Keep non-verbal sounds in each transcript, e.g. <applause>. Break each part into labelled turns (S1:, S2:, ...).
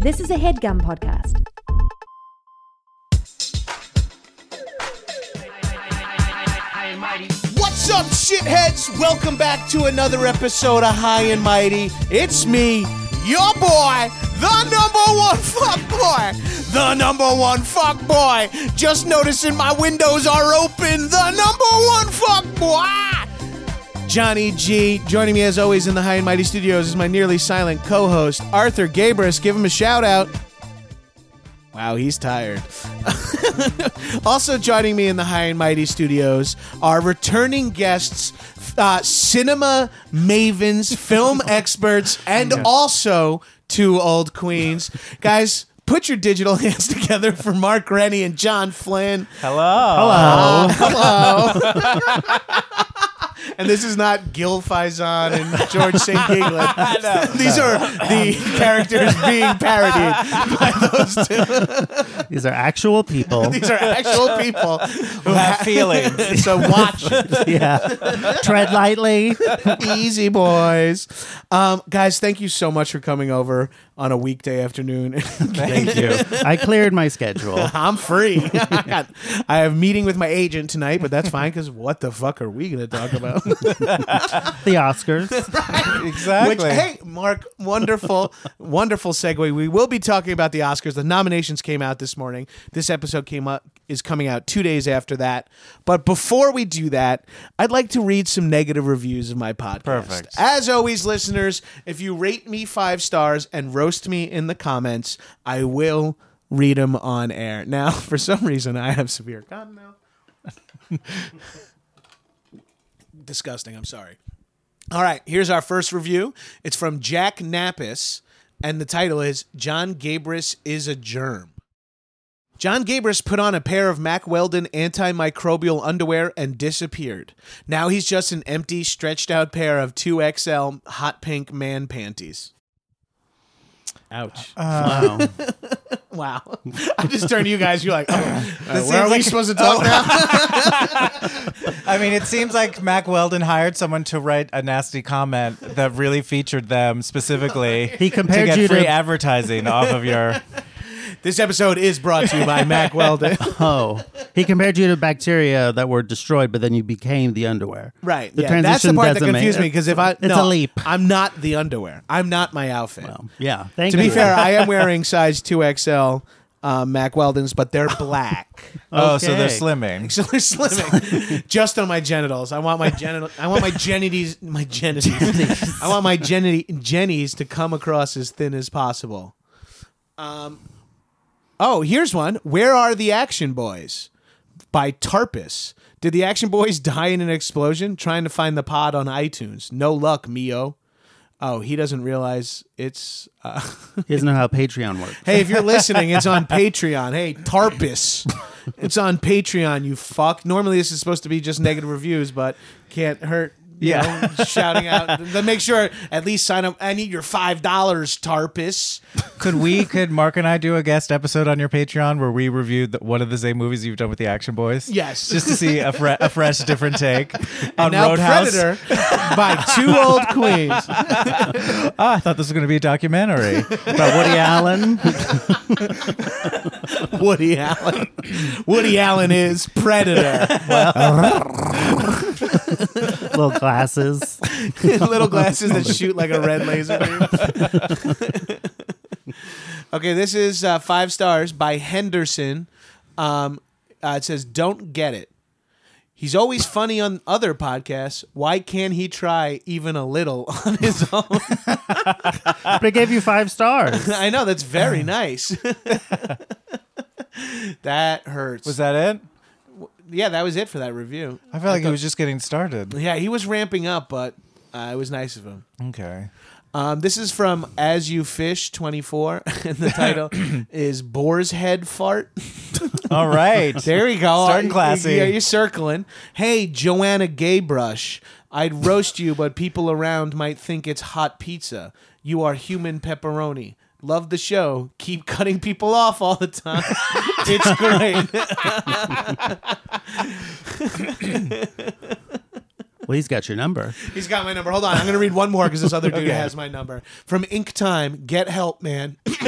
S1: This is a headgum podcast.
S2: What's up, shitheads? Welcome back to another episode of High and Mighty. It's me, your boy, the number one <laughs> fuck boy, the number one fuck boy. Just noticing my windows are open. The number one fuck boy, Johnny G. Joining me as always in the High and Mighty Studios is my nearly silent co-host Arthur Gabris. Give him a shout out. Wow, he's tired. also joining me in the High and Mighty studios are returning guests, uh, cinema mavens, film experts, and also two old queens. Guys, put your digital <laughs> hands together for Mark Rennie and John Flynn. Hello. Hello. <laughs> And this is not Gil Faison and George St. Giglin. These are the characters being parodied by those two.
S3: These are actual people.
S2: <laughs> These are actual people who
S4: have feelings.
S2: <laughs> so watch
S3: <laughs> yeah. Tread lightly.
S2: easy, boys. Um, guys, thank you so much for coming over on a weekday afternoon. <laughs>
S4: Thank you.
S3: I cleared my schedule.
S2: I'm free. <laughs> I got- I have a meeting with my agent tonight, but that's fine because what the fuck are we going to talk about?
S3: The
S2: <laughs>
S3: Oscars.
S4: Exactly.
S2: Which, hey, Mark,
S4: <laughs>
S2: wonderful, wonderful segue. We will be talking about the Oscars. The nominations came out this morning. This episode came up is coming out two days after that. But before we do that, I'd like to read some negative reviews of my podcast.
S4: Perfect.
S2: As always, listeners, if you rate me five stars and roast me in the comments, I will read them on air. Now, <laughs> for some reason, I have severe cottonmouth. <laughs> Disgusting. I'm sorry. All right, here's our first review. It's from Jack Nappis, and the title is John Gabris is a Germ. John Gabris put on a pair of Mack Weldon antimicrobial underwear and disappeared. Now he's just an empty, stretched out pair of 2XL hot pink man panties. Ouch.
S4: Uh,
S2: <laughs> wow. I just turned to you guys, you're like, oh,
S4: <laughs>
S2: all right, where are
S4: seems
S2: we
S4: like- Oh.
S2: supposed to talk
S4: <laughs>
S2: now?
S4: I mean, it seems like Mac Weldon hired someone to write a nasty comment that really featured them <laughs> specifically.
S3: He compared
S4: to get
S3: you to-
S4: free advertising off of <laughs> your.
S2: this episode is brought to you by Mack Weldon.
S3: Oh. He compared you to bacteria that were destroyed, but then you became the underwear.
S2: Right.
S3: The
S2: yeah.
S3: transition
S2: That's the part that
S3: doesn't make-
S2: confused me because if I
S3: a
S2: no,
S3: leap.
S2: I'm not the underwear. I'm not my outfit.
S3: Yeah. Thank
S2: to be
S3: you.
S2: fair, I am wearing size two XL uh, Mac Weldon's, but
S3: <laughs>
S2: they're black.
S4: Oh, so they're
S3: Okay.
S2: <laughs>
S4: slimming.
S2: So they're slimming, just on my genitals. I want my genital. I want my genities. My genities. I want my geni- jennies to come across as thin as possible. Um. Oh, here's one. Where are the action boys? By Tarpus. Did the action boys die in an explosion? Trying to find the pod on iTunes. No luck, Mio. Oh, he doesn't realize it's. Uh,
S3: He doesn't know how Patreon works.
S2: hey, if you're listening, it's on Patreon. Hey, Tarpus. It's on Patreon, you fuck. Normally, this is supposed to be just negative reviews, but can't hurt. You
S4: Yeah.
S2: know, shouting out. Then make sure at least sign up. I need your $5, Tarpus.
S4: Could we, could Mark and I do a guest episode on your Patreon where we reviewed the, one of the same movies you've done with the Action Boys?
S2: Yes.
S4: Just to see a, fre- a fresh, different <laughs> take on
S2: now
S4: Roadhouse.
S2: Predator by two old
S4: <laughs>
S2: queens.
S4: Ah, I thought this was going to be a <laughs> documentary.
S3: But
S2: <laughs>
S3: Woody Allen,
S2: Woody Allen. Woody Allen is Predator.
S3: little
S2: <laughs>
S3: glasses.
S4: <laughs>
S2: little glasses that shoot like a red laser beam. <laughs> okay, this is uh, five stars by Henderson. Um, uh, it says, "Don't get it. He's always funny on other podcasts. Why can't he try even a little <laughs> on his own?"
S3: But it gave you five stars.
S2: <laughs> I know that's
S4: <laughs>
S2: very nice. <laughs> that hurts.
S4: Was that it?
S2: yeah, that was it for that review.
S4: I felt like he was just getting started.
S2: Yeah, he was ramping up, but uh, it was nice of him.
S4: <laughs> Okay.
S2: Um, this is from As You Fish 24, <laughs> and the
S4: <coughs>
S2: title is Boar's Head Fart.
S4: All right.
S2: There we go.
S4: Starting classy.
S2: Yeah, you're circling. Hey, Joanna Gaybrush, I'd roast you, but people around might think it's hot pizza. You are human pepperoni. Love the show. Keep <laughs> cutting people off all the time. it's great.
S3: Well, he's got your number.
S2: He's got my number. Hold on. I'm going to read one more because this other dude has my number. From Ink Time Get help, man. <clears throat>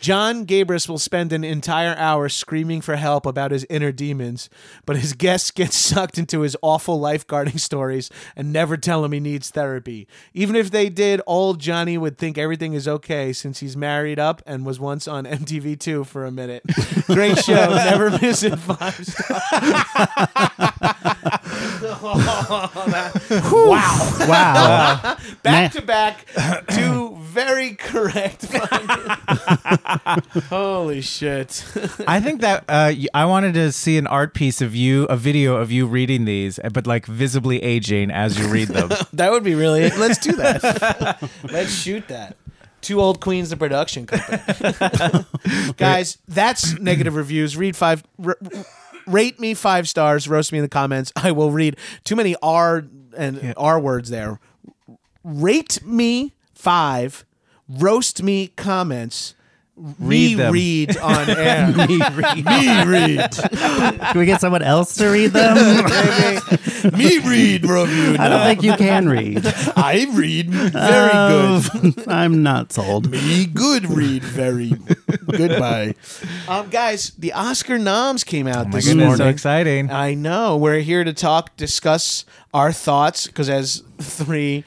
S2: John Gabris will spend an entire hour screaming for help about his inner demons, but his guests get sucked into his awful lifeguarding <laughs> stories and never tell him he needs therapy. Even if they did, old Johnny would think everything is okay since he's married up and was once on MTV2 for a minute. Great show. never miss it. Five stars. <laughs> Oh, that- wow
S4: <laughs>
S3: Wow.
S2: back
S3: Nah.
S2: to back <coughs> two very correct <laughs> findings. holy shit <laughs>
S4: I think that uh, y- I wanted to see an art piece of you, a video of you reading these, eh, but like visibly aging as you read them.
S2: that would be really let's do that <laughs> let's shoot that Two old queens, the production company. <laughs> Guys, that's negative reviews. Read five, r- r- rate me five stars. Roast me in the comments. I will read. Too many R and R words there. Rate me five. Roast me comments.
S4: Read them.
S2: Reread on air. <laughs>
S3: Me read. Me read. Can we get someone else to
S2: <laughs>
S3: read them?
S2: me read review.
S3: I don't think you can read. <laughs>
S2: I read very
S3: good. I'm not sold.
S2: Me good read very. Goodbye. Um, guys, the Oscar noms came out
S4: Oh My
S2: this
S4: goodness,
S2: morning.
S4: so exciting.
S2: I know. We're here to talk, discuss our thoughts, because as three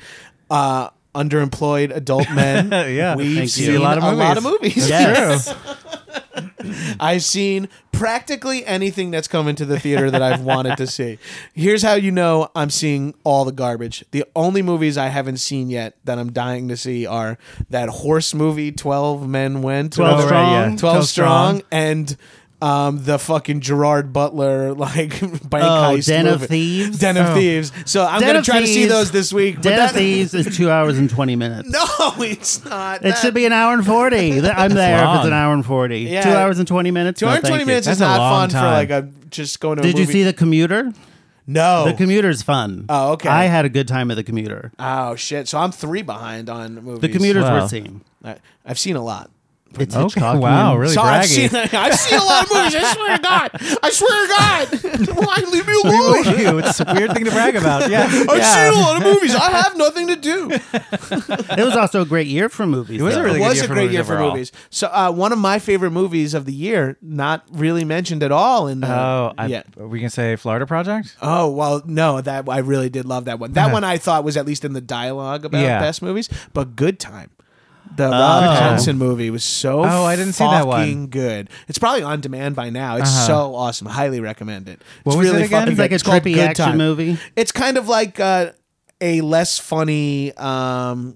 S2: uh, underemployed adult men,
S4: <laughs> Yeah.
S2: we've
S4: Thank you.
S2: seen
S4: See a lot of
S2: movies.
S3: Yes.
S2: I've seen practically anything that's come into the theater that I've wanted to see. Here's how you know I'm seeing all the garbage. The only movies I haven't seen yet that I'm dying to see are that horse movie, 12 Men Went,
S3: 12
S2: whatever.
S3: Strong.
S2: 12, Strong, and. Um, the fucking Gerard Butler <laughs> like bank
S3: Oh,
S2: heist
S3: Den of
S2: movie.
S3: Thieves?
S2: Den of
S4: Oh.
S2: Thieves. So I'm
S3: Den
S2: gonna
S3: of
S2: try to see
S3: Thieves.
S2: those this week. but
S3: Dead
S2: that- <laughs>
S3: of Thieves is two hours and 20 minutes.
S2: No, it's not.
S3: It
S2: that.
S3: should be an hour
S2: <laughs>
S3: and 40. Th- I'm there if it's
S4: long.
S3: an hour and 40.
S2: Yeah.
S3: Two hours and 20 minutes?
S2: two
S3: No,
S2: hundred twenty
S3: thank you.
S2: minutes. is
S4: That's a
S2: not
S4: long
S2: fun for
S4: time.
S2: like a just going to. a
S3: Did you
S2: movie.
S3: see The Commuter?
S2: No,
S3: The Commuter's fun.
S2: Oh, okay.
S3: I had a good time at The Commuter.
S2: Oh shit! So I'm three behind on movies.
S3: The Commuter's
S4: Wow.
S3: worth seeing.
S2: I, I've seen a lot.
S3: It's
S4: Okay.
S3: Hitchcockian.
S4: Wow, really
S2: so I've seen,
S4: braggy.
S2: <laughs> I've seen a lot of movies. I swear to God. I swear to
S4: <laughs>
S2: God. Why leave me alone?
S4: Thank you. It's a weird thing to brag about. Yeah.
S2: I've
S4: yeah.
S2: seen a lot of movies. I have nothing to do.
S3: It was also a great year for
S4: <laughs>
S3: movies.
S4: It was a
S3: though.
S4: really
S2: It
S4: good
S2: was
S4: year
S2: a
S4: for
S2: great
S4: movies
S2: year for
S4: overall.
S2: movies. So uh, one of my favorite movies of the year, not really mentioned at all in the
S4: Oh, I,
S2: yeah.
S4: we can say Florida Project.
S2: Oh well, no, that I really did love that one. That one I thought was at least in the dialogue about
S4: Uh-huh. Yeah.
S2: best movies, but Good Time. The Rob Johnson movie was so
S4: Oh, I didn't see that one. Uh-huh.
S2: fucking good. It's probably on demand by now. It's so awesome. Highly recommend it.
S4: What
S2: it's
S4: was it
S2: really
S4: again?
S2: fucking
S4: It's
S2: good. called
S3: like a trippy
S2: Good
S3: action
S2: Time.
S3: movie?
S2: It's kind of like uh, a less funny um,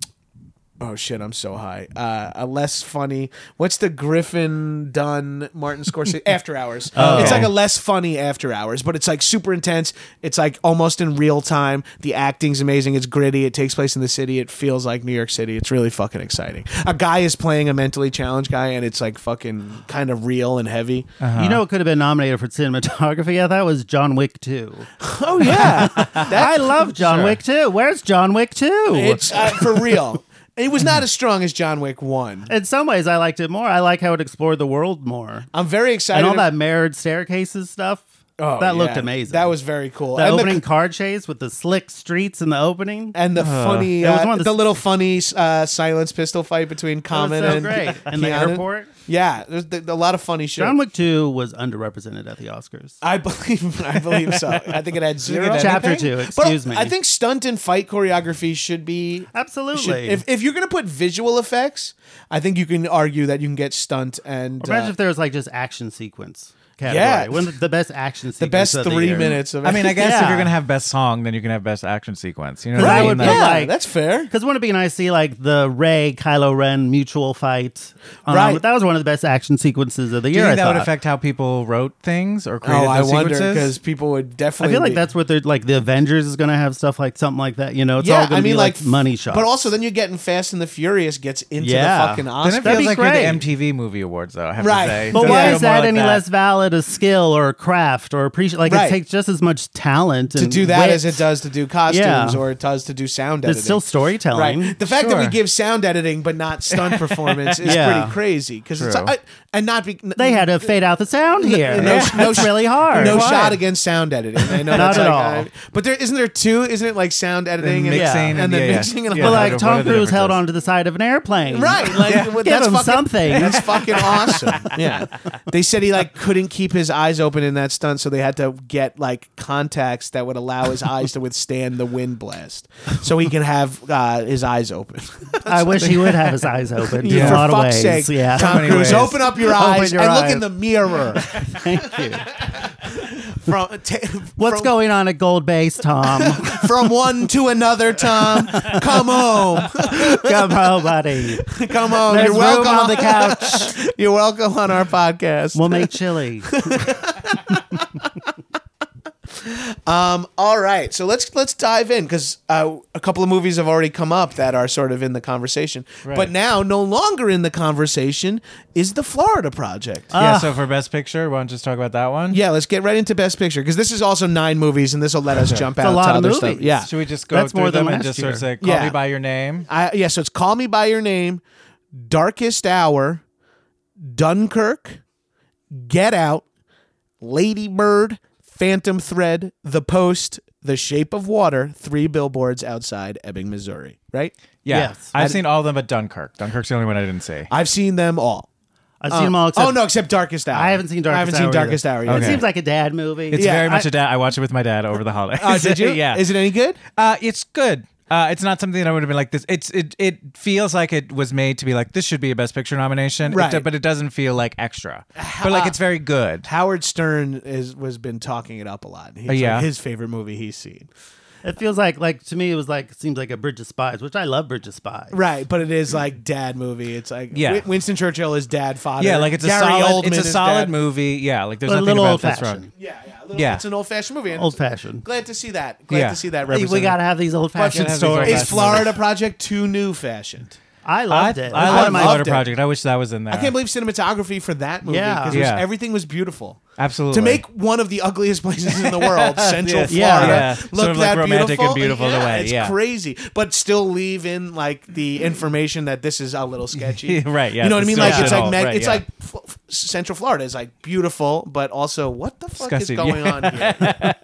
S2: Oh shit, I'm so high. Uh, a less funny. What's the Griffin Dunn Martin Scorsese After Hours? It's like a less funny After Hours, but it's like super intense. It's like almost in real time. The acting's amazing. It's gritty. It takes place in the city. It feels like New York City. It's really fucking exciting. A guy is playing a mentally challenged guy, and it's like fucking kind of real and heavy.
S3: You know, it could have been nominated for cinematography. <laughs> I thought it was John Wick 2.
S2: Oh yeah, <laughs>
S3: I love John Wick 2. Where's John Wick 2?
S2: it's uh, for real. <laughs> It was not as strong as John Wick One.
S3: In some ways, I liked it more. I like how it explored the world more.
S2: I'm very excited.
S3: and all
S2: ab-
S3: that mirrored staircases stuff.
S2: Oh,
S3: that looked
S2: yeah.
S3: amazing.
S2: That was very cool.
S3: the
S2: And the-
S3: opening car chase with the slick streets in the opening.
S2: and the funny,
S3: That was
S2: uh,
S3: one of
S2: the,
S3: the-
S2: little funny uh, silence pistol fight between
S3: That
S2: Common
S3: was
S2: um,
S3: so
S2: and <laughs>
S3: great. And the
S2: Keanu.
S3: airport.
S2: Yeah, there's th- a lot of funny shit.
S3: John Wick Two was underrepresented at the Oscars.
S2: I believe, <laughs> I believe so. I think it
S3: <laughs>
S2: had zero.
S4: had
S3: Chapter
S4: anything?
S3: Two,
S2: But
S3: excuse me.
S2: I think stunt and fight choreography should be
S3: absolutely.
S2: should- if if you're gonna put visual effects, I think you can argue that you can get stunt and
S3: Imagine
S2: uh,
S3: if there was like just action sequence category.
S2: Yeah.
S3: One of the best action sequence.
S2: the best
S3: of
S2: three
S3: year.
S2: minutes of. <laughs>
S4: I mean, I guess if
S3: Yeah.
S4: you're gonna have best song, then you can have best action sequence. You know what I
S2: right.
S4: mean?
S3: would be
S2: yeah,
S3: like-
S2: that's fair.
S3: Because wouldn't it be nice to see like the Ray Kylo Ren mutual fight? Um,
S2: Right.
S3: That was one of the best action sequences of the
S4: Do you
S3: year.
S4: think that
S3: I
S4: would
S3: thought.
S4: affect how people wrote things or created
S2: Oh, I
S4: those
S2: wonder
S4: sequences?
S2: because people would
S3: I
S2: definitely.
S3: feel like
S2: be-
S3: that's what they're like. The Avengers is going to have stuff like something like that. You know, it's all going to be like, money shots.
S2: But also, then you're getting Fast and the Furious gets into
S3: Yeah.
S2: the fucking
S3: Then
S4: Then
S2: Oscars.
S4: it
S3: That'd
S4: feels
S3: be
S4: like
S3: great.
S4: you're the MTV Movie Awards, though. I have
S2: Right.
S4: to say.
S3: But
S4: Doesn't
S3: why
S4: feel
S3: is
S4: more
S3: that
S4: like
S3: any less valid it a skill or a craft or appreciate. Like
S2: Right.
S3: it takes just as much talent
S2: to
S3: and
S2: do that
S3: wit.
S2: as it does to do costumes
S3: Yeah.
S2: or it does to do sound editing.
S3: It's still storytelling.
S2: Right. The fact that we
S3: Sure.
S2: give sound editing but not
S3: <laughs>
S2: stunt performance is
S3: Yeah.
S2: pretty crazy because it's
S3: True.
S2: I, and not be,
S3: they had to fade out the sound here.
S2: no-
S3: That's-
S2: no
S3: that's
S2: sh-
S3: really hard.
S2: no
S3: Why?
S2: shot against sound editing. I
S3: <laughs>
S2: know
S3: Not
S2: that's like,
S3: at all.
S2: I- but there isn't there two? Isn't it like sound editing and
S4: mixing
S2: and,
S4: and-
S2: then
S4: yeah, yeah.
S2: mixing and
S4: Yeah.
S3: But
S2: all
S4: what
S3: like
S4: are-
S3: Tom
S4: what are the
S3: Cruise held
S4: differences?
S3: on to the side of an airplane.
S2: Right, like well,
S3: Give
S2: that's
S3: him
S2: fucking,
S3: something.
S2: <laughs> That's fucking awesome. Yeah, they said he like couldn't keep his eyes open in that stunt, so they had to get like contacts that would allow his eyes to withstand the wind blast, so he can have uh, his eyes
S3: <laughs>
S2: open.
S3: <laughs> I wish he would have his
S2: <laughs>
S3: eyes open.
S2: Yeah.
S3: In a lot
S2: For
S3: of
S2: fuck's
S3: ways.
S2: sake,
S3: yeah.
S2: Tom
S4: many
S2: Cruise,
S4: ways.
S2: open up your
S3: <laughs> Open
S2: eyes
S3: your
S2: and look
S3: eyes.
S2: in the <laughs> mirror.
S3: Thank you.
S2: <laughs> From <laughs> t-
S3: What's
S2: from,
S3: going on at Gold Base, Tom?
S2: <laughs> from one to another, Tom. Come home,
S3: Come
S2: <laughs>
S3: on, buddy.
S2: come home.
S3: There's
S2: You're
S3: room
S2: welcome
S3: on the couch.
S2: <laughs> You're welcome on our podcast.
S3: We'll make chili.
S2: All right, so let's let's dive in because uh, a couple of movies have already come up that are sort of in the conversation, but now no longer in the conversation is the Florida Project. Uh,
S4: yeah, so for Best Picture, why don't you just talk about that one?
S2: yeah, let's get right into Best Picture because this is also nine movies, and this will let us jump out
S3: a lot
S2: to
S3: of
S2: other
S3: movies.
S2: stuff. Yeah,
S4: Should we just go
S3: That's
S4: through
S3: more than
S4: them and
S3: last
S4: just sort of
S3: year.
S4: say, call
S2: Yeah.
S4: me by your name?
S2: I, yeah. So it's Call Me by Your Name, Darkest Hour, Dunkirk, Get Out, Lady Bird, Phantom Thread, The Post, The Shape of Water, Three Billboards Outside Ebbing, Missouri. Right.
S4: Yeah.
S3: Yes.
S4: I've seen all of them but Dunkirk. Dunkirk's the only one I didn't see.
S2: I've seen them all.
S3: I've seen them all except
S2: oh no, except Darkest Hour.
S3: I haven't seen Darkest
S2: I haven't seen
S3: Hour
S2: Darkest
S3: either.
S2: Hour yet.
S3: It
S4: Okay.
S3: seems like a dad movie.
S4: It's
S2: yeah,
S4: very much
S2: I-
S4: a dad. I watched it with my dad over the holidays.
S2: Oh, did you?
S4: <laughs> yeah.
S2: Is it any good?
S4: Uh, it's good. Uh, it's not something that I would have been like this. It's it it feels like it was made to be like this should be a best picture nomination, It
S2: Right.
S4: do- but it doesn't feel like extra. But like it's very good.
S2: Howard Stern is was been talking it up a lot. He's like,
S4: Uh, yeah.
S2: his favorite movie he's seen.
S3: It feels like like to me it was like seems like a Bridge of Spies, which I love Bridge of Spies.
S2: Right, but it is like dad movie. It's like
S4: Yeah.
S2: Win- Winston Churchill is dad father.
S4: Yeah, like it's a
S2: Gary
S4: solid.
S2: Oldman
S4: It's a
S2: is
S4: solid
S2: dad-
S4: movie. Yeah, like there's
S3: But a
S4: nothing
S3: little
S4: about
S3: old
S4: this
S3: fashioned.
S4: wrong.
S2: Yeah, yeah, a little-
S4: Yeah.
S2: It's an old fashioned movie. and
S3: Old
S2: it's-
S3: fashioned.
S2: Glad to see that. Glad
S4: Yeah.
S2: to see that.
S3: Hey,
S2: Represented.
S3: We gotta have these old fashioned
S4: Gotta have these
S3: stories.
S4: old
S2: Is
S4: That's
S2: Florida Project too new fashioned?
S3: I loved it.
S4: I,
S3: One
S4: love
S3: of my-
S2: loved
S4: Water
S2: it.
S4: Project. I wish that was in there.
S2: I can't believe cinematography for that movie
S3: Yeah.
S2: because
S4: Uh. Yeah.
S2: everything was beautiful.
S4: Absolutely.
S2: To make one of the ugliest places in the world,
S4: <laughs>
S2: Central Florida,
S3: Yeah.
S4: Yeah.
S2: look
S4: Sort of, like,
S2: that
S4: romantic and
S2: beautiful,
S4: beautiful in a way,
S2: it's
S4: yeah.
S2: crazy. But still leave in like the information that this is a little sketchy,
S4: <laughs> Right, yeah,
S2: You know what I
S4: the
S2: mean? Like
S4: social
S2: it's like
S4: hall,
S2: mag-
S4: right,
S2: it's
S4: yeah.
S2: like f- f- Central Florida is like beautiful, but also what the fuck
S4: Disgusting,
S2: is going
S4: <laughs> yeah.
S2: on here?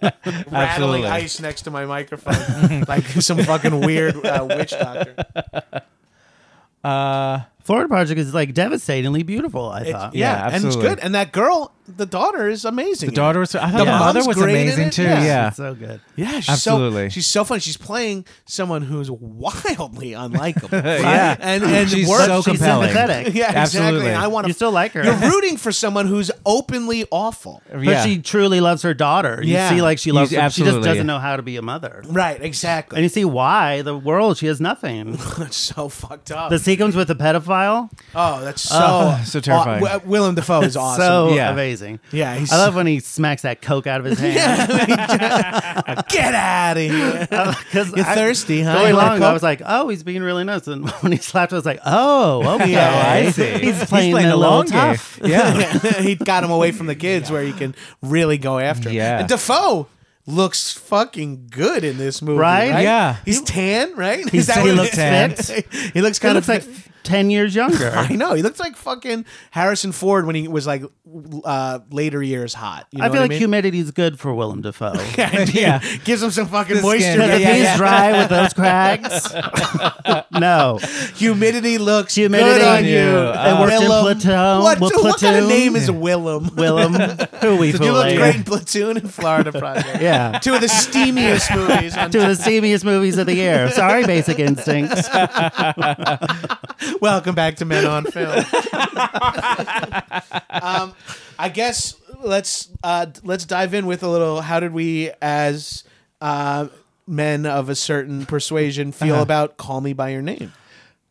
S2: Rattling
S4: Absolutely.
S2: ice next to my microphone, <laughs> like some fucking weird uh, witch doctor.
S4: Uh-huh.
S3: Florida Project is like devastatingly beautiful. I
S2: It's-
S3: thought.
S2: yeah,
S4: Yeah,
S2: and it's
S4: absolutely.
S2: good. And that girl, the daughter, is amazing.
S4: the daughter was. I thought the
S2: mom's
S4: mother was
S2: great in
S4: amazing
S2: it,
S4: too.
S2: yeah.
S4: Yeah.
S3: It's so good.
S2: Yeah, she's So,
S4: Absolutely.
S2: she's so fun. She's playing someone who's wildly unlikable.
S4: Yeah.
S2: and and
S4: She's
S2: works-
S4: so
S3: She's
S4: compelling.
S3: sympathetic.
S2: Yeah, exactly.
S4: Absolutely.
S2: And I want
S3: You still like her.
S2: <laughs> You're rooting for someone who's openly awful.
S3: But
S4: Yeah.
S3: she truly loves her daughter. You
S2: Yeah.
S3: see, like she
S4: You-
S3: loves. her. She just
S4: absolutely.
S3: doesn't know how to be a mother.
S2: Right, exactly.
S3: And you see why the world she has nothing.
S2: <laughs> That's so fucked up.
S3: The sequence with the pedophile,
S2: oh, that's so
S4: so terrifying.
S2: Aw- Wi- Willem Dafoe is awesome.
S3: so
S4: Yeah.
S3: amazing.
S2: yeah, he's
S3: I love when he smacks that coke out of
S2: <laughs>
S3: his hand.
S2: get out of here.
S3: <laughs> Because
S2: You're thirsty, huh?
S3: Going
S2: You want a
S3: along,
S2: Coke?
S3: I was like, "Oh, he's being really nice." And <laughs> when he slapped, I was like, "Oh, okay,
S4: I see.
S3: He's playing, the, long game. <laughs>
S4: Yeah.
S2: <laughs>
S4: <laughs>
S2: he got him away from the kids where you can really go after him.
S4: Yeah.
S2: And Defoe looks fucking good in this movie. Right?
S3: Right?
S4: Yeah.
S2: He's tan, right?
S3: He's tan.
S2: what
S3: He
S2: it
S3: looks
S2: is?
S3: fit.
S2: <laughs> he looks
S3: He
S2: kind
S3: looks
S2: of
S3: like ten years younger.
S2: <laughs> I know. He looks like fucking Harrison Ford when he was like uh, later years hot. You know
S3: I feel
S2: what
S3: like
S2: I mean?
S3: humidity is good for Willem Dafoe.
S2: <laughs> yeah. Gives him some fucking
S4: The
S2: moisture.
S4: skin.
S3: But
S4: Yeah,
S3: if
S4: yeah,
S3: he's
S4: yeah.
S3: dry with
S2: <laughs>
S3: those cracks, <laughs> no.
S2: Humidity looks
S3: Humidity Uh,
S2: good on you.
S4: you.
S3: It worked in
S2: Willem.
S3: Platoon.
S2: What,
S3: Well,
S2: what kind of
S3: Platoon.
S2: name is Willem?
S3: Willem, who
S2: <laughs>
S3: we
S2: You
S3: feel
S2: look
S3: like.
S2: great in Platoon and Florida Project.
S3: <laughs> Yeah.
S2: Two of the steamiest movies on
S3: Two of the steamiest movies of the year. Sorry, Basic Instincts.
S2: Welcome back to Men on
S4: <laughs>
S2: Film. um, I guess let's uh, let's dive in with a little. How did we, as uh, men of a certain persuasion, feel
S4: Uh-huh.
S2: about "Call Me by Your Name"?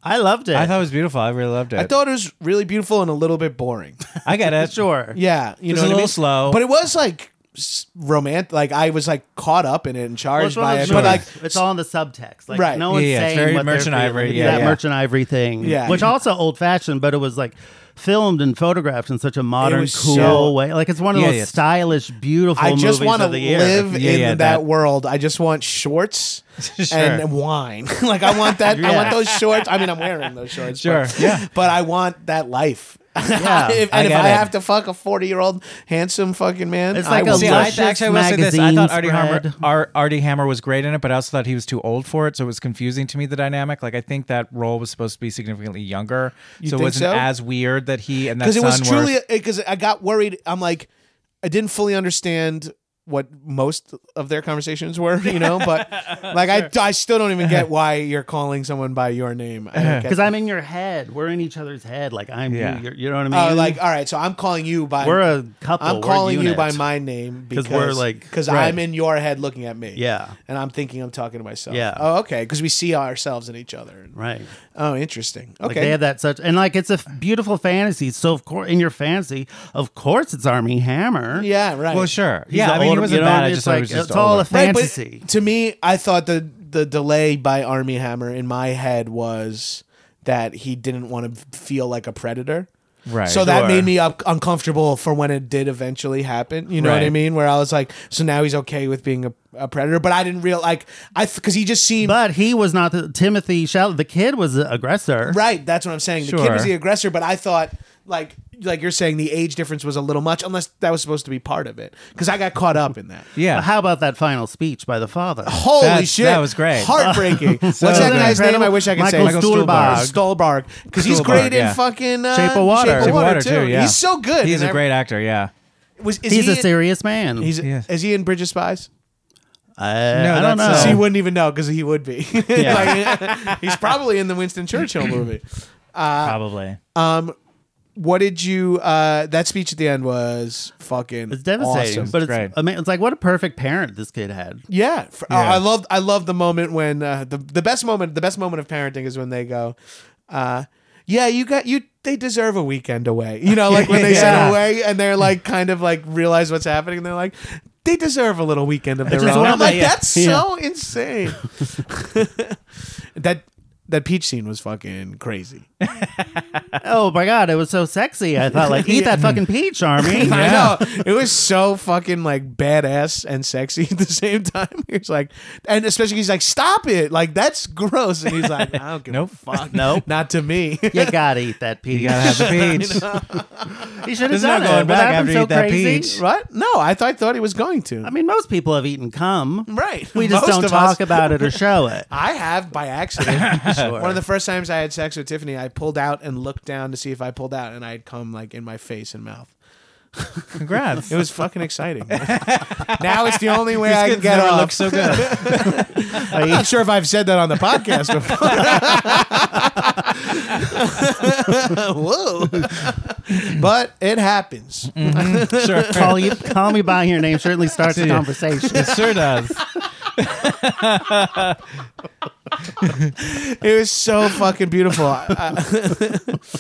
S3: I loved it.
S4: I thought it was beautiful. I really loved it.
S2: I thought it was
S4: <laughs>
S2: really beautiful and a little bit boring.
S4: I get it.
S3: sure.
S2: Yeah, you
S4: It was
S2: know, what I
S4: a little
S2: mean?
S4: slow.
S2: but it was like s- romantic. Like I was like caught up in it and
S3: Well,
S2: charged
S3: it's one
S2: by
S3: of
S2: it.
S3: those
S2: But like,
S3: movies. it's all in the subtext. Like
S2: Right.
S3: no one's
S4: Yeah, yeah, it's
S3: saying
S4: very
S3: what they're
S4: merchant
S3: feeling.
S4: ivory,
S3: It's
S4: yeah,
S3: that
S4: yeah.
S3: merchant ivory thing.
S2: Yeah.
S3: Which also old fashioned, but it was like filmed and photographed in such a modern, cool
S2: was so-
S3: way. Like it's one of
S4: Yeah,
S3: those
S4: yeah.
S3: stylish, beautiful
S2: I just
S3: movies
S2: want to
S3: of the year.
S2: live
S4: Yeah,
S2: in
S4: yeah,
S2: that,
S4: that-
S2: world. I just want shorts
S4: Sure.
S2: and wine. <laughs> like I want that. I
S3: Yeah.
S2: want those shorts. I mean, I'm wearing those shorts.
S4: Sure,
S2: But,
S4: yeah.
S2: <laughs> But I want that life. <laughs>
S3: Yeah,
S2: If-
S4: I
S2: and if
S4: get
S2: I
S4: it.
S2: have to fuck a 40 year old handsome fucking man,
S3: It's
S2: I
S3: like a
S2: will.
S4: See,
S2: do it.
S4: I,
S3: lush-
S4: actually, I will say this. I
S3: magazine
S4: thought Artie Hammer,
S3: spread.
S4: Ar- Artie Hammer was great in it, but I also thought he was too old for it, so it was confusing to me the dynamic. Like I think that role was supposed to be significantly younger, so it
S2: think
S4: wasn't
S2: so?
S4: as weird that he and that
S2: because
S4: son
S2: it was
S4: were-
S2: truly because I got worried. I'm like, I didn't fully understand what most of their conversations were, you know. But like, I I still don't even get why you're calling someone by your name.
S3: Because
S2: Because
S3: I'm in your head. We're in each other's head. Like I'm
S4: Yeah.
S3: you. You're, you know what I mean?
S2: uh, like, all right, so I'm calling you by
S3: we're a couple.
S2: I'm
S3: we're a
S2: calling you
S3: unit.
S2: by my name because
S3: 'Cause we're like-
S2: because
S3: right.
S2: I'm in your head looking at me.
S3: Yeah.
S2: and I'm thinking I'm talking to myself.
S3: Yeah.
S2: Oh, okay. Because we see ourselves in each other.
S3: Right.
S2: Oh, interesting. Okay.
S3: Like they have that such and like it's a f- beautiful fantasy. So of course in your fantasy, of course it's Army Hammer.
S2: yeah. Right.
S4: Well, sure.
S3: He's
S4: yeah, I mean,
S3: older-
S4: he wasn't
S3: you know,
S4: bad. I
S3: it's
S4: just thought he was
S3: like,
S4: just
S3: it's all
S4: older.
S3: a fantasy.
S2: Right, but to me, I thought the the delay by Army Hammer in my head was that he didn't want to feel like a predator.
S4: Right.
S2: So that
S3: Sure.
S2: made me up uncomfortable for when it did eventually happen. You know what I
S4: Right.
S2: mean? Where I was like, so now he's okay with being a, a predator, but I didn't real like I because he just seemed
S3: But he was not the Timothy Shall the kid was the aggressor.
S2: right. That's what I'm saying. The kid
S4: Sure.
S2: was the aggressor, but I thought like like you're saying the age difference was a little much, unless that was supposed to be part of it because I got caught up in that.
S4: Yeah.
S3: How about that final speech by the father?
S2: Holy
S4: That's-
S2: shit,
S4: that was great. <laughs>
S2: heartbreaking. What's
S4: was
S2: that guy's
S3: incredible.
S2: name? I wish I could
S3: Michael
S2: say
S4: Michael Stuhlbarg.
S2: Stolbarg, because he's
S4: Stuhlbarg,
S2: great in
S4: yeah.
S2: fucking uh,
S3: Shape of Water.
S2: Shape of
S3: Shape of
S2: Water,
S4: Water,
S2: too.
S4: too, yeah.
S2: He's so good.
S4: He's
S2: in
S4: a great actor.
S3: <laughs>
S4: Yeah.
S2: every- Was, is
S3: He's
S2: he
S3: a
S2: in-
S3: serious man.
S2: He's,
S4: Yeah.
S2: Is he in Bridge of Spies?
S3: I,
S4: No,
S3: I don't know.
S4: that's,
S2: So
S4: Oh.
S2: you wouldn't even know because he would be. <laughs> Like, he's probably in the Winston Churchill movie.
S4: Probably.
S2: What did you? Uh, that speech at the end was fucking.
S3: it's devastating,
S2: awesome.
S3: but it's
S4: Great.
S3: I mean, it's like what a perfect parent this kid had. <laughs>
S2: Yeah, for,
S4: Yeah.
S2: I love I love the moment when uh, the the best moment the best moment of parenting is when they go, uh, yeah, you got you they deserve a weekend away. You know,
S3: <laughs>
S2: like when they
S4: Yeah.
S2: said away and they're like kind of like realize what's happening. and They're like. They deserve a little weekend of their
S3: just
S2: own.
S3: one
S2: I'm
S3: of the-
S2: like,
S3: yeah.
S2: that's
S3: Yeah.
S2: so insane.
S3: <laughs>
S2: <laughs> that that peach scene was fucking crazy.
S3: Oh my god, it was so sexy. I thought like
S4: <laughs>
S3: eat that fucking peach, Army.
S2: <laughs> I know. It was so fucking like badass and sexy <laughs> at the same time. He was like, and especially he's like, stop it. Like, that's gross. And he's like, I don't give
S4: Nope.
S2: a fuck.
S4: <laughs>
S3: Nope.
S2: Not to me.
S3: You gotta eat that peach.
S4: You gotta
S2: <laughs>
S4: have the
S2: uh,
S4: beach.
S3: He should
S4: There's
S3: have done
S4: no
S3: it.
S4: going
S3: What
S4: back
S3: happened
S4: after
S3: so
S4: you eat that
S3: crazy?
S4: peach.
S2: what? No, I thought, I thought he was going to.
S3: I mean, most people have eaten cum.
S2: <laughs> Right.
S3: We just
S2: Most
S3: don't
S2: of
S3: talk
S2: us-
S3: about it or show
S2: <laughs>
S3: it.
S2: I have by accident.
S4: <laughs>
S2: One of the first times I had sex with Tiffany, I pulled out and looked down to see if I pulled out, and I had come like in my face and mouth. <laughs>
S4: Congrats.
S2: It was fucking
S4: <laughs>
S2: exciting. now it's the only way I can
S4: This kid's
S2: get
S4: never
S2: off.
S4: looked
S2: <laughs>
S4: so good.
S2: I'm not sure if I've said that on the podcast
S4: <laughs>
S2: before. Whoa. but it happens.
S4: Sure.
S3: call you call me by your name certainly
S2: <laughs>
S3: starts the
S4: See ya.
S3: conversation.
S4: It sure does.
S2: It was so fucking beautiful. Uh,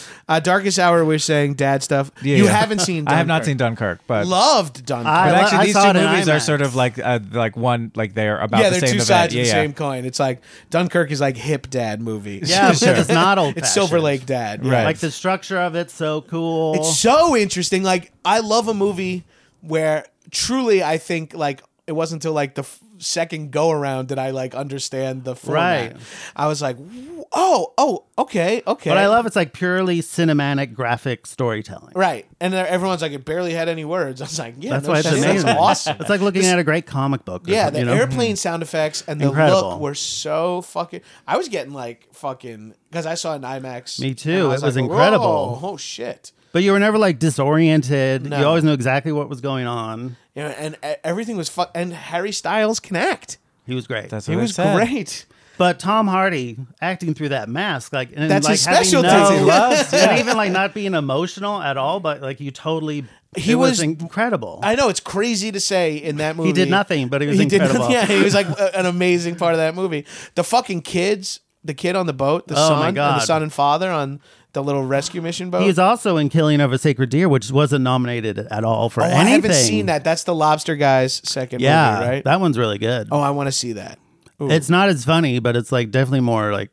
S2: <laughs> uh, Darkest Hour, we're saying dad stuff.
S4: Yeah,
S2: you
S4: yeah.
S2: haven't seen Dunkirk.
S4: <laughs> I have not seen Dunkirk, but
S2: Loved Dunkirk.
S3: I
S4: But
S3: lo-
S4: actually,
S3: I
S4: these
S3: saw
S4: two
S3: it in
S4: movies are
S3: IMAX.
S4: sort of like uh, like one like they're about
S2: yeah, they're
S4: the same
S2: two
S4: event.
S2: sides
S4: yeah,
S2: of the
S4: yeah.
S2: same coin. It's like Dunkirk is like hip dad movie.
S3: Yeah,
S4: Sure.
S3: but it's not old.
S2: It's Silver Lake dad. Yeah.
S4: Right.
S3: Like the structure of it's so cool.
S2: It's so interesting. Like I love a movie where truly I think like it wasn't until like the f- second go around that I like understand the format.
S3: Right.
S2: I was like, "Wh- oh, oh, okay, okay.
S3: but I love it's like purely cinematic graphic storytelling.
S2: Right, and then everyone's like, it barely had any words. <laughs> I was like, yeah,
S3: That's
S2: no
S3: why it's
S2: shit,
S3: amazing.
S2: That's awesome.
S3: It's like looking at a great comic book. or
S2: yeah, the
S3: something, you know?
S2: airplane sound effects and the look
S3: Incredible.
S2: were so fucking. I was getting like fucking because I saw an IMAX.
S3: Me too.
S2: and I
S3: It was
S2: like,
S3: incredible.
S2: "Whoa, oh shit!
S3: But you were never like disoriented.
S2: No.
S3: You always knew exactly what was going on.
S2: You know, and uh, everything was fuck. And Harry Styles can act.
S3: He was great.
S4: That's
S2: It
S4: what I
S2: was
S4: said.
S2: great.
S3: but Tom Hardy acting through that mask, like and
S2: That's
S3: like
S2: his
S3: having
S2: specialty.
S3: no-
S4: He loves,
S3: <laughs> and even like not being emotional at all, but like you totally.
S2: He
S3: it was,
S2: was-
S3: incredible.
S2: I know it's crazy to say in that movie
S3: did nothing, but he was
S2: did
S3: incredible. <laughs>
S2: nothing- yeah, he was like a- an amazing part of that movie. The fucking kids. the kid on the boat, the
S3: Oh,
S2: son,
S3: my
S2: and the
S3: God.
S2: son and father on the little rescue mission boat.
S3: He is also in Killing of a Sacred Deer, which wasn't nominated at all for
S2: oh,
S3: anything.
S2: I haven't seen that. That's the Lobster Guy's second
S3: Yeah,
S2: movie, right?
S3: that one's really good.
S2: oh, I want to see that. Ooh.
S3: It's not as funny, but it's like definitely more like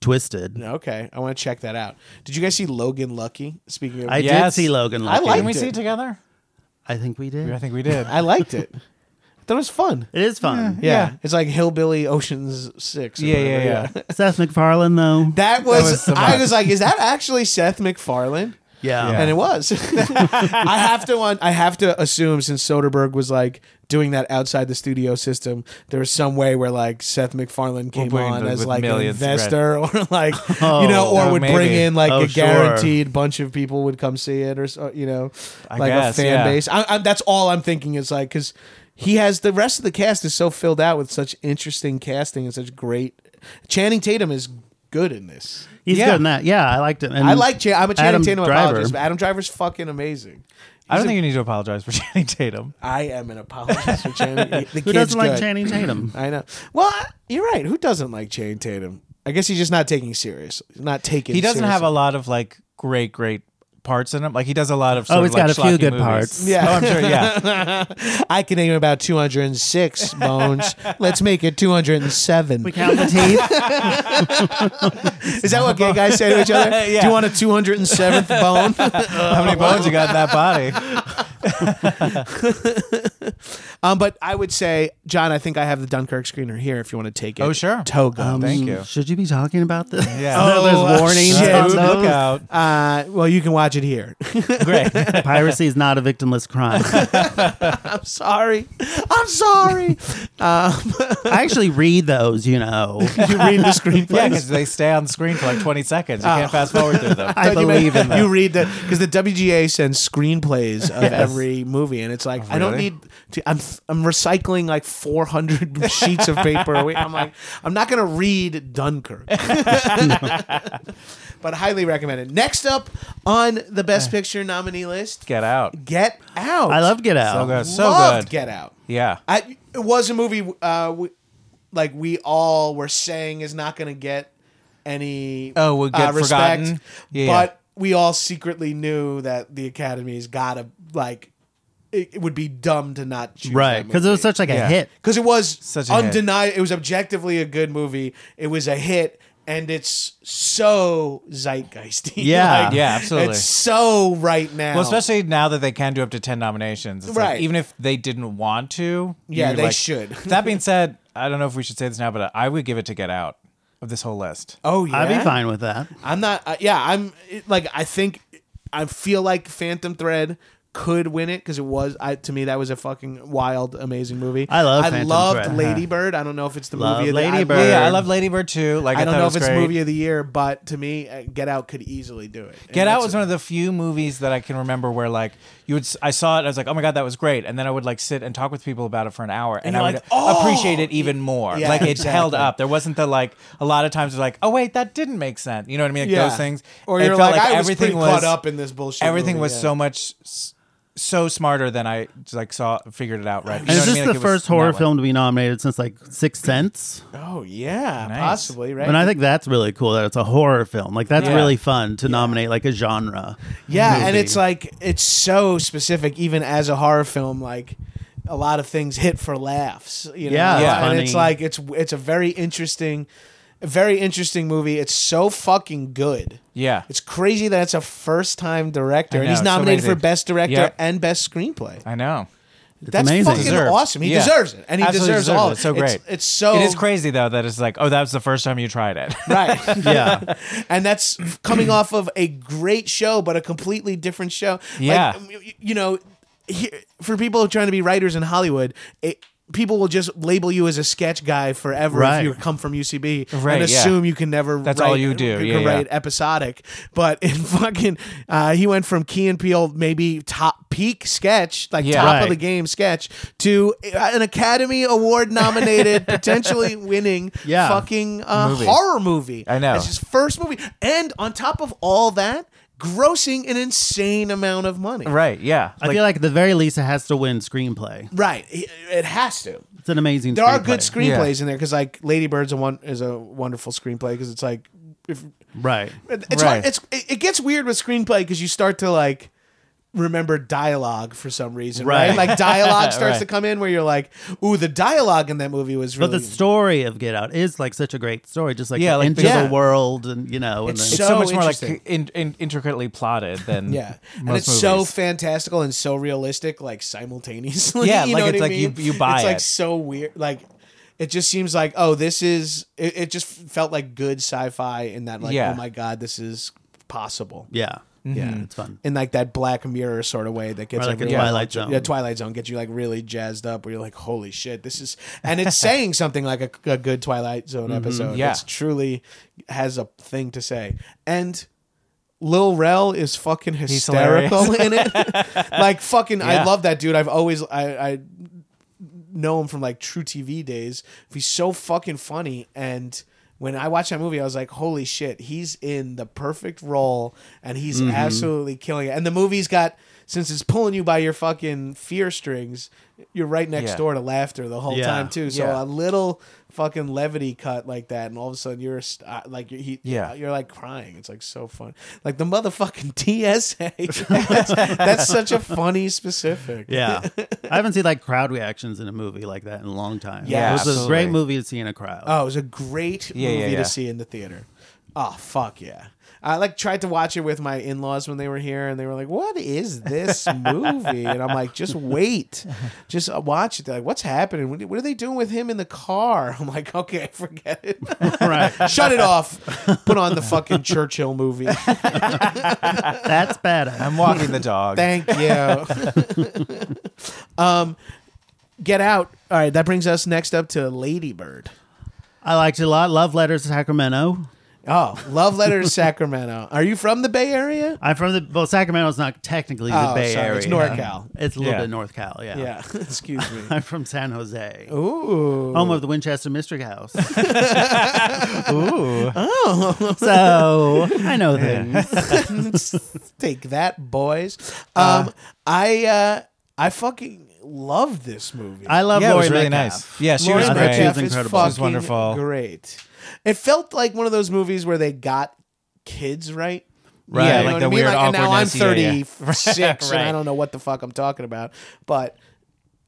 S3: twisted.
S2: okay, I want to check that out. Did you guys see Logan Lucky? Speaking of,
S3: I
S4: Yes.
S3: did see Logan.
S2: I
S3: Lucky.
S2: liked
S4: Can we
S2: it.
S4: see it together?
S3: I think we did.
S4: I think we did.
S2: I liked
S3: <laughs>
S2: it. I thought it was fun.
S3: It is fun.
S2: Yeah. it's like Hillbilly Ocean's Six. or
S4: Yeah, yeah,
S2: whatever,
S4: yeah.
S3: Seth MacFarlane though.
S2: That was,
S4: was so
S2: I
S4: much.
S2: was like, is that actually Seth MacFarlane?
S3: yeah.
S4: Yeah.
S2: And it was. <laughs> I have to want, I have to assume since Soderbergh was like doing that outside the studio system, there was some way where like Seth MacFarlane came
S4: bring
S2: on
S4: the-
S2: as
S4: with
S2: like an
S4: millions, right.
S2: investor <laughs> or like you know, or
S4: Oh,
S2: would
S4: maybe.
S2: bring in like
S3: Oh,
S2: a
S3: sure.
S2: guaranteed bunch of people would come see it or so, you know,
S4: I
S2: like
S4: guess,
S2: a fan
S4: yeah.
S2: base. I, I, that's all I'm thinking is like because he has the rest of the cast is so filled out with such interesting casting and such great. Channing Tatum is good in this.
S3: He's
S4: Yeah.
S3: good in that. Yeah, I liked it. And
S2: I like Chan. I'm a Channing
S3: Adam
S2: Tatum
S3: Driver.
S2: apologist, but Adam Driver's fucking amazing.
S4: I don't think you need to apologize for <laughs> Channing Tatum.
S2: I am an apologist for Channing.
S4: <laughs>
S2: The
S3: Who
S2: kid's
S3: doesn't like
S2: good.
S3: Channing Tatum?
S2: I know. Well, I- you're right. Who doesn't like Channing Tatum? I guess he's just not taking serious. Not taking.
S4: He doesn't have
S2: seriously.
S4: a lot of like great, great parts in him. Like he does a lot of. Sort
S3: Oh,
S4: of,
S3: he's
S4: like,
S3: got a few
S4: schlocky
S3: good
S4: movies.
S3: parts.
S2: Yeah.
S4: Oh, I'm sure. Yeah.
S2: <laughs> I can name about
S4: <laughs>
S2: 206 bones. Let's make it 207.
S3: We count the teeth.
S2: Is that what gay guys say to each other?
S4: <laughs> Yeah.
S2: Do you want a
S4: <laughs>
S2: 207th bone? <laughs>
S4: How many bones you got in that body?
S2: um, but I would say, John, I think I have the Dunkirk screener here if you want to take it.
S4: Oh, sure.
S2: Togo.
S4: <laughs> Thank you.
S3: Mm, Should you be talking about this? <laughs>
S4: Yeah.
S3: No,
S2: Oh,
S3: there's warnings.
S2: shit.
S3: on
S4: Ooh,
S3: those.
S4: look out!
S2: Uh, well, you can watch it here.
S4: Great.
S3: <laughs> Piracy is not a victimless
S4: <laughs>
S3: crime.
S2: I'm sorry. I'm sorry. Um,
S3: I actually read those,
S4: <laughs>
S3: you know.
S2: you read the screenplay.
S4: Yeah, because they stay on screen for like 20 seconds. You
S2: Oh.
S4: can't fast forward
S2: <laughs>
S4: through them.
S3: I believe in them.
S2: You read that because the WGA sends screenplays of every movie, and it's like I don't
S4: really?
S2: need. To, I'm I'm recycling like
S3: <laughs>
S2: 400 sheets of paper. a week. I'm like I'm not gonna read
S3: <laughs>
S2: Dunkirk, but highly recommend it. Next up on the Best Picture nominee list,
S4: Get out.
S2: Get Out.
S3: I love Get Out.
S4: So good. So
S2: Loved
S4: good.
S2: Get Out.
S4: yeah.
S2: I it was a movie uh we, like we all were saying is not going to get any uh,
S4: Oh, would get forgotten? Yeah,
S2: but
S4: yeah.
S2: we all secretly knew that the Academy's got to like it, it would be dumb to not choose
S3: Right. Because it was such like a
S4: Yeah.
S3: hit.
S2: because it was
S4: Such a hit.
S2: undeniable. It was objectively a good movie. It was a hit. And it's so zeitgeisty. <laughs>
S3: Yeah.
S4: Yeah, absolutely.
S2: It's so right now.
S4: Well, especially now that they can do up to 10 nominations. It's
S2: Right.
S4: Like, even if they didn't want to.
S2: Yeah,
S4: you're
S2: they should.
S4: <laughs> that being said, I don't know if we should say this now, but I would give it to Get Out of this whole list.
S2: oh yeah,
S3: I'd be fine with that.
S2: I'm not. Uh, yeah, I'm it- like I think I feel like Phantom Thread could win it because it was I, to me that was a fucking wild, amazing movie.
S3: I love
S2: I
S3: Phantom
S2: loved
S3: Thread.
S2: Lady Bird. I don't know if it's the
S3: Love
S2: movie of the
S3: Lady
S2: I-
S3: Bird.
S4: Yeah, yeah, I
S3: Bird.
S4: love Lady Bird too. Like
S2: I don't
S4: thought
S2: know
S4: it
S2: if
S4: was
S2: it's
S4: great.
S2: movie of the year, but to me, uh, Get Out could easily do it.
S4: Get Out was one of the few movies that I can remember where like you would s- I saw it I was like oh my god that was great and then I would like sit and talk with people about it for an hour and,
S2: you're
S4: I would
S2: like, "Oh!"
S4: appreciate it even more
S2: Yeah,
S4: like it held
S2: exactly.
S4: up there wasn't the like a lot of times it's like oh wait that didn't make sense you know what I mean like
S2: Yeah.
S4: those things
S2: Or
S4: It
S2: you're
S4: felt
S2: like, I was pretty caught up in this bullshit
S4: everything
S2: movie,
S4: was
S2: yeah.
S4: so much s- so smarter than I just, like saw figured it out right
S2: Oh,
S4: you
S3: And
S4: know
S3: it's
S4: what I
S3: just
S4: mean?
S3: the
S4: Like, it was
S3: first horror
S4: not like-
S3: film to be nominated since like Sixth Sense.
S2: Oh yeah,
S4: Nice.
S2: possibly right.
S3: And I think that's really cool that it's a horror film. Like that's
S4: Yeah.
S3: really fun to nominate like a genre.
S2: Yeah, and
S3: movie.
S2: it's
S4: uh,
S2: like it's so specific, even as a horror film. Like a lot of things hit for laughs. You know?
S3: Yeah,
S4: Yeah.
S2: and it's
S3: funny.
S2: like it's it's a very interesting, a very interesting movie. It's so fucking good.
S4: yeah
S2: It's crazy that it's a first time director,
S4: I
S2: and he's
S4: know, it's so
S2: nominated for
S4: amazing.
S2: best director
S4: Yep.
S2: and best screenplay.
S4: I know
S2: That's
S3: amazing.
S2: fucking
S3: Deserved.
S2: awesome. He
S4: Yeah.
S2: deserves it, and he
S4: Absolutely
S2: deserves
S4: deserved
S2: all.
S4: it.
S2: of
S4: so great
S2: It's, it's so
S4: it is crazy though that it's like oh that was the first time you tried it
S2: Oh. right?
S3: yeah.
S2: and that's coming off of a great show, but a completely different show.
S4: Yeah.
S2: like, you- you know, he, for people trying to be writers in Hollywood, it, people will just label you as a sketch guy forever if
S3: Right.
S2: you come from UCB
S4: Right,
S2: and
S4: yeah.
S2: assume you can never.
S4: That's
S2: write,
S4: all you do.
S2: can
S4: Yeah, yeah.
S2: write episodic, but in <laughs> fucking, uh, he went from Key and Peele maybe top peak sketch, like
S4: Yeah.
S2: top of
S3: Right.
S2: the game sketch, to uh, an Academy Award
S4: <laughs>
S2: nominated, potentially winning,
S3: Yeah.
S2: fucking uh,
S4: Movie.
S2: horror movie.
S4: I know.
S2: It's his first movie. And on top of all that, grossing an insane amount of money.
S4: <laughs> right yeah
S3: I feel like at the very least it has to win screenplay.
S2: Right. It it has to.
S3: It's an amazing.
S2: There are good
S3: screenplay.
S2: screenplays in there because like Lady Bird's a one is a wonderful screenplay because it's like if
S3: right?
S2: it's
S4: Right.
S2: hard, it's it it gets weird with screenplay because you start to like remember dialogue for some reason, right?
S3: Right.
S2: Like
S3: <laughs>
S2: dialogue starts
S4: Right.
S2: to come in where you're like, ooh, the dialogue in that movie was
S3: But
S2: really
S3: the story of Get Out is like such a great story, just like
S4: Yeah,
S3: yeah,
S4: like,
S3: into
S2: yeah.
S3: the world, and you know, and
S2: It's
S4: It's
S3: then-
S4: so,
S2: So
S4: much more like
S2: interesting.
S4: in, in, intricately plotted than
S2: yeah, and
S4: most
S2: it's so
S4: movies.
S2: fantastical and so realistic, like simultaneously. <laughs>
S4: Yeah,
S2: you
S4: like,
S2: know
S4: it's
S2: what I
S4: like you-
S2: mean?
S4: you buy
S2: It's like
S4: it.
S2: so weird, like. It just seems like oh, this is it. it just felt like good sci-fi, in that like
S4: Yeah.
S2: oh my god, this is possible.
S3: yeah,
S2: Mm-hmm.
S3: yeah, it's fun.
S2: in like that Black Mirror sort of way that gets
S3: Or like a
S2: everyone-
S3: Twilight Zone.
S2: Yeah, Twilight Zone gets you like really jazzed up, where you're like, "Holy shit, this is!" And it's saying something like a, a good Twilight Zone
S3: Mm-hmm.
S2: episode.
S4: yeah.
S2: it's truly has a thing to say. And Lil Rel is fucking hysterical in it.
S3: <laughs>
S2: like fucking, I
S4: Yeah.
S2: love that dude. I've always I, I know him from like True TV days. He's so fucking funny and. When I watched that movie, I was like, "Holy shit, he's in the perfect role, and he's
S4: Mm-hmm.
S2: absolutely killing it." And the movie's got since it's pulling you by your fucking fear strings, you're right next
S4: Yeah.
S2: door to laughter the whole
S3: Yeah.
S2: time too. So
S4: Yeah.
S2: a little fucking levity cut like that, and all of a sudden you're st- uh, like you're, he,
S4: Yeah.
S2: you're like crying. It's like so fun, like the motherfucking <laughs> TSA. that's, that's such a funny specific.
S3: Yeah, I haven't seen like crowd reactions in a movie like that in a long time.
S2: Yeah,
S3: it was a great
S4: absolutely.
S3: movie to see in a crowd.
S2: Oh, it was a great
S4: Yeah, yeah,
S2: movie
S4: yeah.
S2: to see in the theater. Oh fuck yeah! I like tried to watch it with my in laws when they were here, and they were like, "What is
S4: <laughs>
S2: this movie?" and I'm like, "Just wait, just uh, watch it." They're like, "What's happening? What what are they doing with him in the car?" <laughs> I'm like, "Okay, forget
S4: <laughs>
S2: it.
S3: <laughs> right,
S2: Shut it off. Put on the fucking Churchill movie.
S3: that's badass.
S4: I'm walking the dog.
S2: Thank you." <laughs> um, get out. All right, that brings us next up to Ladybird.
S3: I liked it a lot. Love letters to Sacramento.
S2: Oh, love letter to Sacramento. Are you from the Bay Area?
S3: I'm from the well. Sacramento's not technically the
S2: Oh,
S3: Bay
S2: sorry,
S3: Area.
S2: it's NorCal.
S3: It's a little
S4: Yeah.
S3: bit North Cal. Yeah.
S2: Yeah, <laughs> excuse me.
S4: <laughs>
S3: I'm from San Jose,
S2: Ooh,
S3: home of the Winchester Mystery House. Ooh. Oh. <laughs> So I know things.
S2: <laughs> take that, boys. Um, I uh, I fucking love this movie.
S3: I love
S4: yeah, it
S3: Lori
S4: was really
S3: Metcalf.
S4: nice. Yeah, she
S2: Laurie
S4: was
S3: I thought
S4: great.
S3: she was
S2: Metcalf is
S3: incredible.
S2: fucking
S4: She's wonderful.
S2: Great. It felt like one of those movies where they got kids right.
S4: Right,
S2: You know
S4: like
S2: what
S4: the
S2: I mean?
S4: weird
S2: and now I'm
S4: awkwardness, yeah, yeah. <laughs>
S2: 36 and I
S4: Right.
S2: don't know what the fuck I'm talking about, but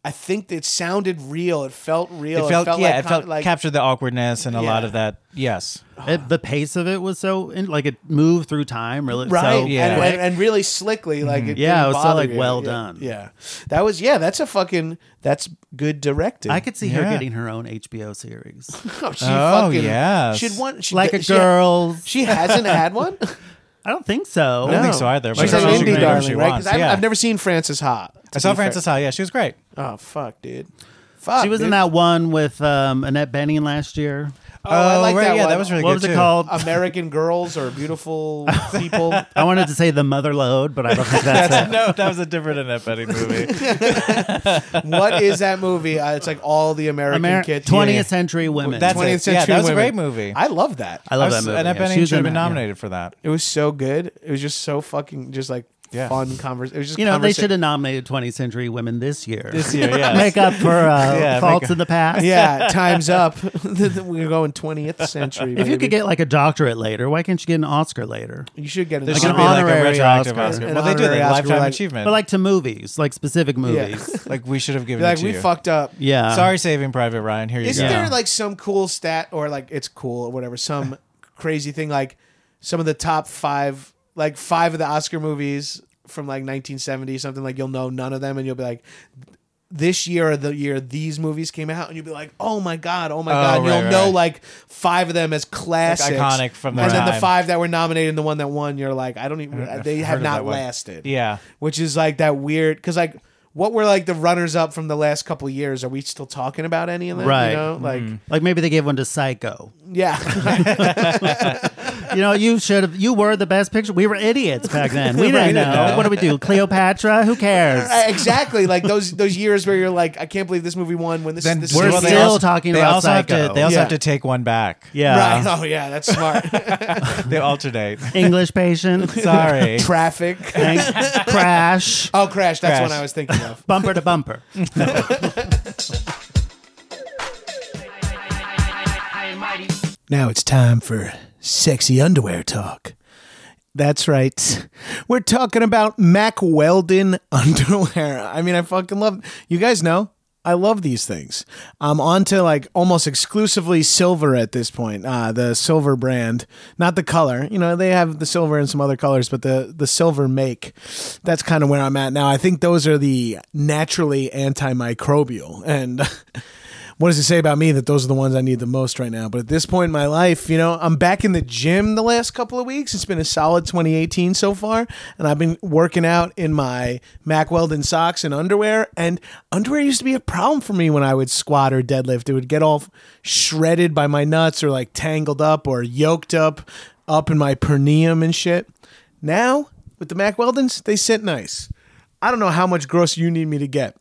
S2: I think it sounded real. It felt real.
S4: It felt, yeah,
S2: like
S4: it
S2: con-
S4: felt
S2: like
S4: captured the awkwardness and a lot
S2: Yeah.
S4: of that. Yes,
S3: It, the pace of it was so in, like it moved through time really
S2: right
S3: so
S4: yeah.
S2: and,
S3: quick.
S2: and, and really slickly like it
S3: Yeah,
S2: didn't
S3: it was so,
S2: bother
S3: like,
S2: you.
S3: well
S2: Yeah,
S3: done.
S2: yeah that was yeah that's a fucking that's good directing
S3: I could see her
S4: Yeah.
S3: getting her own HBO series,
S2: oh, <laughs> she
S4: Oh,
S2: fucking
S4: yes.
S2: she'd want <laughs> she,
S3: like a
S2: she-
S3: girl.
S2: she, hasn't had one
S3: I don't think so.
S4: I don't think so either.
S2: she's
S3: but
S2: an
S3: she can do
S2: indie
S3: whatever
S2: darling
S4: she
S2: right
S4: wants,
S2: because
S4: yeah.
S2: I've never seen Frances Ha to
S4: I saw
S2: be fair.
S4: Frances Ha. Yeah, she was great.
S2: oh fuck dude fuck
S3: She was in
S2: dude.
S3: that one with um, Annette Benning last year.
S2: oh, I
S4: Oh,
S2: like
S4: right,
S2: that
S4: yeah,
S2: one.
S4: that was really
S3: what
S4: good
S3: was it
S4: too.
S3: called?
S2: American girls or beautiful people
S3: I wanted to say the mother load, but I don't
S4: <laughs>
S3: think that's it.
S4: no, that was a different Annette Bening movie.
S2: what is that movie uh, it's like all the American
S3: Ameri-
S2: kids
S3: 20th century women.
S4: That's
S2: 20th
S4: it.
S2: century
S4: Yeah, that was a
S2: women.
S4: great movie.
S2: I love that
S3: I love
S4: I
S3: that
S4: was-
S3: movie.
S4: Annette
S3: yeah.
S4: Bening
S3: She was
S4: should have
S3: in
S4: been
S3: that, yeah.
S4: nominated for that.
S2: It was so good. It was just so fucking just like
S4: Yeah.
S2: fun conversation. It was just
S3: You know, they
S2: conversa-
S3: should have nominated 20th century women this year.
S4: This year,
S3: <laughs>
S4: yes.
S3: Make up for uh,
S4: <laughs> Yeah,
S3: faults
S4: make-
S3: in the past.
S2: Yeah,
S3: <laughs>
S2: times up. <laughs> We're going twentieth century.
S3: If you
S2: baby.
S3: could get like a doctorate later, why can't you get an Oscar later?
S2: you should get an
S4: There
S3: Like
S4: should
S3: an
S4: be like a
S3: honorary
S4: retroactive
S3: Oscar.
S4: Oscar.
S2: An
S4: Well, they do
S2: honorary
S4: like
S2: Oscar,
S4: lifetime
S2: like-
S4: achievement.
S3: But like to movies, like specific
S4: <laughs>
S3: movies.
S4: like we should have given
S2: like
S4: it to
S2: we
S4: you.
S2: fucked up.
S3: Yeah.
S4: Sorry, Saving Private Ryan. Here you
S2: Isn't
S4: go.
S2: there like some cool stat or like it's cool or whatever? Some <laughs> crazy thing like some of the top five, like five of the Oscar movies from like 1970 something. Like you'll know none of them, and you'll be like. This year or the year these movies came out, and you'll be like, "Oh my god, oh my
S4: Oh,
S2: god!" And
S4: right,
S2: you'll know
S4: right.
S2: like five of them as classics,
S4: iconic from the
S2: and then the
S4: time.
S2: five that were nominated and the one that won. You're like, I don't even. They
S4: heard
S2: have
S4: of
S2: not
S4: that one.
S2: lasted
S4: yeah.
S2: which is like that weird because like what were like the runners up from the last couple years? Are we still talking about any of them?
S3: Right. Mm-hmm.
S2: You know, like
S3: Like maybe they gave one to Psycho. <laughs>
S2: yeah, <laughs>
S3: You know, you should have. You were the best picture. We were idiots back then.
S4: <laughs>
S3: We
S2: Right,
S3: didn't
S2: didn't
S3: know. What do we do? Cleopatra? Who cares?
S2: exactly. Like those those years where you're like, I can't believe this movie won when this
S4: Then
S2: this
S3: We're
S2: is
S4: well,
S2: the
S4: they
S3: still
S2: last-
S4: also-
S3: talking
S4: they
S3: about
S4: also have to-
S3: Psycho.
S4: they also
S2: Yeah.
S4: have to take one back.
S3: <laughs> Yeah.
S2: right. Oh yeah, that's
S3: <laughs>
S2: smart.
S4: They
S2: <laughs>
S4: alternate.
S3: English
S4: <laughs>
S3: patient.
S4: Sorry.
S2: Traffic.
S3: Thank- crash.
S2: Oh, crash. That's
S4: Crash. <laughs>
S2: what I was thinking of.
S3: Bumper to bumper.
S5: Now it's time for sexy underwear talk. That's right. We're talking about Mac Weldon <laughs> underwear. I mean, I fucking love you guys know. I love these things. I'm onto like almost exclusively silver at this point. Uh, the silver brand, not the color. You know, they have the silver and some other colors, but the the silver make. That's kind of where I'm at now. I think those are the naturally antimicrobial and <laughs> what does it say about me that those are the ones I need the most right now? But at this point in my life, you know, I'm back in the gym the last couple of weeks. It's been a solid 2018 so far, and I've been working out in my Mack Weldon socks and underwear. And underwear used to be a problem for me when I would squat or deadlift. It would get all shredded by my nuts or like tangled up or yoked up up in my perineum and shit. Now, with the Mack Weldons, they sit nice. I don't know how much gross you need me to get.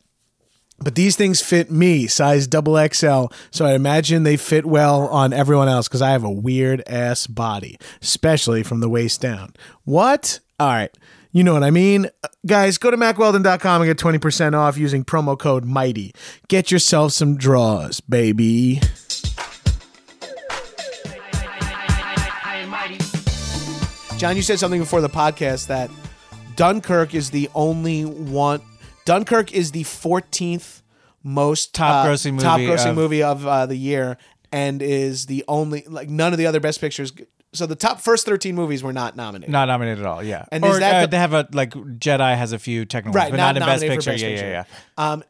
S5: But these things fit me, size double XL. So I imagine they fit well on everyone else because I have a weird ass body, especially from the waist down. What? All right. You know what I mean. Uh, Guys, go to macweldon.com and get 20% off using promo code MIGHTY. Get yourself some draws, baby.
S2: John, you said something before the podcast that Dunkirk is the only one. Dunkirk is the 14th most
S4: Top
S2: uh,
S4: grossing movie
S2: top grossing
S4: of-
S2: movie of uh, the year, and is the only like none of the other best pictures. So the top first 13 movies were not nominated.
S4: Not nominated at all. Yeah.
S2: And
S4: or,
S2: is that
S4: uh,
S2: the-
S4: they have a like Jedi has a few technical,
S2: right,
S4: ones, but
S2: not,
S4: not, in best
S2: nominated
S4: picture.
S2: for best
S4: yeah,
S2: picture.
S4: yeah, yeah.
S2: Um,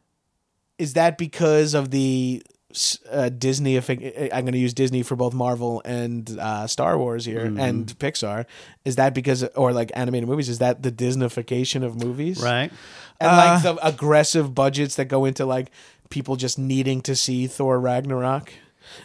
S2: is that because of the s- uh, Disney? affi- I'm going to use Disney for both Marvel and uh, Star Wars here
S4: Mm-hmm.
S2: and Pixar. Is that because, or like animated movies? Is that the Disneyfication of movies?
S3: right?
S2: and like
S4: Uh.
S2: the aggressive budgets that go into like people just needing to see Thor Ragnarok,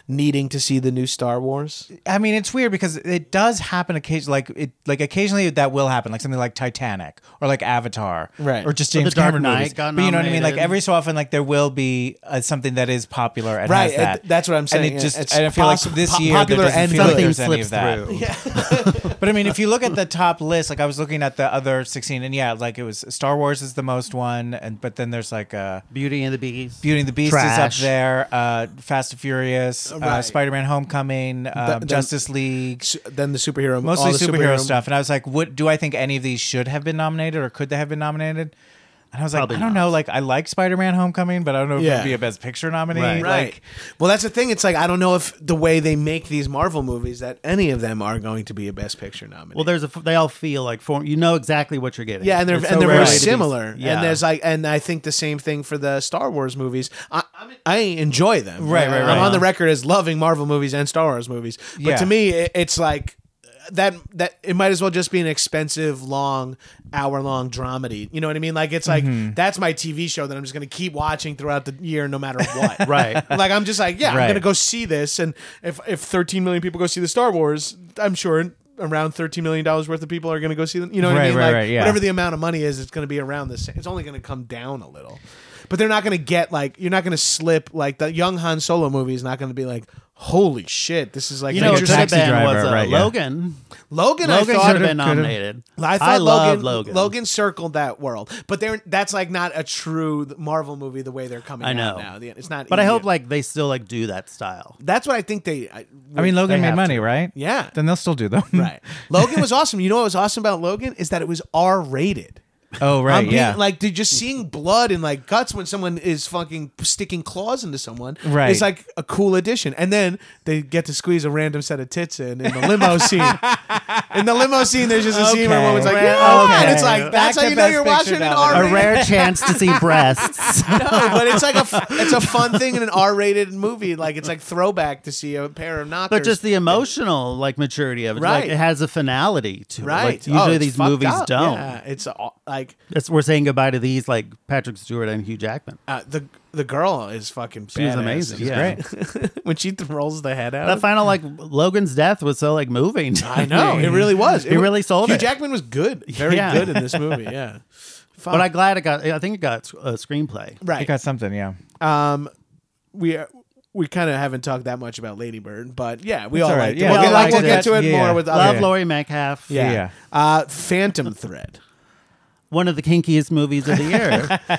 S2: needing to see the new Star Wars.
S4: I mean, it's weird because it does happen occasionally. Like it, like occasionally that will happen. Like something like Titanic or like Avatar,
S2: Right.
S4: Or just
S3: Or The
S4: James
S3: Dark
S4: Cameron
S3: Knight
S4: movies.
S3: got
S4: but you know what I mean? Like
S3: nominated.
S4: every so often, like there will be uh, something that is popular and
S2: Right,
S4: has that.
S2: and that's what I'm saying.
S4: And it just
S2: It's
S4: and I feel
S2: pos-
S4: like this
S2: po-
S4: year there
S2: popular
S4: doesn't
S2: and
S4: feel like
S2: good.
S3: Something
S4: there's any of
S3: slips
S4: that.
S3: through.
S4: But I mean, if you look at the top list, like I was looking at the other sixteen, and yeah, like it was Star Wars is the most one, and but then there's like uh,
S3: Beauty and the Beast.
S4: Beauty and the Beast is up
S3: Trash.
S4: there, uh, Fast and Furious, uh,
S2: Right.
S4: Spider-Man: Homecoming, uh,
S2: then-
S4: Justice League,
S2: S- Then the superhero,
S4: mostly
S2: all the
S4: superhero, stuff. And I was like, "What do I think any of these should have been nominated, or could they have been nominated?" And I was like,
S3: Probably
S4: "I don't
S3: not.
S4: know. Like, I like Spider-Man: Homecoming, but I don't know if
S2: Yeah.
S4: it'd be a Best Picture nominee.
S3: Right.
S2: Right.
S4: Like,
S2: well, that's the thing. It's like I don't know if the way they make these Marvel movies that any of them are going to be a Best Picture nominee.
S3: Well, there's a. They all feel like form. You know exactly what you're getting.
S2: Yeah, and they're
S3: It's so
S2: and they're
S3: rare
S2: very
S3: to be-
S2: similar.
S3: Yeah.
S2: And there's like, and I think the same thing for the Star Wars movies. I I enjoy them.
S4: Right, right,
S2: I'm
S4: right.
S2: on the record as loving Marvel movies and Star Wars movies. But
S4: Yeah.
S2: to me, it, it's like that that it might as well just be an expensive long hour long dramedy. You know what I mean? Like it's like
S4: Mm-hmm.
S2: that's my TV show that I'm just going to keep watching throughout the year no
S4: <laughs>
S2: matter what.
S3: Right.
S2: Like I'm just like, yeah, I'm
S4: Right.
S2: going to go see this and if if 13 million people go see the Star Wars, I'm sure around 13 million dollars worth of people are going to go see them. You know what I
S4: Right,
S2: mean?
S4: right,
S2: like,
S4: right, yeah.
S2: Whatever the amount of money is, it's going to be around the same. It's only going to come down a little, but they're not going to get like you're not going to slip like the young Han Solo movie is not going to be like holy shit, this is like
S3: You know,
S2: Major
S3: it should have
S2: Taxi
S3: been
S4: Driver,
S3: was uh,
S4: right, yeah.
S3: Logan.
S2: Logan.
S3: Logan
S2: I thought
S3: should have
S4: could've-
S3: been nominated.
S2: I thought
S3: love
S2: Logan,
S3: Logan.
S2: Logan circled that world, but they're that's like not a true Marvel movie the way they're coming.
S3: I
S2: out
S3: know.
S2: now. The- it's not.
S3: But I hope
S2: even-
S3: like they still like do that style.
S2: that's what I think they. I,
S4: I mean,
S3: They
S4: Logan made
S3: have
S4: money,
S3: to.
S4: right?
S2: yeah,
S4: Then they'll still do them.
S2: right. Logan was <laughs> awesome. You know what was awesome about Logan is that it was R rated.
S4: <laughs> oh,
S2: I'm
S4: right.
S2: being,
S4: yeah.
S2: Um, Like, dude, just seeing blood and like guts when someone is fucking sticking claws into someone
S4: Right.
S2: is like a cool addition. And then they get to squeeze a random set of tits in in the
S3: <laughs>
S2: limo scene. In the limo scene, there's just a scene where a
S4: Okay.
S2: woman's like,
S4: Well,
S2: yeah,
S4: okay.
S2: and it's like,
S4: Back
S2: that's how
S4: to
S2: you know
S4: Best
S2: you're
S4: Picture
S2: watching an
S4: now.
S2: R <laughs> rated
S3: A rare chance to <laughs> see breasts.
S2: but it's like a,
S3: <laughs>
S2: f- it's a fun thing in an R rated movie. Like, it's like throwback to see a pair of knockers.
S3: But just the emotional like maturity of it,
S2: Right.
S3: like it has a finality to it.
S2: right.
S3: Like, usually
S2: Oh, it's
S3: these
S2: fucked
S3: movies
S2: up.
S3: don't.
S2: Yeah, it's all- like,
S3: It's, we're saying goodbye to these like Patrick Stewart and Hugh Jackman.
S2: uh, the the girl is fucking
S3: She was
S2: badass.
S3: amazing.
S2: She's
S3: yeah.
S2: great. when she <laughs> th- rolls the head out.
S3: That final like Logan's death was so like moving. to
S2: I know
S3: me.
S2: it really was.
S3: It
S2: wa-
S3: really sold
S2: Hugh
S3: it.
S2: Jackman was
S3: <laughs>
S2: good, very
S3: Yeah.
S2: good in this movie.
S3: <laughs>
S2: Yeah, Fuck.
S3: But I'm glad it got. I think it got a
S4: They
S3: screenplay.
S2: <laughs> right.
S4: got something. Yeah.
S2: um, we are, we kind of haven't talked that much about Lady Bird, but yeah, we all
S4: all right.
S2: liked it.
S4: Yeah,
S2: We'll,
S3: we
S2: get,
S3: liked
S2: we'll
S3: it.
S2: get to it
S4: Yeah.
S2: more with
S3: Love
S2: other.
S3: Laurie Metcalf.
S2: Yeah.
S4: Yeah.
S2: Uh, Phantom Thread,
S3: one of the kinkiest movies of the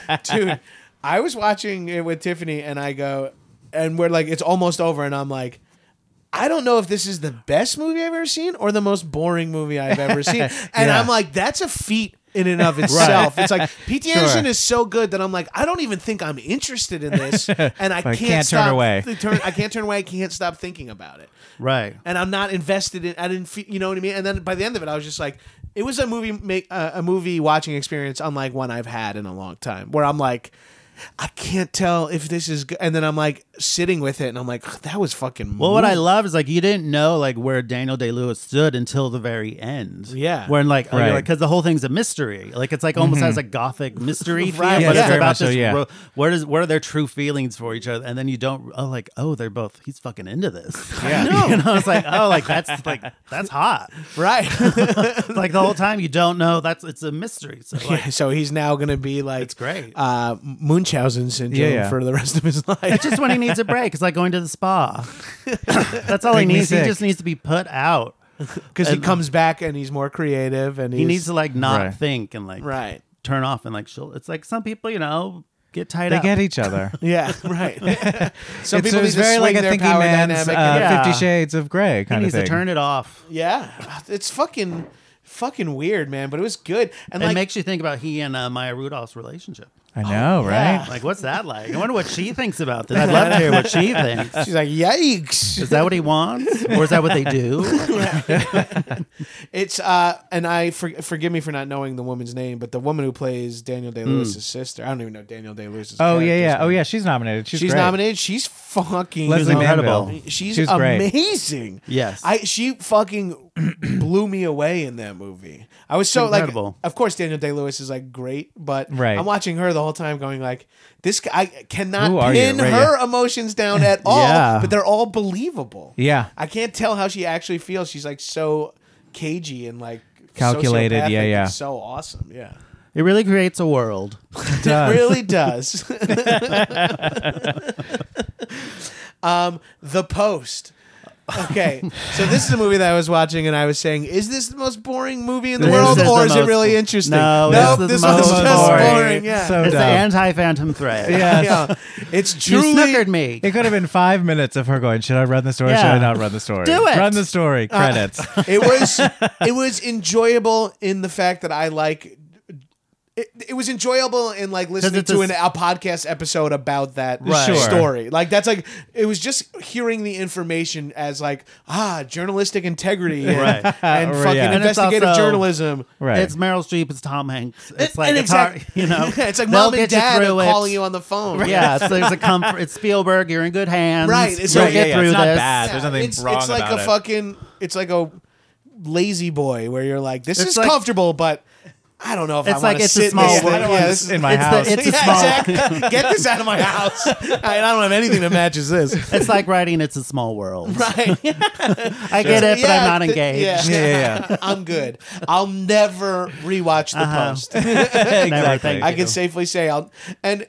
S2: <laughs>
S3: year.
S2: dude. I was watching it with Tiffany, and I go, and we're like, it's almost over, and I'm like. I don't know if this is the best movie I've ever seen or the most boring movie I've
S4: <laughs>
S2: ever seen. And I'm like, that's a feat in and of itself. It's like Pete Anderson is so good that I'm like, I don't even think I'm interested in
S4: <laughs>
S2: this, and I
S4: But I
S2: can't,
S4: can't turn
S2: stop
S4: away.
S2: th- turn- I can't turn away. I can't stop thinking about it,
S3: Right.
S2: and I'm not invested in. I didn't, fe- you know what I mean. And then by the end of it, I was just like, it was a movie make uh, a movie watching experience unlike one I've had in a long time, where I'm like. I can't tell if this is good. And then I'm like sitting with it and I'm like, that was fucking.
S3: Well, what I
S2: moving.
S3: love is like you didn't know like where Daniel Day Lewis stood until the very end.
S2: Yeah.
S3: when like because
S4: Right. Mm-hmm.
S3: the whole thing's a mystery. Like it's like almost has a gothic mystery feel,
S2: Right.
S3: but
S2: Yeah,
S3: it's
S4: very
S3: about
S4: much so,
S3: this.
S4: yeah.
S3: ro- what is what are their true feelings for each other? And then you don't oh like oh they're both he's fucking into this. <laughs> Yeah, you know it's like oh like that's like that's hot.
S2: Right. <laughs>
S4: <laughs>
S3: like the whole time you don't know that's it's a mystery. So like,
S2: Yeah, <laughs> so he's now going to be like
S3: It's great.
S2: uh, Munchausen syndrome
S4: Yeah, yeah.
S2: for the rest of his <laughs> life.
S3: just when he needs a break. It's like going to the spa. That's all he
S4: Make me
S3: needs. He
S4: sick.
S3: just needs to be put out.
S2: Because he comes back and he's more creative and
S3: He needs to like not
S4: Right.
S3: think and like
S2: Right. <laughs>
S3: turn off and like she'll. It's like some people, you know, get tied
S4: They
S3: up.
S4: get each other.
S2: Yeah,
S4: <laughs>
S2: right. Some
S4: It's-
S2: people
S4: it
S2: need
S4: was
S2: to
S4: very
S2: swing
S4: like a
S2: their
S4: thinking
S2: power
S4: man's uh,
S2: dynamic. and-
S3: Yeah.
S4: Fifty Shades of Grey
S3: he
S4: kind of
S3: needs
S4: thing.
S3: to turn it off.
S2: yeah, it's fucking fucking weird, man. But it was good. And
S3: It
S2: like,
S3: makes you think about he and uh, Maya Rudolph's relationship.
S4: I know, right?
S3: Like, what's that like? I wonder what she thinks about this. I'd love to hear what <laughs> she thinks.
S2: she's like, yikes.
S3: Is that what he wants, or is that what they do?
S2: It's uh, and I for, forgive me for not knowing the woman's name, but the woman who plays Daniel Day Lewis's sister. I don't even know Daniel Day Lewis's.
S4: Hmm. Oh yeah,
S2: character's
S4: yeah. Oh
S2: name.
S4: yeah, she's nominated. She's,
S2: She's
S4: great.
S2: nominated. She's fucking
S4: Leslie
S3: incredible.
S4: Manville.
S2: She's
S4: She's great.
S2: amazing.
S3: Yes.
S2: I she fucking <clears throat> blew me away in that movie. I was so
S3: Incredible.
S2: like of course Daniel Day-Lewis is like great, but
S4: Right.
S2: I'm watching her the whole time going like this g- I cannot
S4: Who are you?
S2: pin
S4: Right,
S2: her emotions down
S4: <laughs>
S2: at all,
S3: Yeah.
S2: but they're all believable.
S4: Yeah.
S2: I can't tell how she actually feels. She's like so cagey and like
S4: Calculated. Yeah,
S2: sociopathic and
S4: yeah.
S2: So awesome. Yeah.
S3: It really creates a world.
S2: It
S3: <laughs>
S2: really does. um, the Post. Okay, so this is a movie that I was watching, and I was saying, "Is this the most boring movie in the
S3: This
S2: world,
S3: is the
S2: or is it
S3: most-
S2: really interesting?"
S3: No,
S2: Nope,
S3: this
S2: this
S3: is the
S2: one's
S3: most
S2: just boring.
S3: boring.
S2: Yeah,
S4: So
S3: it's the
S4: dumb.
S3: anti Phantom Thread.
S4: Yeah.
S2: yeah. it's
S3: you
S2: truly
S3: snookered me.
S4: It could have been five minutes of her going, Should I run the story? Should
S3: Yeah.
S4: I not run the story?
S3: Do it.
S4: Run the story.
S2: Uh, <laughs>
S4: Credits.
S2: it was it was enjoyable in the fact that I like it, it was enjoyable in like listening
S3: it's
S2: to
S3: a
S2: an, a podcast episode about that
S4: Right. Sure.
S2: story. Like that's like it was just hearing the information as like ah journalistic integrity and,
S3: <laughs> Right.
S2: and
S4: Or,
S2: fucking
S4: yeah.
S3: And it's
S2: investigative
S3: also-
S2: journalism.
S4: right.
S3: It's Meryl Streep. It's Tom Hanks. It's
S2: And-
S3: like
S2: and
S3: it's hard,
S2: exact-
S3: you know.
S2: <laughs> it's like
S3: they'll
S2: mom and
S3: get you
S2: dad
S3: through
S2: are
S3: it.
S2: calling you on the phone.
S3: Yeah, so there's a comfort. It's Spielberg. You're in good hands.
S2: Right,
S3: You'll
S2: it's so-
S3: get
S2: yeah, yeah,
S3: through
S4: it's not
S3: this.
S4: bad. There's nothing
S2: it's,
S4: wrong
S2: It's like
S4: about
S2: a
S4: it.
S2: fucking. It's like a lazy boy where you're like, this
S3: It's
S2: is
S3: like-
S2: comfortable, but I don't know if
S3: It's
S2: I wanna
S3: like it's a
S2: sit in
S3: small
S2: this thing.
S3: world. I don't
S2: Yeah,
S4: wanna
S2: this-
S4: sit in my
S3: it's
S4: house.
S3: The, it's
S2: <laughs>
S3: a
S2: Yeah,
S3: small.
S2: exactly. <laughs> Get this out of my house. I, I don't have anything that matches this.
S3: <laughs> It's like writing. It's a small world.
S2: <laughs> Right.
S3: I get it, but I'm not
S2: <laughs>
S4: <laughs>
S3: engaged.
S4: Yeah, yeah,
S3: <laughs>
S2: I'm good. I'll never rewatch the
S3: Uh-huh.
S2: post. <laughs>
S3: Exactly.
S2: I can safely say I'll and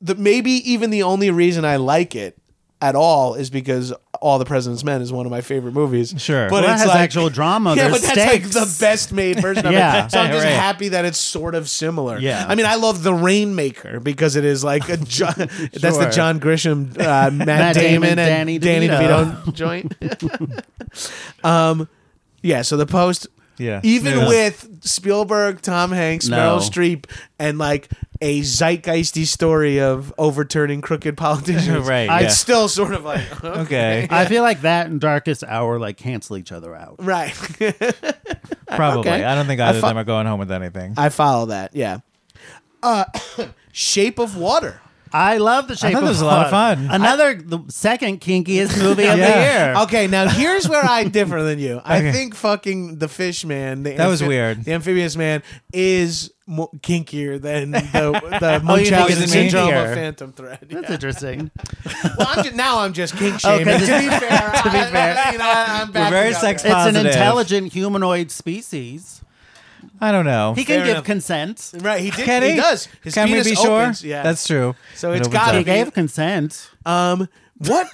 S2: the maybe even the only reason I like it at all is because All the President's Men is one of my favorite movies.
S4: Sure.
S2: But
S3: Well, that
S2: it's
S3: has
S2: like,
S3: actual
S2: <laughs>
S3: drama.
S2: Yeah,
S3: There's
S2: but that's like
S3: stakes.
S2: the best made version of
S3: <laughs> Yeah.
S2: it. So I'm just
S4: Right.
S2: happy that it's sort of similar.
S3: Yeah.
S2: I mean, I love The Rainmaker because it is like a John, <laughs> that's the
S3: Sure.
S2: John Grisham,
S3: <laughs>
S2: uh, Matt,
S3: Matt
S2: Damon,
S3: Damon,
S2: and Danny
S3: Danny
S2: DeVito,
S3: DeVito. <laughs>
S2: joint. <laughs> um, yeah. So the post,
S4: Yeah.
S2: even
S4: Yeah.
S2: with Spielberg, Tom Hanks,
S3: No.
S2: Meryl Streep, and like a zeitgeisty story of overturning crooked
S3: <laughs>
S2: politicians,
S4: Right,
S2: It's
S4: yeah.
S2: still sort of like <laughs> okay.
S4: okay.
S3: I feel like that and Darkest Hour like cancel each other out.
S2: right.
S4: Probably.
S2: okay.
S4: I don't think
S2: I
S4: either
S2: fo-
S4: of them are going home with anything.
S2: I follow that. Yeah. Uh, <coughs> Shape of Water.
S3: I love the shape.
S4: thought
S3: of
S4: that was a lot of
S3: Water.
S4: fun.
S3: Another the second kinkiest movie of the
S4: Yeah.
S3: year.
S2: Okay, now here's where I differ than you. I
S4: Okay.
S2: think fucking the fish man. The
S4: That was
S2: amphi-
S4: weird.
S2: The amphibious man is mo- kinkier than
S4: <laughs> Oh,
S2: the, the
S3: you think
S2: Munchausen
S3: it's
S2: syndrome of
S3: kinkier?
S2: Phantom <laughs> Thread. Yeah.
S3: That's interesting.
S2: Well, I'm just, now I'm just kink shaming. <laughs> to be
S3: 'cause
S2: fair,
S4: <laughs>
S3: it's-
S2: to be fair, you know, I- I'm backing
S4: very
S2: up.
S4: sex-
S3: It's an
S4: Positive.
S3: intelligent humanoid species.
S4: I don't know.
S3: He can
S2: Fair
S3: give
S2: enough.
S3: consent.
S2: Right, he did.
S4: can
S2: he? does. His
S4: can
S2: penis
S4: we be sure?
S2: opens. Yeah,
S4: That's true.
S2: So
S4: It
S2: it's
S4: opens
S2: gotta
S3: He
S4: up.
S2: be- <laughs>
S3: gave consent.
S2: Um, what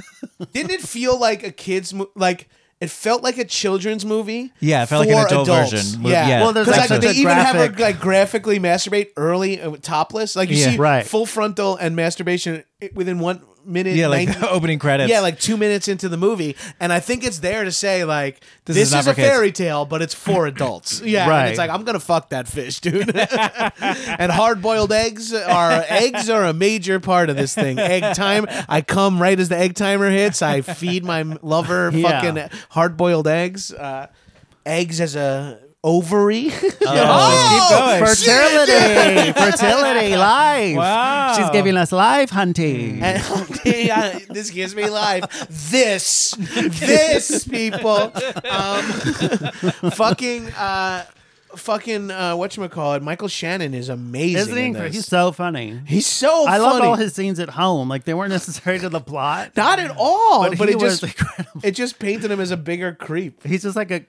S2: didn't it feel like a kids mo- like? It felt like a children's movie.
S4: Yeah, it felt like an
S2: for
S4: adult
S2: adults.
S4: version.
S2: Yeah,
S4: Yeah.
S3: Well, there's
S2: because
S3: actually
S2: like, they
S3: a
S2: even have her
S3: graphic-
S2: like graphically masturbate early, uh, topless. Like you
S4: Yeah.
S2: see
S3: Right.
S2: full frontal and masturbation i- eh, within one minute,
S4: Yeah, like
S2: 90
S4: the <laughs> opening credits.
S2: Yeah, like two minutes into the movie, and I think it's there to say like this,
S4: is
S2: is,
S4: not
S2: a
S4: for kids."
S2: fairy tale, but it's for
S4: <laughs>
S2: adults. Yeah, and
S3: Right.
S2: it's like I'm gonna fuck that fish, dude. and hard boiled eggs are eggs are a major part of this thing. Egg time. I come right as the egg timer hits. I feed my lover
S3: Yeah.
S2: fucking hard boiled eggs. Uh, eggs as a
S3: <laughs>
S2: ovary.
S4: Oh, keep
S2: <laughs>
S4: going.
S3: Fertility, fertility, life.
S4: Wow.
S3: She's giving us life, hunty.
S2: And- yeah, this gives me life. This, this people, um, <laughs> fucking, uh, fucking, uh, what you call it? Michael Shannon is amazing.
S3: Isn't he?
S2: in
S3: incre-
S2: this.
S3: He's so funny.
S2: He's so.
S3: I love
S2: funny.
S3: all his scenes at home. Like they weren't necessary to the plot.
S2: <laughs> Not at all,
S3: but,
S2: but,
S3: he
S2: it
S3: was
S2: just
S3: incredible.
S2: it just painted him as a bigger creep.
S3: He's just like a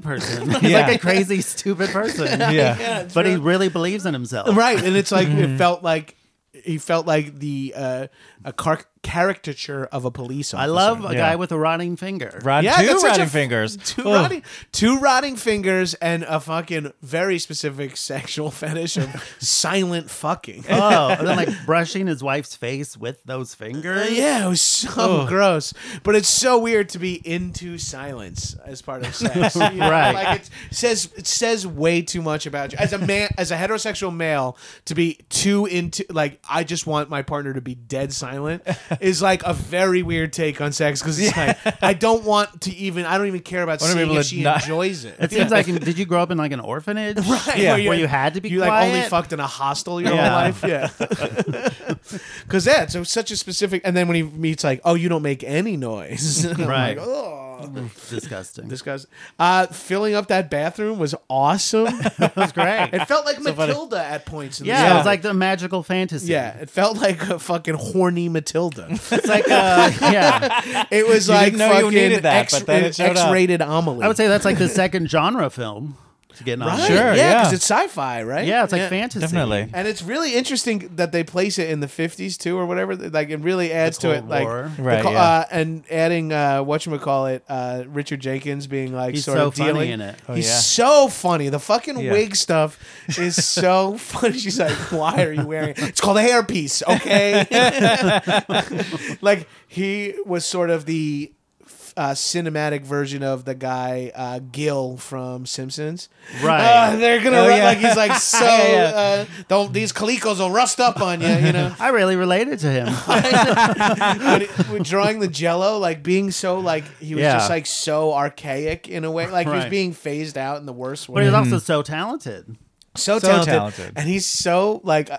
S2: <laughs>
S3: person. He's
S4: Yeah.
S3: like a crazy, stupid person.
S4: Yeah.
S3: But he really believes in himself.
S2: right and it's like it felt like he felt like the uh, a car- caricature of a police officer.
S3: I love a
S4: Yeah.
S3: guy with a rotting finger.
S4: Rod,
S2: Yeah,
S4: two
S2: that's such
S4: rotting
S2: a-
S4: fingers.
S2: two
S4: Oh.
S2: rotting two rotting fingers and a fucking very specific sexual fetish <laughs> of silent fucking.
S3: <laughs> Oh, and
S2: <laughs>
S3: then like brushing his wife's face with those fingers.
S2: yeah, it was so gross, but it's so weird to be into silence as part of
S4: <laughs>
S2: sex. You know,
S3: Right.
S2: like it's- it says it says way too much about you as a man, as a heterosexual male, to be too into like I just want my partner to be dead
S4: <laughs>
S2: silent is like a very weird take on sex because it's like I don't want to even I don't even care about
S4: I wanna
S2: seeing
S4: be able
S2: if
S4: to
S2: she
S4: not-
S2: enjoys
S4: <laughs>
S2: it.
S3: It seems like, did you grow up in like an orphanage?
S2: <laughs> Right.
S4: Yeah.
S3: Where you had to be
S2: you like
S3: quiet?
S2: only
S3: <laughs>
S2: fucked in a hostel your
S3: Yeah.
S2: whole life, yeah. <laughs> Because that's so such a specific. And then when he meets, like, oh, you don't make any noise, <laughs> And I'm
S3: Right.
S2: Like, oh,
S3: Disgusting.
S2: this guy's uh, filling up that bathroom was
S3: <laughs>
S2: awesome. it
S3: was great.
S2: felt like Matilda at points. In this
S3: yeah, it was
S2: movie.
S3: like the magical fantasy.
S2: yeah, it felt like a fucking horny
S3: <laughs>
S2: Matilda.
S3: It's like, uh, yeah.
S2: <laughs> It was
S4: You
S2: like
S4: didn't know you
S2: fucking
S4: needed that,
S2: X,
S4: but then it showed up.
S2: X-rated Amelie.
S3: I would say that's like the second genre film to get an
S2: right?
S3: Oscar.
S4: Sure,
S2: yeah,
S4: yeah.
S2: because it's sci-fi, right?
S3: Yeah, it's like fantasy.
S4: Definitely.
S2: And it's really interesting that they place it in the 50s too, or whatever. Like it really adds to it,
S3: Cold
S2: like
S3: War.
S2: the
S4: Right,
S2: co-
S4: yeah.
S2: uh, and adding uh, what you call it, uh, Richard Jenkins being like
S3: He's
S2: sort
S3: so
S2: of
S3: funny
S2: dealing.
S3: in it. Oh,
S2: He's
S4: yeah.
S2: so funny. The fucking
S4: Yeah.
S2: wig stuff is
S4: <laughs>
S2: so funny. She's like, "Why are you wearing?" It? It's called a hairpiece,
S4: <laughs>
S2: okay? like he was sort of the. Uh, cinematic version of the guy uh, Gil from Simpsons,
S3: Right.
S2: Uh, they're gonna
S4: Oh,
S2: run
S4: yeah.
S2: like he's like so.
S4: Yeah, yeah.
S2: Uh, don't these calicos will rust up on you, you
S3: <laughs>
S2: know.
S3: <laughs> I really related
S2: <laughs>
S3: to him.
S2: when, when drawing the jello, like being so like he was
S3: Yeah.
S2: just like so archaic in a way, like he was
S3: Right.
S2: being phased out in the worst
S3: But
S2: way.
S3: he's also so talented.
S2: so,
S4: so
S2: talented.
S4: talented.
S2: and he's so like. uh,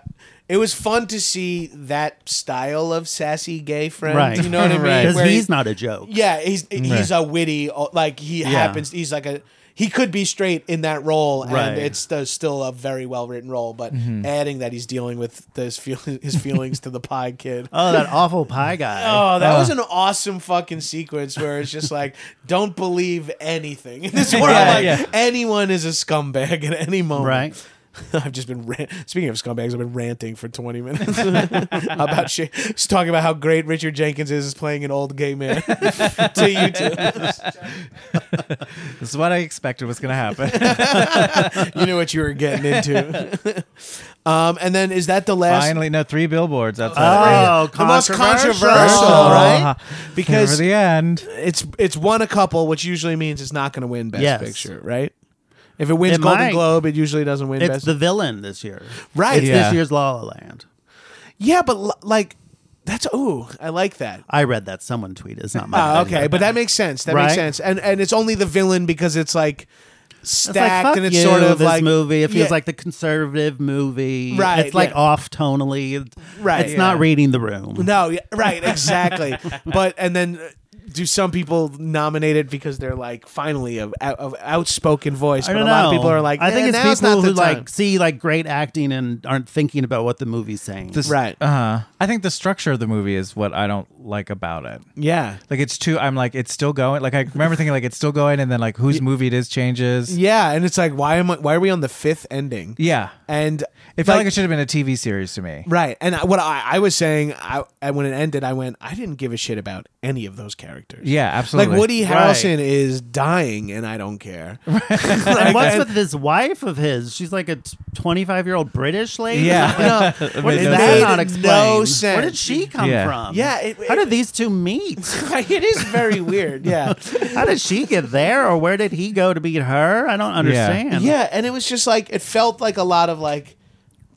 S2: It was fun to see that style of sassy gay friend.
S3: Right.
S2: You know what
S3: <laughs>
S2: I mean?
S4: Right.
S3: Because
S2: Where he-
S3: he's not a joke.
S2: Yeah, he's he's a witty uh, like he happens. He's like a he could be straight in that role,
S3: Right.
S2: and it's the, still a very well written role. But adding that he's dealing with those feel, <laughs> his feelings to the pie kid.
S3: Oh,
S2: <laughs>
S3: that awful pie guy.
S2: Oh, that was an awesome fucking sequence where it's just like, don't believe anything in this world.
S4: Yeah,
S2: like,
S4: yeah.
S2: anyone is a scumbag at any moment.
S3: Right.
S2: <laughs> I've just been rant- speaking of scumbags. I've been ranting for twenty minutes <laughs> about shit. Just talking about how great Richard Jenkins is as playing an old gay man <laughs> to you two.
S4: This is what I expected was going
S2: <laughs>
S4: to happen.
S2: you knew what you were getting into.
S3: <laughs>
S2: um, and then is that the last?
S4: Finally, no, three billboards. That's
S3: Oh,
S2: the most
S3: controversial.
S2: controversial, Oh. right?
S4: Because
S2: Because
S4: the end.
S2: it's it's won a couple, which usually means it's not going to win Best
S3: Yes.
S2: Picture, right? If it wins
S3: It
S2: Golden
S3: might.
S2: Globe, it usually doesn't win
S3: It's
S2: Best.
S3: the villain this year.
S2: Right.
S3: It's
S4: Yeah.
S3: this year's La La Land.
S2: yeah, but l- like that's ooh, I like that.
S3: I read that. Someone tweeted. It's not my. <laughs>
S2: Oh, okay, but that makes sense. That makes
S3: Right?
S2: sense. And and it's only the villain because it's like
S3: It's like,
S2: stacked
S3: fuck
S2: and it's
S3: you,
S2: sort of
S3: this
S2: like
S3: movie. It
S2: yeah,
S3: feels like the conservative movie.
S2: Right,
S3: It's like
S2: yeah.
S3: off tonally.
S2: Right,
S3: It's
S2: yeah.
S3: not reading the room.
S2: no, yeah, right, exactly. but and then. uh, Do some people nominate it because they're like finally a, a, a outspoken voice?
S3: I
S2: but
S3: don't
S2: a lot
S3: know.
S2: of people are like,
S3: I think
S2: "Eh,
S3: it's
S2: now's
S3: people
S2: not the
S3: who
S2: time."
S3: like see like great acting and aren't thinking about what the movie's saying. <laughs>
S2: Right.
S4: Uh huh. I think the structure of the movie is what I don't like about it.
S2: yeah,
S4: Like it's too. I'm like it's still going. Like I remember thinking like it's still going, and then like whose movie it is changes.
S2: Yeah, and it's like why am I, why are we on the fifth ending?
S4: Yeah.
S2: And
S4: It felt like, it should have been a TV series to me.
S2: right. And I- what I, I was saying, I, I when it ended, I went, I didn't give a shit about any of those characters.
S4: Yeah,
S2: Like
S4: absolutely.
S2: Woody
S3: Right.
S2: Harrelson is dying, and I don't care.
S3: and what's with this wife of his? She's like a 25 year old British lady. <laughs>
S2: <laughs>
S4: Yeah.
S3: What
S4: It
S3: is
S4: made
S3: that not
S2: no
S3: explained? Where
S2: sense.
S3: did she come
S4: Yeah.
S3: from?
S2: Yeah, it-
S3: How
S2: it-
S3: did these two
S2: <laughs>
S3: meet?
S2: it is very weird. <laughs> Yeah,
S3: How did she get there, or where did he go to meet her? I don't understand.
S2: yeah, and it was just like it felt like a lot of like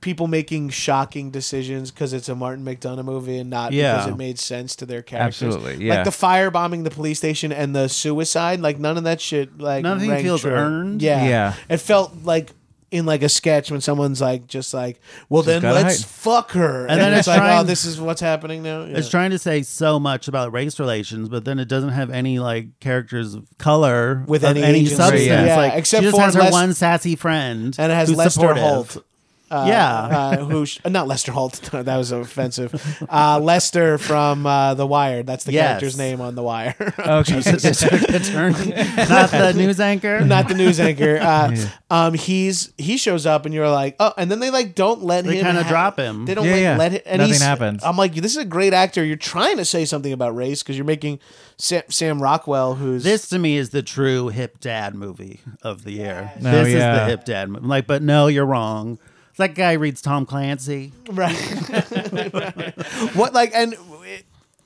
S2: people making shocking decisions because it's a Martin McDonough movie and not
S3: Yeah.
S2: because it made sense to their characters.
S4: Absolutely,
S2: Like
S4: yeah.
S2: the firebombing the police station and the suicide, like none of that shit. Like
S3: Nothing
S2: rang
S3: feels
S2: true.
S3: earned.
S2: Yeah,
S4: Yeah.
S2: It felt like. In like a sketch, when someone's like, just like, well, then
S4: gotta
S2: let's
S4: hide.
S2: fuck her, and,
S3: then
S2: it's,
S3: it's
S2: like, oh,
S3: trying-
S2: this is what's happening now. Yeah.
S3: It's trying to say so much about race relations, but then it doesn't have any like characters of color
S2: With
S3: of
S2: any agency.
S3: substance.
S2: Yeah.
S3: Like,
S2: Except
S3: she just
S2: for
S3: has her
S2: Les-
S3: one sassy friend,
S2: and it has
S3: who's
S2: Lester
S3: supportive.
S2: Holt. Uh,
S3: Yeah. <laughs>
S2: uh, who? Sh- not Lester Holt. <laughs> that was offensive. Uh, Lester from uh, The Wire. That's the
S3: Yes.
S2: character's name on The Wire. <laughs>
S4: okay.
S3: Attorney, not the news anchor.
S2: not the news anchor. Uh, um, he's he shows up, and you're like, oh, and then they like don't let
S3: They
S2: him.
S3: kinda drop him.
S2: They don't
S4: Yeah,
S2: like,
S4: yeah.
S2: let him. And
S4: Nothing
S2: he's-
S4: happens.
S2: I'm like, this is a great actor. You're trying to say something about race because you're making Sam, Sam Rockwell, who's
S3: <laughs> This to me is the true hip dad movie of the year.
S4: No,
S3: this is
S4: Oh, yeah.
S3: the hip dad movie. Like, but no, you're wrong. That guy reads Tom Clancy.
S2: Right. <laughs> What like and it-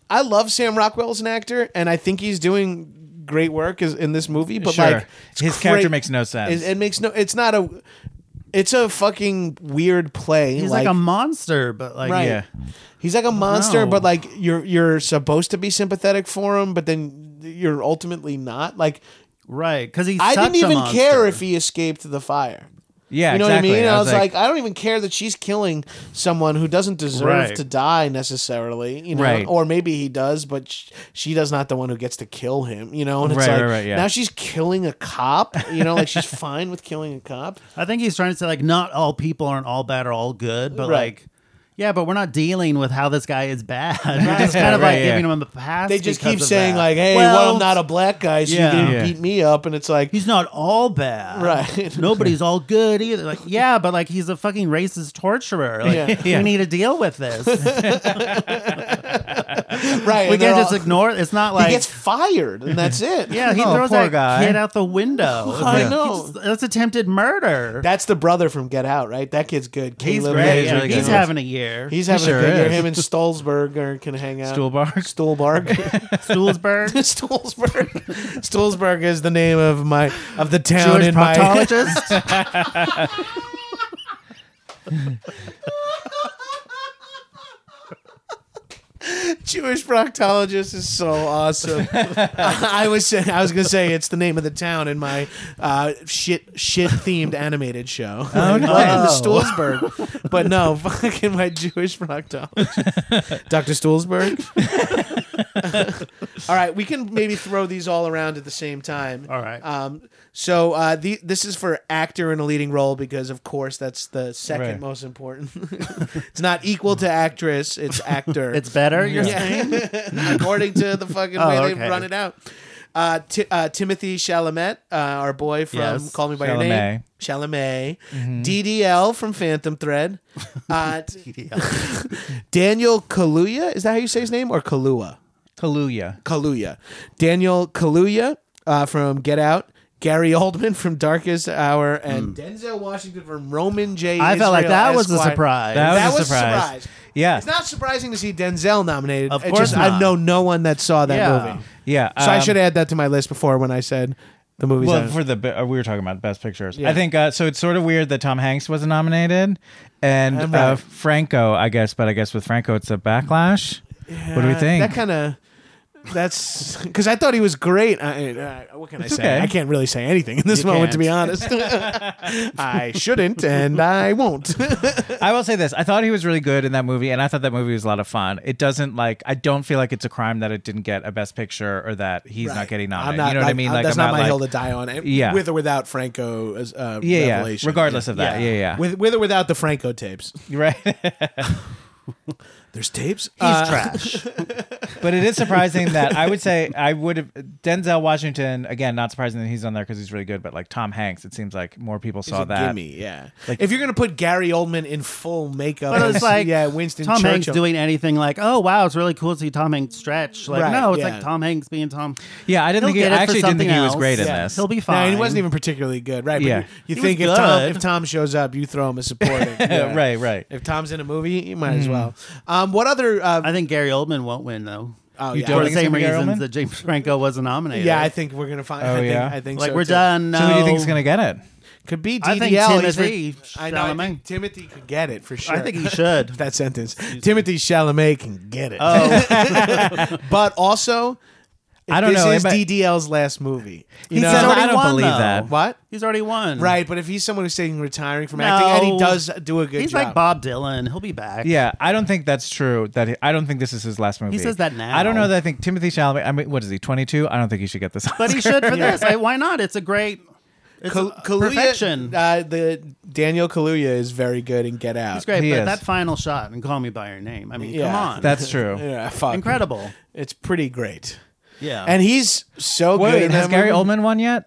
S2: I love Sam Rockwell as an actor, and I think he's doing great work as, in this movie. But
S4: Sure.
S2: like it's
S4: His character makes no sense.
S2: It, it makes no. It's not a. It's a fucking weird play.
S3: He's like, a monster, but like,
S2: Right.
S4: Yeah.
S2: He's like a monster,
S3: No.
S2: but like you're you're supposed to be sympathetic for him, but then you're ultimately not. Like
S3: right? Because he's.
S2: I
S3: such
S2: didn't
S3: a
S2: even
S3: monster.
S2: care if he escaped the fire.
S4: Yeah,
S2: you know
S4: exactly.
S2: what I mean. I was like, I don't even care that she's killing someone who doesn't deserve
S3: Right.
S2: to die necessarily. You know,
S4: Right.
S2: or maybe he does, but sh- she does not the one who gets to kill him. You know, and it's
S4: Right,
S2: like
S4: right, right, yeah.
S2: now she's killing a cop. You know, like she's <laughs> fine with killing a cop.
S3: I think he's trying to say like, not all people aren't all bad or all good, but
S2: Right.
S3: like, yeah, but we're not dealing with how this guy is bad. <laughs> We're just kind of
S4: Right,
S3: like
S4: yeah.
S3: giving him a pass.
S2: They just
S3: because
S2: keep
S3: of
S2: saying
S3: that.
S2: like, "Hey, well, I'm not a black guy, so
S3: yeah.
S2: you can
S4: Yeah.
S2: beat me up," and it's like,
S3: He's not all bad.
S2: Right.
S3: <laughs> Nobody's all good either. Like, yeah, but like he's a fucking racist torturer. Like,
S2: Yeah.
S3: we need to deal
S2: <laughs>
S3: with this.
S2: right?
S3: we
S2: and they're
S3: can't just
S2: all-
S3: ignore it. It's not like
S2: he gets fired, and
S3: <laughs>
S2: that's it.
S3: yeah, he
S4: Oh,
S3: throws
S4: poor
S3: that
S4: guy.
S3: kid out
S2: <laughs>
S3: the window. It's like, he
S2: know.
S3: just- that's attempted murder.
S2: That's the brother from Get Out, right? That kid's good.
S3: he's
S2: Caleb
S3: great.
S2: is
S4: yeah,
S3: He's,
S2: really
S4: really
S2: good.
S4: good.
S3: having a year.
S2: He's having
S4: sure
S2: a good year.
S4: is.
S2: Him and Stolzberg are, can hang out.
S4: Stuhlbarg?
S2: <laughs> Stuhlbarg. <laughs>
S3: Stuhlsberg,
S2: Stolzberg. Stolzberg is the name of my of the town
S3: Jewish
S2: in my.
S4: <laughs>
S3: proctologist.
S2: Jewish proctologist is so awesome. I was saying, I was gonna say it's the name of the town in my uh, shit shit themed animated show. Oh
S4: no.
S2: Welcome to Stolzberg, but no, <laughs> fucking my Jewish proctologist, Doctor Stolzberg. <laughs> all right, we can maybe throw these all around at the same time.
S3: All right.
S2: Um, so uh, the, this is for actor in a leading role because, of course, that's the second
S4: Right.
S2: most important. <laughs> it's not equal to actress; it's actor.
S3: it's better. You're
S2: Yeah.
S3: saying.
S2: <laughs> according to the fucking
S3: Oh,
S2: way
S3: okay.
S2: they run it out. Uh, Ti- uh, Timothy Chalamet, uh, our boy from
S3: Yes.
S2: Call Me by Your Name, Chalamet,
S3: Mm-hmm.
S2: DDL from Phantom Thread,
S3: <laughs>
S2: uh, <laughs> Daniel Kaluuya. Is that how you say his name or Kalua?
S4: Kaluuya.
S2: Kaluuya, Daniel Kaluuya uh, from Get Out. Gary Oldman from Darkest Hour and Denzel Washington from Roman J.
S3: Hmm. I felt like
S2: Israel
S3: that was a
S2: Esquire.
S3: surprise.
S4: That was
S2: That
S4: a
S2: was a
S4: surprise.
S2: surprise.
S4: Yeah.
S2: It's not surprising to see Denzel nominated.
S3: Of
S2: It's
S3: course
S2: just,
S3: not.
S2: I know no one that saw that
S3: Yeah.
S2: movie.
S4: yeah.
S2: So I
S4: um,
S2: should add that to my list before when I said the movies.
S4: Well,
S2: I-
S4: for the be- uh, we were talking about best pictures.
S2: Yeah.
S4: I think uh, so. It's sort of weird that Tom Hanks wasn't nominated, and
S2: I'm
S4: uh,
S2: right.
S4: Franco, I guess. But I guess with Franco, it's a backlash. what do we
S2: Uh,
S4: think?
S2: That kind of. That's because I thought he was great. I, uh, what can I say?
S4: okay.
S2: I can't really say anything in this moment, to
S3: can't.
S2: be honest. <laughs> I
S3: <laughs>
S2: shouldn't, and I won't.
S4: I will say this: I thought he was really good in that movie, and I thought that movie was a lot of fun. It doesn't like I don't feel like it's a crime that it didn't get a best picture or that he's
S2: Right.
S4: not getting
S2: I'm
S4: nominated.
S2: not-
S4: you know what I
S2: like,
S4: mean?
S2: uh,
S4: Like
S2: that's
S4: I'm
S2: not my
S4: like,
S2: hill to die on. and
S4: Yeah.
S2: with or without Franco as uh,
S4: Yeah, yeah.
S2: revelation.
S4: Regardless of that. Yeah, yeah. <laughs>
S2: With with or without the Franco tapes.
S4: Right.
S2: There's tapes. Uh,
S3: He's trash.
S4: But it is surprising that I would say I would have Denzel Washington again. Not surprising that he's on there because he's really good. But like Tom Hanks, it seems like more people
S2: He's
S4: saw
S2: a
S4: that.
S2: gimme, yeah. if you're gonna put Gary Oldman in full makeup,
S3: <laughs> But
S2: as,
S3: it's
S2: <laughs>
S3: like
S2: yeah, Winston
S3: Tom
S2: Churchill.
S3: Hanks doing anything like, oh wow, it's really cool to see Tom Hanks stretch. Like
S2: Right,
S3: no, it's
S2: yeah.
S3: like Tom Hanks being Tom.
S4: Yeah, I didn't
S3: He'll
S4: think he,
S3: get
S4: I
S3: it for
S4: actually didn't think
S3: something
S4: he was
S3: else.
S4: great in
S2: Yeah,
S4: this.
S3: He'll be
S2: No,
S3: fine.
S2: he wasn't even particularly good, right?
S4: Yeah.
S2: But you, you
S3: He
S2: think
S3: was
S2: if Tom,
S3: good.
S2: if Tom shows up, you throw him a
S4: <laughs>
S2: supporting. Yeah.
S4: right, right.
S2: If Tom's in a movie, you might as well. Um, what other? Uh,
S3: Hmm. I think Gary Oldman won't win though.
S2: oh,
S4: you
S2: yeah.
S4: don't
S3: For the
S4: think it's
S3: same
S4: gonna be Gary
S3: reasons
S4: Oldman?
S3: that James Franco wasn't nominated.
S2: yeah, I think we're gonna find.
S4: Oh,
S2: I think,
S4: yeah?
S2: I think
S3: like
S2: so,
S3: we're
S2: too.
S3: done. No.
S4: So who do you think is going to get it?
S2: Could be DDL.
S3: I think
S2: He's
S3: Timothy
S2: re- I know. I
S3: Chalamet.
S2: think Timothy could get it for sure.
S3: I think he
S2: <laughs>
S3: should. Oh,
S2: that sentence. Timothy Chalamet can get it. Uh, but also, if
S4: I don't
S2: this
S4: know,
S2: is
S4: but-
S2: DDL's last movie. You
S4: He
S2: know?
S4: said
S3: He's already
S4: I don't
S3: won,
S4: believe
S3: though.
S4: that.
S2: <laughs> what?
S3: He's already won.
S2: Right, but if he's someone who's saying retiring from
S3: No.
S2: acting, and he does do a good
S3: He's
S2: job.
S3: like Bob Dylan. He'll be back.
S4: Yeah, I don't think that's true. That he, I don't think this is his last movie.
S3: says that now.
S4: I don't know that I think Timothy Chalamet. I mean, what is he? Twenty two? I don't think he should get this.
S3: But
S4: <laughs>
S3: he
S2: <laughs>
S4: Oscar.
S3: should for this. Like, why not? It's a great it's
S2: Kal-
S3: a-
S2: Kaluuya,
S3: perfection.
S2: Uh, the Daniel Kaluuya is very good in Get Out.
S3: it's great.
S4: he
S3: But
S4: is.
S3: that final shot and call me by your name. I mean,
S2: Yeah.
S3: come on.
S4: That's true.
S2: <laughs> Yeah, fuck.
S3: incredible.
S2: It's pretty great.
S3: Yeah.
S2: And he's so good.
S4: Wait,
S2: in
S4: has
S2: that
S4: Gary
S2: movie.
S4: Oldman won yet?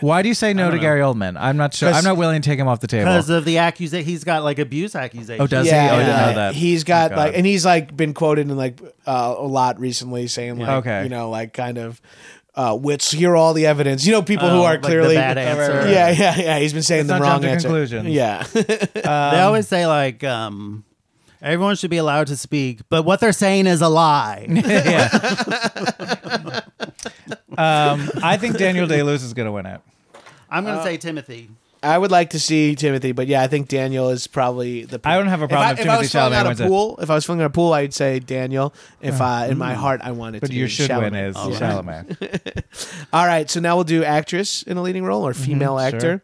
S4: Why do you say no to Gary Oldman? I'm not sure.
S2: 'Cause-
S4: I'm not willing to take him off the table.
S3: because of the accusation, he's got like abuse accusations.
S4: Oh, does he?
S2: Yeah,
S4: Oh, I didn't
S2: yeah.
S4: know that.
S2: He's got
S4: Thank
S2: like,
S4: God.
S2: and he's like been quoted in like uh, a lot recently, saying like,
S4: Okay.
S2: you know, like kind of, uh, which here all the evidence. You know, people who
S3: Oh,
S2: are
S3: like the
S2: clearly
S3: bad answer.
S2: Yeah, yeah, yeah. He's been saying the
S4: Let's not
S2: wrong
S4: jump to
S2: answer.
S4: conclusions.
S2: Yeah, <laughs>
S3: they always say like um, everyone should be allowed to speak, but what they're saying is a <laughs> lie.
S4: <laughs> yeah. um, I think Daniel Day Lewis is going to win it.
S3: I'm gonna say Timothy.
S2: I would like to see Timothy, but yeah, I think Daniel is probably the.
S4: I don't have a problem
S2: if,
S4: if
S2: I, if I was
S4: Timothy
S2: filling
S4: Chalamet
S2: out
S4: wins
S2: a
S4: it.
S2: pool, if I was filling out a pool, I'd say Daniel. If I, in my heart, I wanted
S4: Mm. But
S2: to.
S4: you
S2: be
S4: should win
S2: Chalamet. Oh,
S4: is Chalamet.
S2: All right, so now we'll do actress in a leading role or female
S4: Mhm, sure.
S2: actor.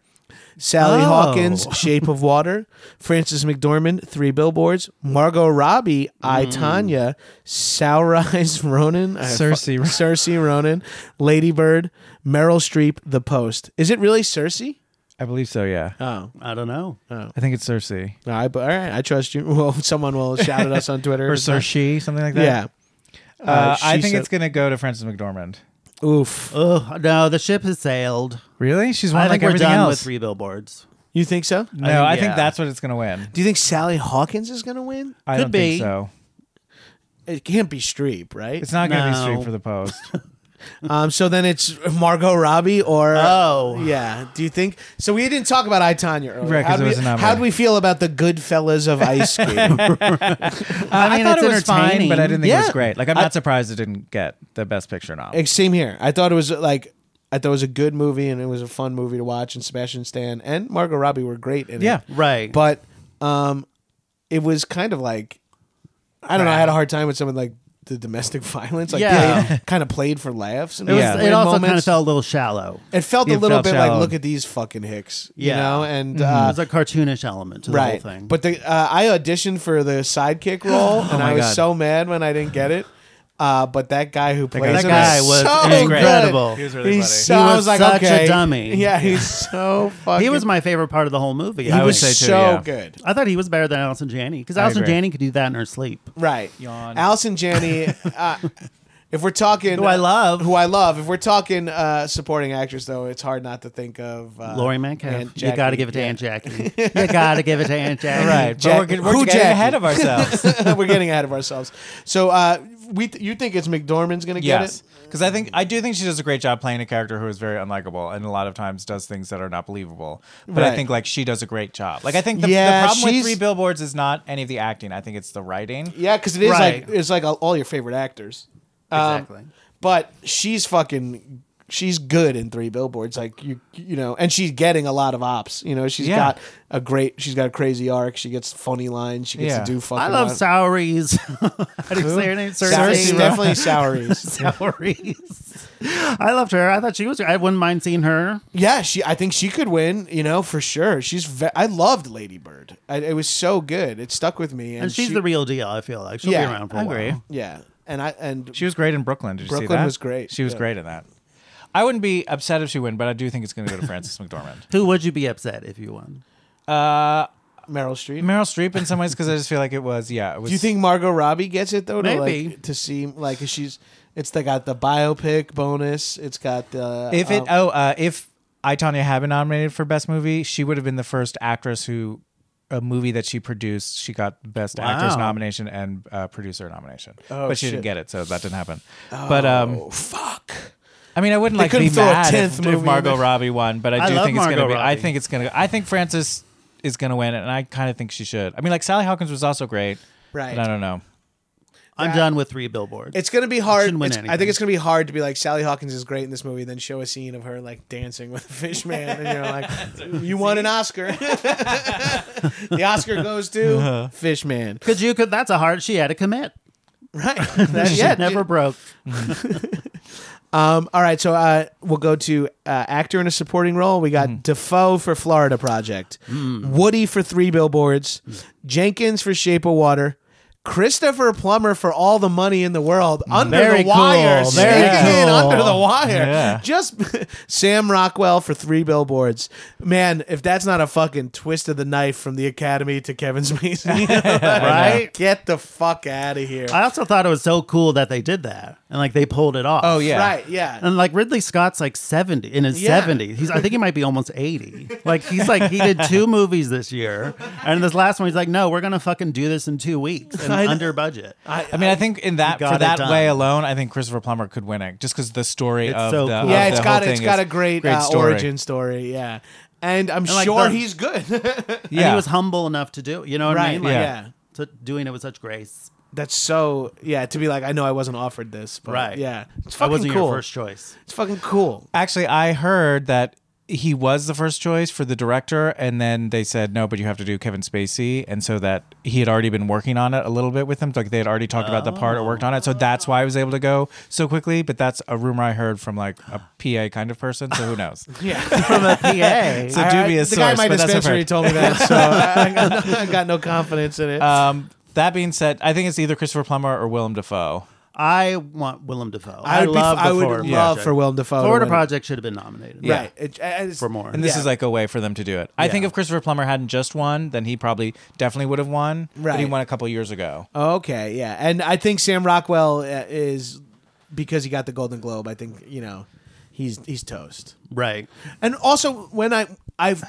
S2: Sally
S4: <laughs>
S3: Oh.
S2: Hawkins, Shape of Water. Frances McDormand, Three Billboards. Margot Robbie, I
S4: Mm.
S2: Tanya. Saoirse <laughs> Ronan, I-
S4: Saoirse Ro-
S2: Saoirse Ronan. Lady Bird, Meryl Streep, The Post. Is it really Cersei?
S4: I believe so. Yeah.
S2: Oh,
S3: I don't know.
S4: I think it's Cersei
S2: all right, but all right. I trust you. <laughs> Well, someone will shout at
S4: <laughs>
S2: us on Twitter
S4: or Cersei, something like that.
S2: Yeah.
S4: Uh, I
S2: she
S4: think
S2: said-
S4: it's going to go to Frances McDormand.
S2: Oof.
S3: Oh no, the ship has sailed.
S4: Really? She's won
S3: I
S4: like
S3: think we're
S4: everything
S3: done with
S4: else.
S3: three billboards.
S2: You think so?
S4: no, I think,
S3: yeah.
S4: that's what it's going to win.
S2: Do you think Sally Hawkins is going to win?
S4: I
S3: Could
S4: don't
S3: be.
S4: think so.
S2: It can't be Streep, right?
S4: It's not going to
S3: No.
S4: be Streep for the post.
S2: Um, so then it's Margot Robbie or
S3: Oh.
S2: yeah. Do you think so? We didn't talk about I Tanya earlier.
S4: Right, 'cause
S2: how'd,
S4: it
S2: we,
S4: was a nominee.
S2: how'd we feel about the Goodfellas of ice cream?
S4: <laughs> I,
S3: mean,
S4: thought
S3: it's
S4: it was fine,
S3: entertaining.
S4: but I didn't think it was
S2: Yeah.
S4: great. Like, I'm
S2: I-
S4: not surprised it didn't get the best picture nom.
S2: Like, Same here. I thought it was like I thought it was a good movie and it was a fun movie to watch. And Sebastian Stan and Margot Robbie were great in
S4: Yeah.
S2: it.
S3: Right.
S2: But um, it was kind of like I don't know. I had a hard time with someone like the domestic <laughs> violence. Like
S3: Yeah.
S2: kind of played for laughs. And
S3: it was,
S4: Yeah.
S3: it
S2: weird
S3: also kind of
S2: moments.
S3: felt a little shallow.
S2: It felt a
S4: It
S2: little
S4: felt
S2: bit like
S4: shallow.
S2: look at these fucking hicks.
S3: Yeah.
S2: You know and.
S3: There's
S2: Uh,
S3: a cartoonish element to the
S2: right.
S3: whole thing. Oh
S2: But the uh, I auditioned for the
S3: <gasps>
S2: sidekick role, and I
S4: my
S2: was
S4: God.
S2: so mad when I didn't get it. Uh, but that guy who plays
S4: guy's
S2: him
S4: great.
S2: is so
S3: That guy was He was
S2: good.
S3: incredible. He
S4: was really
S2: he's
S4: funny.
S2: So,
S3: He
S2: I
S3: was
S2: was like,
S3: such a
S2: okay. <laughs>
S3: dummy.
S2: Yeah, he's so fucking.
S3: he was my favorite part of the whole movie.
S2: He
S3: I
S2: was
S4: would say
S3: think.
S4: too,
S2: so
S4: yeah.
S2: good.
S3: I thought he was better than Allison Janney because
S4: I
S3: Allison
S4: agree.
S3: Janney could do that in her sleep.
S2: Right.
S4: Yawn.
S2: Allison
S3: <laughs>
S2: Janney. Uh, if we're talking uh,
S3: Who I love.
S2: who I love, if we're talking uh, supporting actress though, it's hard not to think of uh,
S3: Lori Metcalf.
S2: Aunt
S3: you got
S2: Jackie.
S3: to give it to
S2: Yeah.
S3: Aunt Jackie. you got to give it to Aunt Jackie.
S4: right.
S2: Jack-
S4: but we're, we're
S2: who
S4: getting
S2: Jackie?
S4: ahead of ourselves.
S2: <laughs> we're getting ahead of ourselves. So uh, we th- you think it's McDormand's gonna get
S4: yes.
S2: it?
S4: Because I think I do think she does a great job playing a character who is very unlikable and a lot of times does things that are not believable. But
S2: Right.
S4: I think like she does a great job. Like I think the, the
S2: Yeah,
S4: problem with
S2: she's-
S4: three billboards is not any of the acting. I think it's the writing.
S2: Yeah, because it is
S3: Right.
S2: like it's like all- all your favorite actors. Um,
S3: Exactly.
S2: but she's fucking she's good in three billboards like you you know and she's getting a lot of ops you know she's
S4: Yeah.
S2: got a great she's got a crazy arc she gets funny lines she gets
S4: Yeah.
S2: to do fucking
S3: I love
S2: lot-
S3: Soweries. <laughs> How do you say her name?
S2: Sours-
S3: Cersei.
S2: definitely Souries.
S3: Soweries. <laughs> I loved her. I thought she was. I wouldn't mind seeing her.
S2: <laughs> Yeah, she. I think she could win. You know, for sure. She's. Ve- I loved Lady Bird. I, it was so good. It stuck with me. And,
S3: And she's
S2: she-
S3: the real deal. I feel like she'll
S2: Yeah,
S3: be around for
S4: I
S3: a while.
S4: agree.
S2: Yeah, and I and
S4: She was great in Brooklyn. Did you see
S2: Oh, Brooklyn
S4: that?
S2: was great,
S4: She was
S2: yeah.
S4: great in that. I wouldn't be upset if she win, but I do think it's going to go to Frances McDormand.
S3: Who would you be upset if you won?
S4: Uh,
S2: Meryl Streep.
S4: <laughs> Meryl Streep in some ways because I just feel like it was yeah. It was,
S2: Do you think Margot Robbie gets it though? To,
S3: Maybe.
S2: like, to see like 'cause she's it's they got the biopic bonus. It's got the
S4: if it
S2: um,
S4: oh uh, if I Tanya had been nominated for best movie, she would have been the first actress who a movie that she produced she got best actress
S3: Wow.
S4: nomination and uh, producer nomination,
S2: Oh,
S4: but she
S2: shit.
S4: didn't get it, so that didn't happen. but um,
S2: oh, fuck.
S4: I mean, I wouldn't like
S2: couldn't
S4: be
S2: throw a
S4: mad if,
S2: 10th movie
S4: if
S2: in
S4: Margot
S2: there.
S4: Robbie won, but I
S3: I
S4: do
S3: love
S4: think it's gonna
S3: Margot
S4: be. I
S3: Robbie.
S4: think it's gonna. I think Frances is gonna win, and I kind of think she should. I mean, like Sally Hawkins was also great,
S2: Right.
S4: But I don't know.
S3: I'm done with three billboards.
S2: It's gonna be hard.
S3: Shouldn't win
S2: it's- I
S3: anything.
S2: think it's gonna be hard to be like Sally Hawkins is great in this movie, then show a scene of her like dancing with a fish man, and you're like, you won an Oscar. <laughs> the Oscar goes to
S3: Uh-huh.
S2: Fish Man,
S3: Cause you could. That's a hard. She had to commit.
S2: right? That
S3: <laughs> She
S2: yeah,
S3: never broke.
S2: Um, all right, so uh, we'll go to uh, actor in a supporting role. We
S4: Mm-hmm.
S2: got Defoe for Florida Project,
S4: Mm.
S2: Woody for Three Billboards, Jenkins for Shape of Water, Christopher Plummer for All the Money in the World, Under
S4: Very
S2: the Wire,
S4: cool,
S2: sneaking
S4: very
S2: in
S4: cool.
S2: Under the Wire.
S4: Yeah.
S2: Just <laughs> Sam Rockwell for Three Billboards. Man, if that's not a fucking twist of the knife from the Academy to Kevin
S4: <laughs>
S2: Spacey, <laughs> right? Get the fuck out of here.
S3: I also thought it was so cool that they did that and like they pulled it off.
S4: Oh yeah,
S2: Right? Yeah.
S3: And like Ridley Scott's like 70 in his
S2: Yeah.
S3: 70s. He's I think he might be almost 80. Like he's like he did two movies this year. And this last one he's like, "No, we're going to fucking do this in 2 weeks
S2: <laughs>
S3: and
S2: I know.
S3: under budget."
S4: I mean, I think in that
S3: got
S4: for
S3: it
S4: that
S3: done.
S4: way alone, I think Christopher Plummer could win it just because the story
S3: It's
S4: of
S3: so
S4: the
S3: cool.
S2: yeah,
S4: of
S2: it's
S4: the whole
S2: got it's
S4: thing
S2: got
S4: is
S2: a great,
S4: great
S2: uh,
S4: story.
S2: origin story. Yeah, and I'm
S3: like
S2: sure
S3: the-
S2: he's good. <laughs>
S4: Yeah,
S3: And he was humble enough to do, it, you know what I
S2: right?
S3: mean?
S2: yeah.
S3: Like to doing it with such grace.
S2: that's so. Yeah, to be like, I know I wasn't offered this, but
S3: Right.
S2: Yeah, it's
S3: I
S2: fucking
S3: wasn't
S2: cool.
S3: your first choice.
S2: It's fucking cool. <laughs>
S4: actually, I heard that he was the first choice for the director, and then they said no, but you have to do Kevin Spacey, and so that he had already been working on it a little bit with him. Like they had already talked about the part or worked on it, so that's why I was able to go so quickly. But that's a rumor I heard from like a PA kind of person, so
S2: <laughs>
S4: who knows?
S2: Yeah,
S3: From a
S2: <laughs>
S3: PA.
S4: It's a dubious
S2: the guy
S4: source,
S2: at my
S4: but that's what
S2: dispensary
S4: I've heard.
S2: told me that, so I,
S4: <laughs>
S2: <laughs> I got no, I got no confidence in it.
S4: Um, that being said, I think it's either Christopher Plummer or Willem Dafoe.
S3: I want Willem Dafoe.
S2: I
S3: I,
S2: would be-
S3: love the
S2: I would
S3: Florida
S2: love
S3: Project.
S2: for Willem Dafoe to
S3: Florida
S2: win it.
S3: Project should have been nominated.
S4: yeah.
S2: Right. It, uh, it's,
S3: For more.
S4: And this
S2: Yeah.
S4: is like a way for them to do it. I think if Christopher Plummer hadn't just won, then he probably definitely would have won. But he
S2: Right.
S4: won a couple years ago.
S2: Okay, yeah, and I think Sam Rockwell uh, is because he got the Golden Globe. I think you know he's he's toast.
S3: Right.
S2: And also when I I've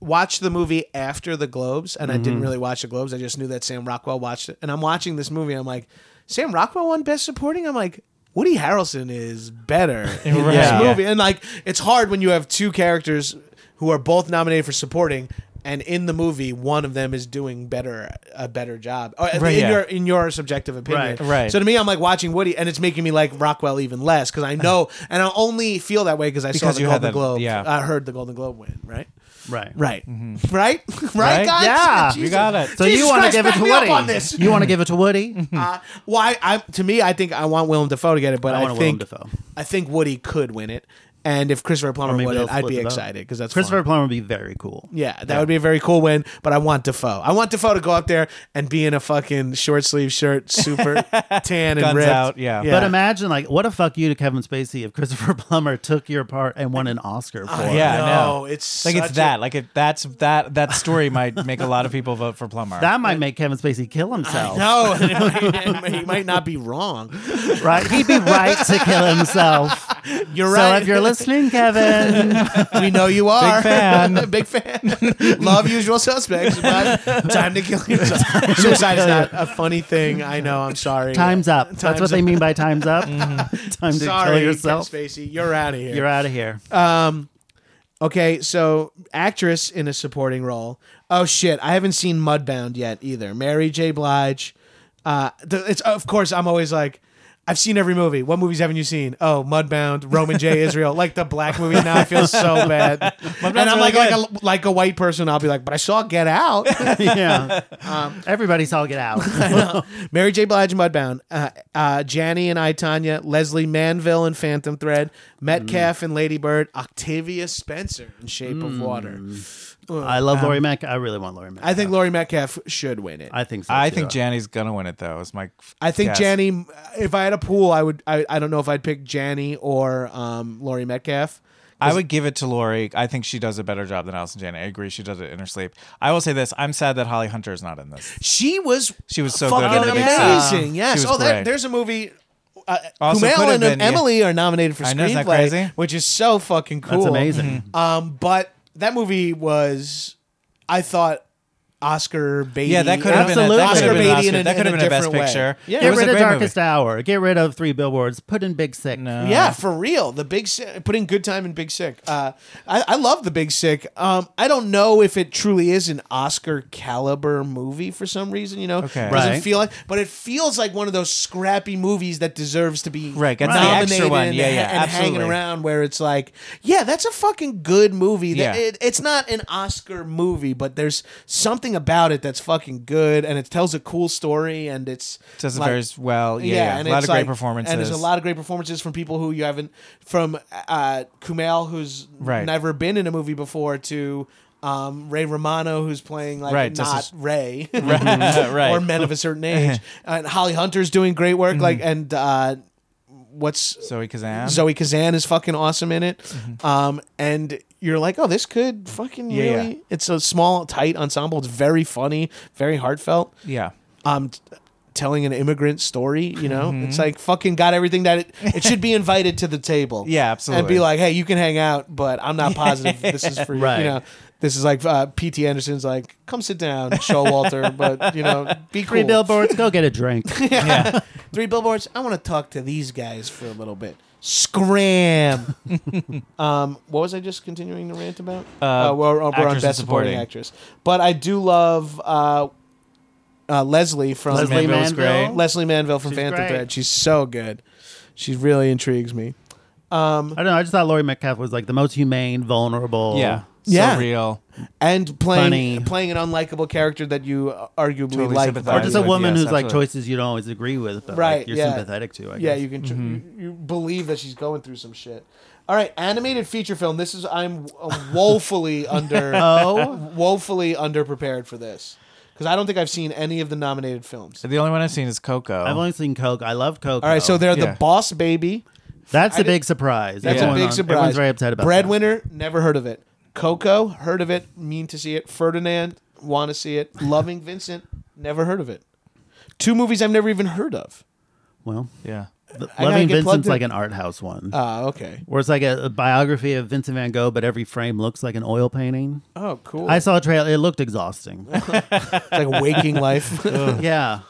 S2: watched the movie after the Globes and I
S4: Mm-hmm.
S2: didn't really watch the Globes. I just knew that Sam Rockwell watched it. And I'm watching this movie I'm like, Sam Rockwell won best supporting? I'm like, Woody Harrelson is
S4: <laughs>
S2: better in
S4: Right.
S2: this
S4: Yeah.
S2: movie. And like it's hard when you have two characters who are both nominated for supporting and in the movie one of them is doing better a better job. Or in
S4: Right, yeah.
S2: your in your subjective opinion.
S3: Right,
S4: right.
S2: So to me I'm like watching Woody and it's making me like Rockwell even less
S4: <laughs>
S2: cuz I know and I only feel that way cuz I saw
S4: Because
S2: the
S4: you
S2: Golden
S4: had that-
S2: Globe.
S4: yeah.
S2: I heard the Golden Globe win, right?
S3: Right.
S2: Right.
S3: <laughs>
S2: Right? right, guys?
S3: Yeah,
S2: Jesus.
S4: you got it.
S3: So
S2: Jesus
S3: you want to
S2: Christ,
S3: give it
S2: back
S3: to
S2: me up
S3: Woody?
S2: on
S3: <laughs>
S2: this.
S3: You want to give it
S2: <laughs>
S3: to Woody?
S2: Uh, why? I to me, I think I want Willem Dafoe to get it, but
S3: Hmm. I
S2: I,
S3: want a Willem
S2: think
S3: Dafoe.
S2: I think Woody could win it, and if Christopher Plummer won
S3: they'll
S2: it, I'd
S3: flip
S2: be
S3: it up.
S2: excited because that's
S3: Christopher
S2: fun.
S3: Plummer would be very cool.
S2: Yeah, that would be a very cool win, but I want Defoe. I want Defoe to go up there and be in a fucking short sleeve shirt, super tan and
S4: Guns
S2: ripped.
S4: out, yeah.
S3: But imagine, like, what a fuck you to Kevin Spacey if Christopher <laughs> Plummer took your part and won an Oscar for
S2: Ah,
S3: it.
S4: yeah, I
S2: no,
S4: know.
S2: it's
S4: Like
S2: such
S4: it's
S2: a-
S4: <laughs> that. Like it, that's that. That story might make a lot of people vote for
S2: <laughs>
S4: Plummer.
S3: That might make Kevin Spacey kill himself.
S2: no, he might not be wrong.
S3: <laughs> Right? He'd be right to kill
S2: <laughs>
S3: himself.
S2: You're
S3: So
S2: right.
S3: if you're listening,
S2: <laughs>
S3: Kevin,
S2: We know you are.
S4: Big fan.
S2: <laughs> Big fan. Love usual suspects, but time to kill yourself. Suicide is not a funny thing. I know. I'm sorry.
S3: time's up.
S2: Time's
S3: That's what they
S2: up. Mm-hmm.
S3: mean by
S2: <laughs>
S3: time's up. <laughs> Time to
S2: Sorry,
S3: kill
S2: Kevin
S3: yourself.
S2: Spacey. Um, You're out of here.
S3: You're out
S2: <laughs>
S3: of here.
S2: Okay, so actress in a supporting role. Oh shit, I haven't seen Mudbound yet either. Mary J. Blige. Uh, the, it's of course I'm always like, I've seen every movie. What movies haven't you seen? Oh, Mudbound, Roman J. Israel, like the black movie. Now I feel so
S4: <laughs>
S2: bad. and I'm
S4: really
S2: like
S4: good.
S2: like a like a white person. I'll be like, but I saw Get
S4: <laughs>
S2: Out.
S3: <laughs> yeah. Everybody's all
S2: <laughs>
S3: get out.
S2: Mary J. Blige, Mudbound, uh, uh, Janny and I, Tanya, Leslie Manville in Phantom Thread,
S4: Mm.
S2: Metcalf and Lady Bird, Octavia Spencer in Shape of Water.
S4: Mm.
S3: I love Laurie Mack. I really want Laurie Mack.
S2: Um, I think Laurie Metcalf should win it. I,
S3: I think so.
S4: I
S3: too.
S4: think Janny's gonna win it though. Is my
S2: think
S4: guess.
S2: Janny. If I had a pool, I would. I, I don't know if I'd pick Janny or um, Laurie Metcalf
S4: I would give it to Lori. I think she does a better job than Allison Janney. I agree. She does it in her sleep. I will say this: I'm sad that Holly Hunter is not in this.
S2: She was
S4: She was so good
S2: fucking
S4: on the big
S2: amazing.
S4: screen.
S2: Yes.
S4: She was
S2: Oh, that,
S4: great.
S2: there's a movie. Uh,
S4: Also could
S2: Kumail
S4: have
S2: and
S4: been, yeah.
S2: Emily are nominated for
S4: I know, isn't
S2: screenplay,
S4: that crazy?
S2: which is so fucking cool.
S3: That's amazing.
S2: Um, but that movie was, I thought, Oscar Beatty.
S4: Yeah, that could have been a, that could
S2: Oscar
S4: have been, an
S2: Beatty
S4: Oscar-
S2: in a-
S4: that
S2: in
S4: could have
S2: a
S4: been a best
S2: different way.
S4: picture.
S2: Yeah.
S4: It
S3: Get
S4: was
S3: rid
S4: a
S3: of
S4: great movie.
S3: Darkest Hour. Get rid of Three Billboards. Put in Big Sick.
S4: No.
S2: yeah, for real. The Big Sick, put in good time in Big Sick. Uh, I, I love the Big Sick. Um, I don't know if it truly is an Oscar caliber movie for some reason. You know,
S4: Okay.
S2: doesn't
S3: Right.
S2: feel like, but it feels like one of those scrappy movies that deserves to be
S4: Right, gets the
S2: nominated
S4: extra one.
S2: and,
S4: Yeah, yeah,
S2: and hanging
S4: absolutely.
S2: around where it's like, yeah, that's a fucking good movie. That-
S4: Yeah.
S2: it- it's not an Oscar movie, but there's something about it that's fucking good, and it tells a cool story, and it's
S4: Does it
S2: like-
S4: very s- well. Yeah, yeah.
S2: and
S4: a lot
S2: it's
S4: of great
S2: like-
S4: performances.
S2: And there's a lot of great performances from people who you haven't, from uh, Kumail, who's
S4: Right.
S2: never been in a movie before, to um, Ray Romano, who's playing like
S4: Right,
S2: not
S4: just as-
S2: Ray,
S4: <laughs> right. Mm-hmm.
S2: or men of a certain
S4: <laughs>
S2: age. and Holly Hunter's doing great work. Like, and uh, what's
S4: Zoe Kazan.
S2: Zoe Kazan is fucking awesome in it. Um, and you're like, oh, this could fucking
S4: Mm-hmm. Yeah, yeah.
S2: really. It's a small, tight ensemble. It's very funny, very heartfelt
S4: Yeah.
S2: um t- telling an immigrant story you know
S4: Mm-hmm.
S2: it's like fucking got everything that it, it should
S4: <laughs>
S2: be invited to the table
S4: Yeah,
S2: and be
S4: absolutely.
S2: like hey you can hang out but i'm not positive this is for you
S3: Right.
S2: know this is like uh, pt anderson's like come sit down showalter but you know
S4: <laughs>
S2: be cool
S3: Three Billboards. Go
S2: <laughs>
S3: get a drink.
S2: three billboards i want to talk to these guys for a little bit scram
S3: <laughs>
S2: um what was i just continuing to rant about uh, we're, we're on
S4: actress and
S2: best supporting.
S4: supporting.
S2: actress but i do love uh uh, Leslie from
S3: Leslie
S4: Manville's
S3: Manville.
S4: great.
S2: Leslie Manville from
S3: She's
S2: Phantom
S3: great.
S2: Thread. She's so good. She really intrigues me.
S3: I don't know. I just thought Laurie Metcalf was like the most humane, vulnerable.
S4: Yeah.
S2: Yeah.
S4: So real.
S2: And playing
S3: Funny.
S2: playing an unlikable character that you uh, arguably
S4: Totally
S2: like.
S4: sympathize
S3: Or just a
S4: Right,
S3: woman
S4: yes,
S3: who's like
S4: absolutely.
S3: choices you don't always agree with, but
S2: Right,
S3: like, you're
S2: yeah.
S3: sympathetic to. I guess.
S2: yeah, you can tr- you, you believe that she's going through some shit. All right, animated feature film. This is I'm uh,
S3: <laughs>
S2: woefully under
S3: Oh.
S2: woefully underprepared for this because I don't think I've seen any of the nominated films.
S4: The only one I've seen is Coco.
S3: I've only seen Coke. I love Coke.
S2: All right, so they're
S4: Yeah.
S2: the Boss Baby.
S3: that's
S2: I
S3: a
S2: did-
S3: big surprise.
S2: That's a
S3: Everyone
S2: big
S3: on-
S2: surprise.
S3: Everyone's very upset about that.
S2: Breadwinner, never heard of it. Coco, heard of it, mean to see it. Ferdinand, want to see
S3: <laughs>
S2: it. Loving Vincent, never heard of it. Two movies I've never even heard of.
S3: Well,
S4: yeah.
S3: the-
S2: I gotta
S3: Loving
S2: get plugged
S3: Vincent's
S2: in.
S3: like an art house one,
S2: Ah, okay.
S3: where it's like a, a biography of Vincent Van Gogh, but every frame looks like an oil painting.
S2: Oh, cool.
S3: I saw a trailer. It looked
S2: <laughs>
S3: exhausting.
S2: It's like waking life.
S3: <laughs> yeah,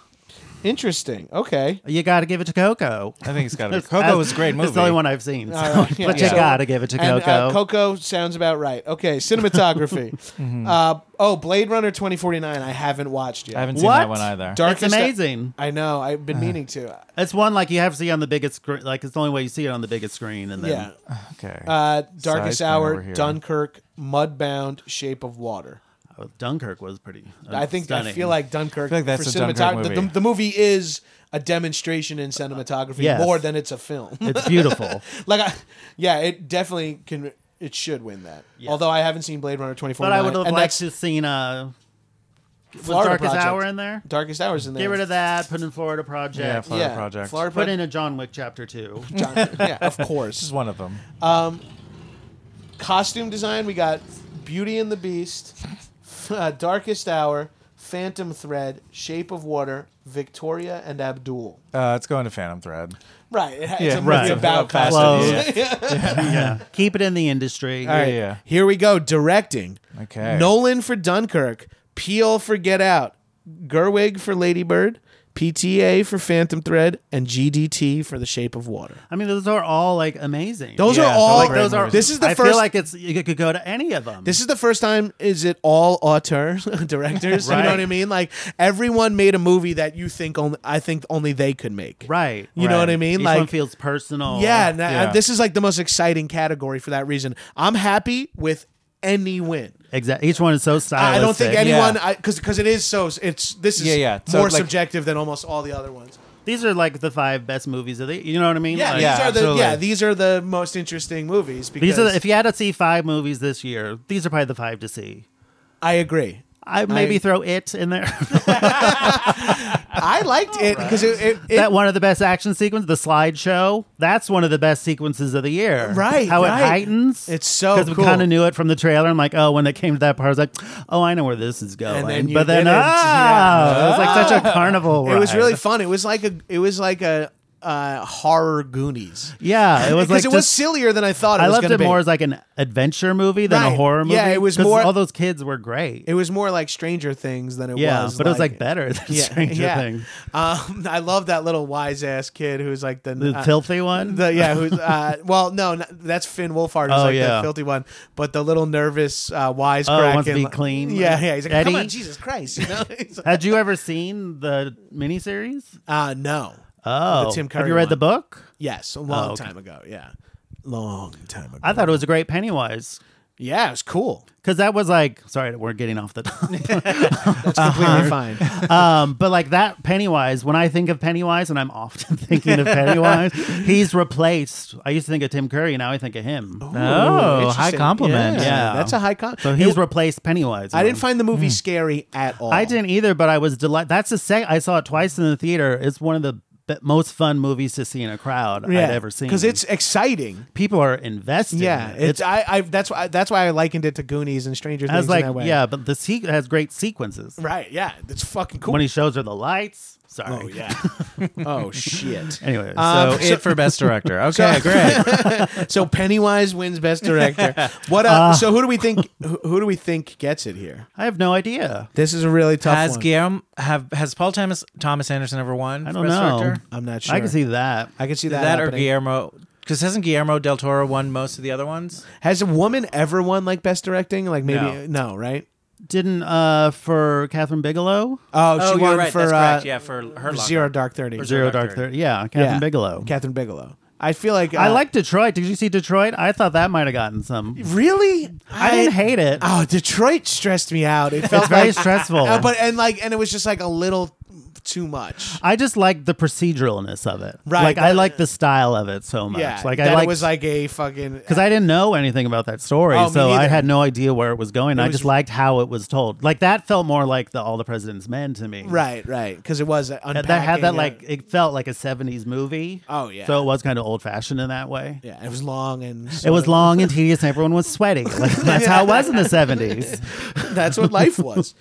S2: Interesting. Okay.
S3: you got to give it to Coco.
S4: I think it's got <laughs> to be. Coco was a
S3: <laughs>
S4: great movie.
S3: It's the only one I've seen. so-
S2: All right, yeah.
S3: <laughs> But
S2: So-
S3: you got to give it to
S2: and,
S3: Coco.
S2: uh, Coco sounds about right. Okay,
S3: <laughs>
S2: cinematography.
S3: Mm-hmm.
S2: uh, oh, Blade Runner 2049 I haven't watched yet.
S4: I haven't seen
S3: What?
S4: that one either.
S3: it's
S2: Darkest-
S3: amazing. Uh,
S2: I know. I've been meaning to.
S3: It's one like you have to see on the biggest screen. Like it's the only way you see it on the biggest screen. And then
S2: Yeah.
S4: Okay.
S2: Uh,
S4: Side's
S2: Darkest
S4: coming over
S2: Hour,
S4: here.
S2: Dunkirk, Mudbound, Shape of Water.
S3: Oh, Dunkirk was pretty. uh,
S2: I think I
S3: stunning.
S2: feel like Dunkirk.
S4: I feel like that's
S2: for
S4: a Dunkirk
S2: cinematography. The,
S4: movie.
S2: the movie is a demonstration in cinematography
S3: Yes.
S2: more than it's a film. <laughs>
S3: it's beautiful.
S2: like, I, yeah, it definitely can. It should win that. Although I haven't seen Blade Runner twenty four.
S3: but I would have
S2: and that's
S3: liked to seen uh, was
S2: Florida
S3: Darkest
S2: Project.
S3: Hour in there.
S2: Darkest Hours in there.
S3: Get rid of that. Put in Florida Project.
S4: yeah, Florida
S2: yeah,
S4: Project.
S2: Florida
S3: Put
S2: Pro-
S3: in a John Wick chapter two.
S2: John-
S3: <laughs>
S2: yeah, of
S4: This
S2: course.
S4: is one of them.
S2: Costume design. We got Beauty and the Beast, <laughs> uh, Darkest Hour, Phantom Thread, Shape of Water, Victoria, and Abdul.
S4: Uh, it's going to Phantom Thread.
S2: Right. It, ha- it's
S4: Yeah,
S2: a movie
S3: right.
S2: about
S4: About
S2: costumes.
S3: fashion,
S2: <laughs>
S3: yeah, keep it in the industry.
S2: All right.
S4: yeah.
S2: Here we go. Directing.
S4: Okay.
S2: Nolan for Dunkirk. Peel for Get Out. Gerwig for Ladybird. PTA for Phantom Thread. And GDT for The Shape of Water.
S3: I mean, those are all like amazing.
S2: Those
S4: Yeah,
S2: are all.
S4: like those are-
S2: This is the
S3: I
S2: first.
S3: feel like it's you could go to any of them.
S2: this is the first time. Is it all auteur <laughs> directors? You
S3: Right.
S2: know what I mean? Like everyone made a movie that you think only I think only they could make.
S3: right.
S2: You know what I
S3: right.
S2: mean?
S3: Each
S2: Like-
S3: one feels personal.
S2: Yeah, and I-
S4: Yeah.
S2: this is like the most exciting category for that reason. I'm happy with any win.
S3: exactly. Each one is so
S2: I
S3: stylish.
S2: don't think
S4: any-
S2: anyone
S4: Oh, Yeah.
S2: because because it is so it's this is
S4: Yeah, yeah. So,
S2: more
S4: like-
S2: subjective than almost all the other ones.
S3: These are like the five best movies of the. You know what I mean?
S2: Yeah,
S3: Like-
S2: these
S4: Yeah,
S2: are
S4: absolutely.
S2: the yeah these are the most interesting movies because
S3: These are the, if you had to see five movies this year, these are probably the five to see.
S2: I agree.
S3: I maybe
S2: I-
S3: <laughs> throw it in there.
S2: I liked it because it, it, it-
S3: that one of the best action sequences, the slideshow. That's one of the best sequences of the year.
S2: Right,
S3: How
S2: right.
S3: it heightens.
S2: It's so
S3: because we
S2: cool.
S3: kind of knew it from the trailer. I'm like, oh, when it came to that part, I was like, oh, I know where this is going.
S2: then you
S3: but then,
S2: didn't.
S3: ah, it was like such a carnival.
S2: it was
S3: ride.
S2: really fun. It was like a it was like a uh, horror Goonies.
S3: yeah. It was like
S2: Because it was
S3: just-
S2: sillier than I thought. It
S3: I
S2: was
S3: loved
S2: gonna
S3: it
S2: be.
S3: more as like an adventure movie than
S2: Right.
S3: a horror movie.
S2: Yeah, it was
S3: 'cause
S2: more-
S3: All those kids were great.
S2: It was more like Stranger Things than it
S3: yeah,
S2: was.
S3: but it was like better than Stranger Things.
S2: Um, I love that little wise ass kid who's like the,
S3: The
S2: uh,
S3: filthy one.
S2: The, yeah, who's uh, well, no, n that's Finn Wolfhard, who's
S3: Oh,
S2: like
S3: yeah.
S2: the filthy one, but the little nervous uh, wise.
S3: Oh, wants to be clean?
S2: Yeah, yeah. He's like, come
S3: Eddie?
S2: on, Jesus Christ, you know? <laughs> He's like,
S3: Had you ever seen the miniseries?
S2: uh, no,
S3: Oh,
S2: The Tim
S3: have
S2: Curry
S3: you read
S2: one.
S3: the book?
S2: yes, a long
S3: Oh, okay.
S2: time ago. Yeah, long time ago.
S3: I thought it was a great Pennywise
S2: yeah, it was cool.
S3: because that was like sorry we're getting off
S2: <laughs>
S3: the <laughs> topic.
S2: It's
S3: Uh-huh.
S2: completely fine.
S3: <laughs> um, but like that Pennywise. When I think of Pennywise, and I'm often <laughs> thinking of Pennywise, he's replaced. I used to think of Tim Curry, now I think of him.
S4: Oh, high
S2: Interesting.
S4: compliment.
S2: Yeah,
S3: Yeah.
S2: that's a high compliment.
S3: So he's replaced Pennywise.
S2: I
S3: now.
S2: didn't find the movie scary at all.
S3: I didn't either, but I was delighted. That's the second I saw it twice in the theater. It's one of the be- most fun movies to see in a crowd I'd ever seen
S2: because it's exciting.
S3: people are invested. in
S2: Yeah,
S3: it.
S2: it's, I, I that's why that's why I likened it to Goonies and Stranger
S3: I
S2: Things
S3: was like,
S2: in that way.
S3: yeah, but the se- it has great sequences.
S2: right. Yeah, it's fucking cool.
S3: When he shows her the lights. Sorry. <laughs>
S2: oh yeah. Um, oh shit.
S3: Anyway, so
S4: So, it for best director. Okay,
S2: <laughs> so- <laughs>
S4: great.
S2: So Pennywise wins Best
S3: <laughs>
S2: Director. What? Uh,
S3: Ah.
S2: so who do we think? Who, who do we think gets it here?
S3: I have no idea.
S2: This is a really tough
S4: Has
S2: one.
S4: Guillaume have has Paul Thomas Thomas Anderson ever won?
S3: I
S4: for
S3: don't
S4: best
S3: know.
S4: Director?
S2: I'm not sure.
S3: I can see that.
S2: I can see that.
S4: That, or
S2: happening.
S4: Guillermo? Because hasn't Guillermo del Toro won most of the other ones?
S2: Has a woman ever won like Best Directing? Like maybe
S4: No.
S2: no, right?
S3: Didn't uh for Catherine Bigelow
S2: Oh, she won for
S4: That's
S2: uh,
S4: correct. Yeah, for her Lockhart.
S2: Zero Dark Thirty.
S3: Zero Dark
S4: Thirty.
S3: Thirty. Yeah, Catherine
S2: Yeah.
S3: Bigelow.
S2: Catherine Bigelow. I feel like
S3: I
S2: uh,
S3: like Detroit. Did you see Detroit? I thought that might have gotten some.
S2: Really?
S3: I, didn't hate it.
S2: Oh, Detroit stressed me out. It felt
S3: it's very
S2: like,
S3: stressful.
S2: Uh, <laughs> but and like and it was just like a little too much.
S3: I just like the proceduralness of it.
S2: Right,
S3: Like I
S2: that-
S3: like the style of it so much.
S2: Yeah,
S3: like
S2: that
S3: I like uh,
S2: it was like a fucking
S3: because I didn't know anything about that story,
S2: Oh, me
S3: so I
S2: neither.
S3: had no idea where it was going. I
S2: was-
S3: just liked how it was told. Like that felt more like the All the President's Men to me.
S2: right, right because it was
S3: That, that had that
S2: unpacking,
S3: like
S2: uh,
S3: it felt like a '70s movie.
S2: Oh, yeah.
S3: So it was kind of old fashioned in that way.
S2: yeah, it was long and
S3: It was long and tedious, and everyone
S2: <laughs>
S3: was sweating. Like, that's how it was in the '70s.
S2: That's what life was.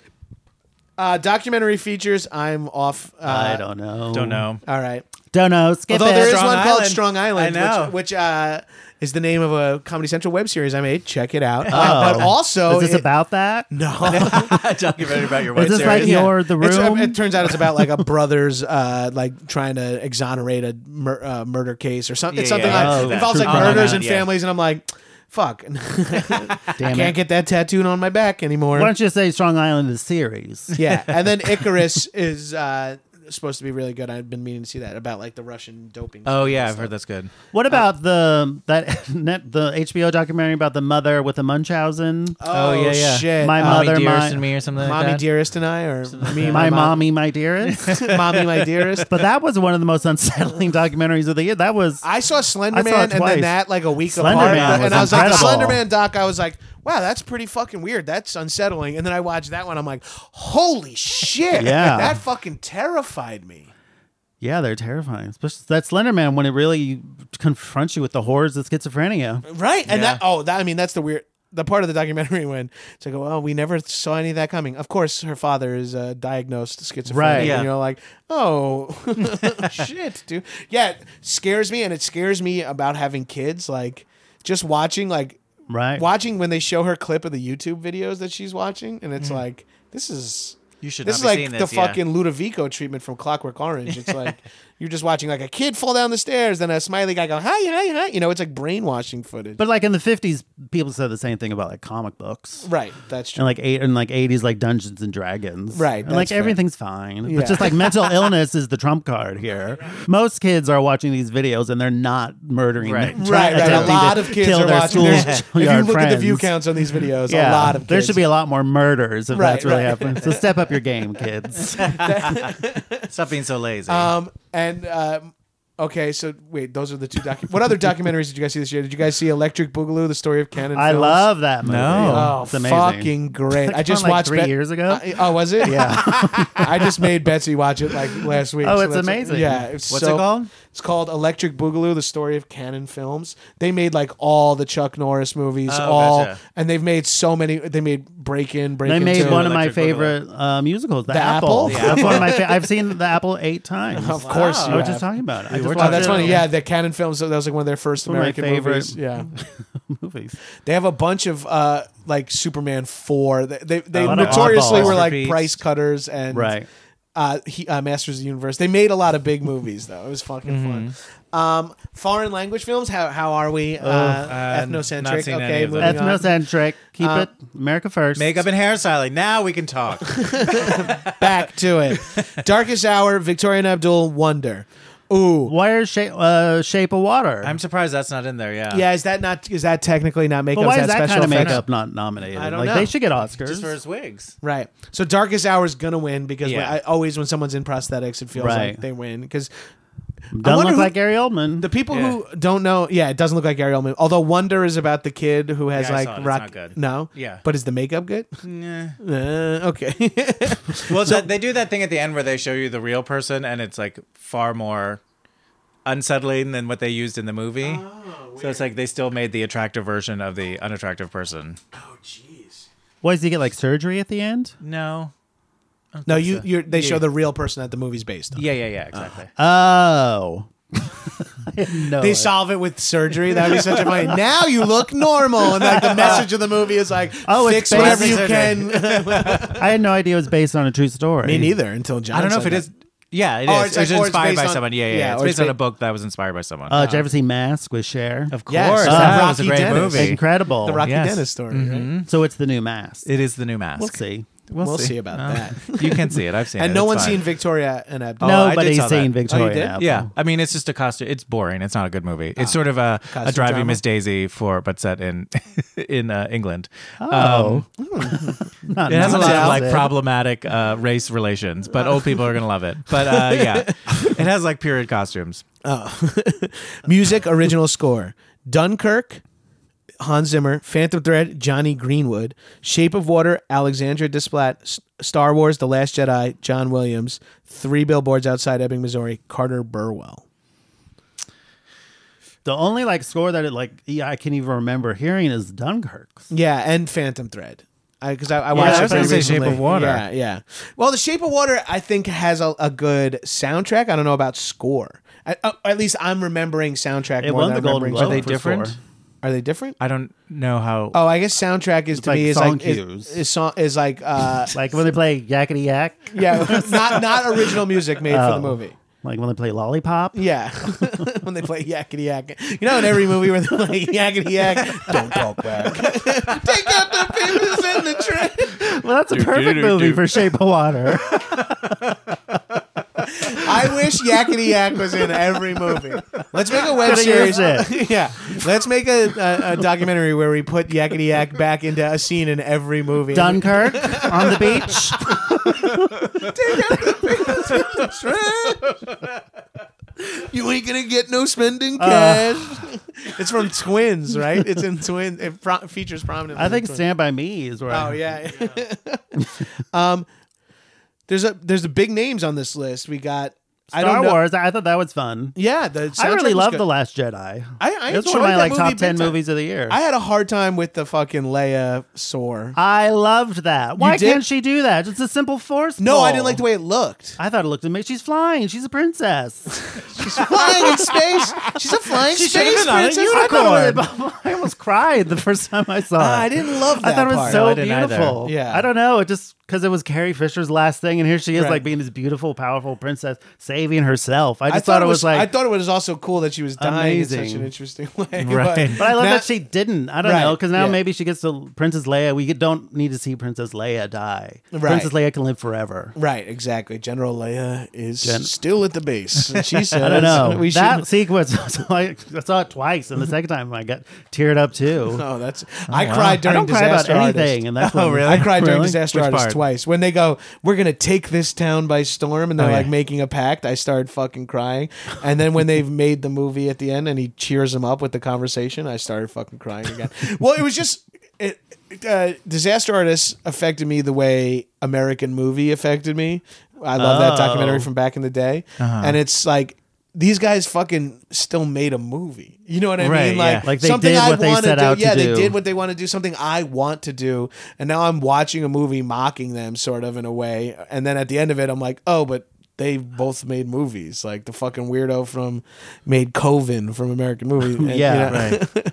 S2: Uh, documentary features. I'm off. Uh,
S3: I don't know.
S4: Don't know.
S2: All right.
S3: Don't know. Skip
S2: Although
S3: it.
S2: there is
S4: Strong
S2: one called
S4: Island.
S2: Strong Island,
S4: I know.
S2: which, which uh, is the name of a Comedy Central web series I made. Check it out. Uh, but also,
S3: is this
S2: it-
S3: about
S4: <laughs>
S3: that?
S2: no?
S4: A documentary
S2: <laughs>
S4: about your
S3: Is
S4: white
S3: this like
S4: series.
S3: your the
S2: It's- um,
S3: room?
S2: it turns out it's about like a brother's uh, like trying to exonerate a mur- uh, murder case or something. it's
S4: Yeah,
S2: something
S4: yeah,
S2: like
S3: yeah. Oh,
S2: involves
S4: true
S2: like
S4: crime.
S2: murders
S4: Yeah.
S2: and families, and I'm like, fuck, <laughs>
S3: Damn
S2: can't
S3: it.
S2: get that tattooed on my back anymore.
S3: Why don't you say Strong Island
S2: <laughs>
S3: is series? <laughs>
S2: yeah, and then Icarus is uh, supposed to be really good. I've been meaning to see that about like the Russian doping.
S4: Oh yeah, I've heard that's good.
S3: What about the that <laughs> net the HBO documentary about the mother with the Munchausen?
S2: Oh,
S4: yeah, yeah.
S2: shit.
S3: My
S2: Uh,
S3: mother,
S4: Mommy
S3: my-
S4: dearest and me or something
S2: mommy
S4: like that.
S2: dearest and I, or me, and
S3: my
S2: mom-
S3: mommy,
S2: <laughs>
S3: my dearest. <laughs>
S2: mommy, my dearest.
S3: but that was one of the most <laughs> unsettling documentaries of the year. That was
S2: I saw Slender
S3: I saw
S2: Man
S3: it
S2: and then
S3: twice.
S2: that like a week
S3: Slender
S2: apart,
S3: Man
S2: and
S3: was
S2: I was like the
S3: incredible.
S2: Slender Man doc. I was like, wow, that's pretty fucking weird. That's unsettling. And then I watched that one. I'm like, holy shit,
S3: Yeah.
S2: that fucking terrified me.
S3: yeah, they're terrifying. Especially that Slender Man when it really confronts you with the horrors of schizophrenia.
S2: Right, and
S4: Yeah.
S2: that oh, that I mean, that's the weird. The part of the documentary <laughs> when it's like, well, we never saw any of that coming. Of course, her father is uh, diagnosed schizophrenic,
S3: Right,
S2: and
S4: yeah.
S2: you're like, oh, <laughs> shit, dude. Yeah, it scares me, and it scares me about having kids. Like, just watching, like,
S3: Right.
S2: watching when they show her clip of the YouTube videos that she's watching, and it's like, this is
S4: You should
S2: this
S4: not
S2: is
S4: be
S2: like
S4: seeing
S2: the
S4: this, yeah.
S2: fucking Ludovico treatment from Clockwork Orange. It's
S3: <laughs>
S2: like you're just watching like a kid fall down the stairs, then a smiley guy go hi hi hi. You know, it's like brainwashing footage.
S3: But like in the fifties, people said the same thing about like comic books.
S2: right, that's true.
S3: And like eight and like eighties, like Dungeons and Dragons,
S2: Right,
S3: And like
S2: that's fair.
S3: everything's fine,
S2: Yeah.
S3: but just
S2: <laughs>
S3: like mental illness is the trump card here. Most kids are watching these videos and they're not murdering,
S4: Right.
S3: trying-
S2: Right, right. A
S3: attempting
S2: lot
S3: to
S2: of kids
S3: kill
S2: are
S3: their
S2: watching.
S3: school
S2: There's- <laughs> If you
S3: yard
S2: look at the view counts
S3: friends.
S2: on these videos, a lot of kids.
S3: There should be a lot more murders if
S2: Right,
S3: that's really
S2: right.
S3: happening. So
S2: <laughs>
S3: step up your game, kids.
S2: Uh,
S4: Stop being so lazy.
S2: Um, and um, Okay, so wait, those are the two docu- What other documentaries did you guys see this year? Did you guys see Electric Boogaloo: The Story of Cannon?
S3: I
S2: Films?
S3: love that movie.
S4: No.
S2: Oh,
S3: it's amazing. <laughs>
S2: fucking great!
S3: That
S2: I just
S3: came out, like,
S2: watched
S3: three
S2: Bet-
S3: years ago?
S2: I- oh, was it? Yeah. <laughs> I just made Betsy watch it like last week.
S3: Oh, it's
S2: that's-
S3: amazing.
S2: Yeah. It's
S4: What's it
S2: so-
S4: called?
S2: It's called Electric Boogaloo: The Story of Cannon Films. They made like all the Chuck Norris movies,
S3: Oh,
S2: all,
S3: gotcha.
S2: and they've made so many. They made Break In, Break
S3: They
S2: In.
S3: made
S2: Two.
S3: one of my
S4: Electric Boogaloo.
S3: favorite uh, musicals, The,
S2: The Apple?
S3: Apple.
S2: The
S3: That's one of my.
S2: <laughs>
S3: Fa- I've seen The Apple eight times.
S2: Of course
S3: I
S2: you have.
S3: was just talking about it. I just
S2: Oh,
S3: watched
S2: that's
S3: it.
S2: funny. Yeah, the Cannon Films. That was like one of their first
S3: one of my
S2: American
S3: favorite-
S2: movies. Yeah.
S3: movies.
S2: They have a bunch of uh, like Superman four. They they, they
S3: A lot of
S2: notoriously
S3: oddballs.
S2: were like
S4: Repeats.
S2: price cutters and
S3: Right.
S2: uh, he, uh, Masters of the Universe. They made a lot of big movies though. It was fucking
S3: Mm-hmm.
S2: fun. Um, foreign language films. How how are we? Uh,
S4: not
S2: ethnocentric.
S4: seen any
S2: Okay,
S4: of them.
S2: moving on. Uh,
S3: Ethnocentric. Keep it America first.
S4: Makeup and hairstyling. Now we
S2: <laughs>
S4: can talk.
S2: back to
S3: <laughs>
S2: it. Darkest Hour. Victoria and Abdul. Wonder. Ooh.
S3: Why is shape, uh, shape of Water?
S4: I'm surprised that's not in there. Yeah.
S2: Yeah, is that not? Is that technically not makeup?
S3: but Uh. why is
S2: is
S3: that
S2: special
S3: kind of
S2: effects?
S3: makeup not nominated?
S2: I don't
S3: like
S2: know.
S3: they should get Oscars.
S4: Just for his wigs.
S2: Right. So Darkest Hour is gonna win because
S4: Yeah.
S2: I always when someone's in prosthetics, it feels like
S3: Right.
S2: they win because
S3: Doesn't
S2: wonder
S3: look
S2: who-
S3: like Gary Oldman.
S2: the people who don't know, yeah, it doesn't look like Gary Oldman. Although Wonder is about the kid who has
S4: Yeah, I
S2: like
S4: saw it. It's
S2: rock.
S4: not good.
S2: No.
S4: Yeah.
S2: But is the makeup good?
S4: Nah.
S2: Uh, okay. <laughs>
S4: Well, that, they do that thing at the end where they show you the real person, and it's like far more unsettling than what they used in the movie.
S2: Ah,
S4: so it's like they still made the attractive version of the unattractive person.
S3: Why does he get like surgery at the end?
S4: No.
S2: no, you. You're, they show
S4: Yeah.
S2: the real person that the movie's based on.
S4: Yeah, yeah, yeah, exactly.
S2: Uh,
S4: <laughs>
S3: Oh. I had no.
S2: They solve it with surgery. That would be such a funny. <laughs> Now you look normal, and <laughs> like the message of the movie is like,
S3: Oh,
S2: fix
S3: it's
S2: whatever you
S3: based-
S2: can.
S3: I had no idea it was based on a true story.
S2: Me neither. Until John.
S4: I don't know
S2: said
S4: if it
S2: that.
S4: is. Yeah, it
S2: Or
S4: is.
S2: Oh, it's
S4: It was
S2: like- or it's
S4: inspired
S2: based
S4: by
S2: on-
S4: someone. Yeah, yeah.
S2: yeah,
S4: It's
S2: or
S4: based
S2: it's
S4: on
S2: ba-
S4: a book that was inspired by someone.
S3: Uh, did you ever see Mask with Cher? Uh,
S4: of course,
S2: Yes, the
S4: that
S2: Rocky
S4: was a great
S2: Dennis.
S4: movie.
S3: Incredible.
S2: the Rocky
S4: Yes. Mm-hmm.
S2: Dennis story. Right?
S3: so it's the new Mask.
S4: It is the new mask. Uh,
S3: we'll see.
S2: We'll see about
S4: <laughs>
S2: that.
S4: you can see it. I've seen it.
S2: And no
S4: It's
S2: one's
S4: Oh. fine.
S2: seen Victoria and Abdul.
S4: No, Oh, I did
S3: Nobody's
S4: saw
S3: seen
S2: Oh,
S4: that.
S2: you
S3: Victoria.
S2: did?
S3: Apple.
S4: Yeah, I mean, it's just a costume. It's boring. It's not a good movie. It's sort of a, a
S2: Ah, Costume drama?
S4: driving Miss Daisy for, but set in <laughs> in uh, England.
S3: Oh.
S4: Um,
S3: Not-
S4: it has a
S3: not
S4: lot of
S3: now.
S4: like problematic uh, race relations, but old people are gonna love it.
S2: <laughs>
S4: But uh, yeah, it has like period costumes.
S2: Music original score. Dunkirk, Hans Zimmer, Phantom Thread, Johnny Greenwood, Shape of Water, Alexandra Desplat, S- Star Wars The Last Jedi, John Williams, Three Billboards Outside Ebbing, Missouri, Carter Burwell.
S3: The only like score that it like yeah, I can even remember hearing is Dunkirk's.
S2: Yeah, and Phantom Thread. Because I, I, watched
S4: I
S2: it
S4: was gonna
S2: pretty
S4: say Shape
S2: recently.
S4: of Water.
S2: Yeah, yeah. Well, The Shape of Water, I think, has a, a good soundtrack. I don't know about score. I, uh, at least I'm remembering soundtrack
S3: It
S2: more
S3: won
S2: than
S3: the
S2: I'm remembering-
S3: Golden Globe.
S4: Are they
S3: for
S4: different?
S3: score.
S2: Are they different?
S4: I don't know how.
S2: Oh, I guess soundtrack is to
S3: like
S2: me is
S3: song
S2: like is,
S3: cues.
S2: is song is like
S3: <laughs>
S2: uh
S3: Like when they play Yakety Yak.
S2: yeah not not original music made for
S3: Oh.
S2: the movie.
S3: Like when they play
S4: <laughs>
S3: Lollipop.
S2: Yeah, <laughs> when they play yakety yak, you know, in every movie where they play yakety yak, don't talk back. <laughs> Take out the papers and the tray.
S3: Well, that's a perfect
S4: do, do,
S3: movie
S4: do.
S3: for Shape
S4: <laughs>
S3: of Water. <laughs>
S2: I wish yakety yak was in every movie. Let's make a web
S3: Could've
S2: series.
S3: used
S2: <laughs> yeah, let's make a, a, a documentary where we put yakety yak back into a scene in every movie.
S3: Dunkirk on the beach.
S2: You ain't gonna get no spending
S3: Uh,
S2: cash.
S3: <laughs>
S2: it's from Twins, right? It's in Twins. It pro- features prominently.
S3: I
S2: in
S3: think
S2: Twins.
S3: Stand by Me is where.
S2: Oh
S3: I,
S2: yeah. <laughs> um, there's a there's the big names on this list. We got I
S3: Star
S2: don't know.
S3: Wars. I thought that was fun.
S2: Yeah, the
S3: I
S2: soundtrack was
S3: really love
S2: good.
S3: The Last Jedi.
S2: I, I
S3: It's
S2: enjoyed
S3: one of my
S2: that
S3: like
S2: movie
S3: top
S2: big
S3: ten
S2: time.
S3: movies of the year.
S2: I had a hard time with the fucking Leia sore.
S3: I loved that. Why
S2: did?
S3: can't she do that? It's a simple force.
S2: No, I
S3: pull.
S2: didn't like the way it looked.
S3: I thought it looked amazing. She's flying. She's
S2: <laughs>
S3: a princess.
S2: She's flying in space. She's a flying
S3: She
S2: space
S3: should've been on a
S2: princess.
S3: unicorn.
S2: I,
S3: <laughs> I almost cried the first time I saw it.
S2: Ah, I didn't love that
S3: I thought it was
S2: part.
S3: so
S4: No, I didn't either.
S3: beautiful.
S2: Yeah.
S3: I don't know. It just because it was Carrie Fisher's last thing, and here she is,
S2: Right.
S3: like being this beautiful, powerful princess, saving herself. I just
S2: I
S3: thought, it was, like.
S2: I thought it was also cool that she was dying in such
S3: Amazing.
S2: an interesting <laughs> way.
S4: Right.
S3: but I love
S2: Now-
S3: that she didn't. I don't
S2: Right,
S3: know because now
S2: yeah.
S3: maybe she gets to Princess Leia. We don't need to see Princess Leia die.
S2: Right.
S3: Princess Leia can live forever.
S2: Right, exactly. General Leia is
S3: Gen-
S2: still at the base. And she said,
S3: <laughs> I don't know.
S2: We
S3: that
S2: should.
S3: sequence, <laughs> was like, I saw it twice, and the second time I got teared up too.
S2: <laughs> Oh, that's. I cried during
S3: I don't cry about
S2: disaster
S3: anything,
S2: Artist.
S3: and
S2: <laughs>
S3: that's
S4: Oh,
S3: when-
S4: really?
S2: I cried during
S3: Really?
S2: disaster
S4: Which
S2: artist
S4: part?
S2: twice when they go, "We're gonna take this town by storm," and they're
S4: Oh, yeah.
S2: like making a pact. I started fucking crying. And then when they've made the movie at the end and he cheers him up with the conversation, I started fucking crying again. well, it was just it, uh, Disaster Artist affected me the way American Movie affected me. I love that
S3: Oh.
S2: documentary from back in the day.
S3: Uh-huh.
S2: And it's like these guys fucking still made a movie. You know what I
S4: Right,
S2: mean? Like,
S4: yeah.
S3: Like, they
S2: something
S3: did
S2: I
S3: what they
S2: want
S3: set
S2: to do.
S3: out to
S2: yeah,
S3: do.
S2: they did what they want to do, something I want to do. And now I'm watching a movie mocking them sort of in a way. And then at the end of it I'm like, "Oh, but they both made movies. Like the fucking weirdo from made Coven from American Movie.
S3: <laughs>
S2: And, you
S3: Yeah,
S2: know, <laughs>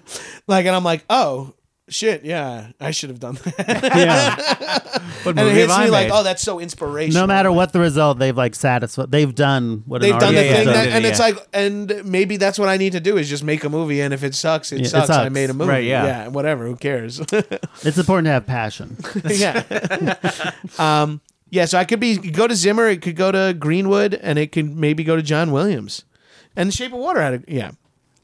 S2: like and I'm like, "Oh, shit, yeah, I should have done that." <laughs>
S3: yeah. What
S2: and
S3: movie
S2: it
S3: have
S2: hits
S3: I
S2: me like,
S3: made?
S2: "Oh, that's so inspirational."
S3: no matter what the result, they've like satisfied. They've done what an
S2: they've done the
S3: artist
S4: yeah,
S2: thing,
S3: has
S4: yeah,
S2: that,
S3: done.
S4: yeah,
S2: and it's
S4: yeah.
S2: like, and maybe that's what I need to do is just make a movie, and if it sucks, it,
S3: Yeah, it
S2: sucks, I
S3: sucks.
S2: made a movie,
S4: Right, yeah.
S2: whatever, who cares? <laughs>
S3: It's important to have passion.
S2: yeah, um, yeah. So I could be go to Zimmer, it could go to Greenwood, and it could maybe go to John Williams, and The Shape of Water had a yeah.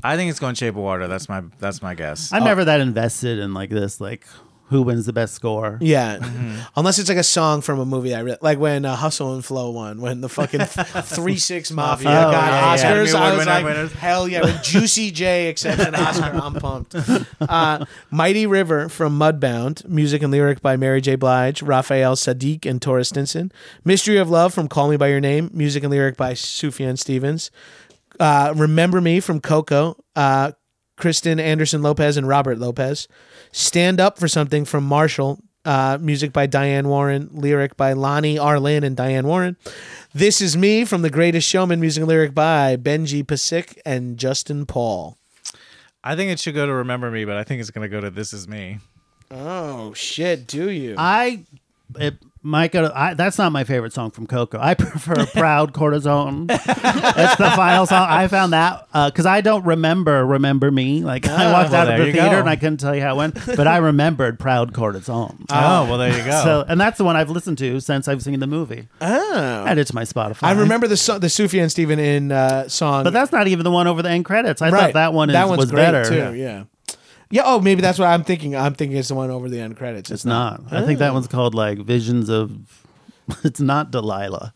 S4: I think it's going Shape of Water. That's my that's my guess.
S2: Oh.
S3: I'm never that invested in like this, like who wins the best score.
S2: Yeah,
S3: Mm-hmm.
S2: unless it's like a song from a movie I really like when uh, Hustle and Flow won, when the
S3: <laughs>
S2: fucking Three Six Mafia got
S3: Oh, yeah,
S4: yeah.
S2: Oscars,
S4: Academy
S2: I was
S4: Award
S2: like,
S4: winners.
S2: hell yeah! When Juicy J accepts an Oscar, I'm
S3: <laughs>
S2: pumped. Uh, Mighty River from Mudbound, music and lyric by Mary J. Blige, Raphael Sadiq, and Tora Stinson. Mystery of Love from Call Me by Your Name, music and lyric by Sufjan Stevens. Uh, Remember Me from Coco, uh, Kristen Anderson Lopez and Robert Lopez. Stand Up for Something from Marshall, uh, music by Diane Warren, lyric by Lonnie Arlin and Diane Warren. This Is Me from The Greatest Showman, music and lyric by Benji Pasik and Justin Paul.
S4: I think it should go to Remember Me, but I think it's going to go to This Is Me.
S2: Oh, shit, do you?
S3: I it might go. To, I, that's not my favorite song from Coco. I <laughs> prefer "Proud Cortisone." it's the final song. I found that because I don't remember "Remember Me." Like
S2: Ah,
S3: I walked
S4: well,
S3: out of
S4: there
S3: the
S4: you
S3: theater
S4: go.
S3: and I couldn't tell you how it went, but I remembered
S2: <laughs>
S3: "Proud Cortisone."
S4: Oh, well, there you go.
S3: So, and that's the one I've listened to since I've seen the movie.
S2: oh.
S3: Added to my Spotify.
S2: I remember the so- the Sufjan Steven in uh, song,
S3: but that's not even the one over the end credits. I thought that one is,
S2: one's
S3: was
S2: great
S3: better.
S2: too. Yeah. yeah, Oh, maybe that's what I'm thinking. I'm thinking it's the one over the end credits.
S3: It's not. I think
S2: Oh.
S3: that one's called like "Visions of." <laughs> It's not Delilah.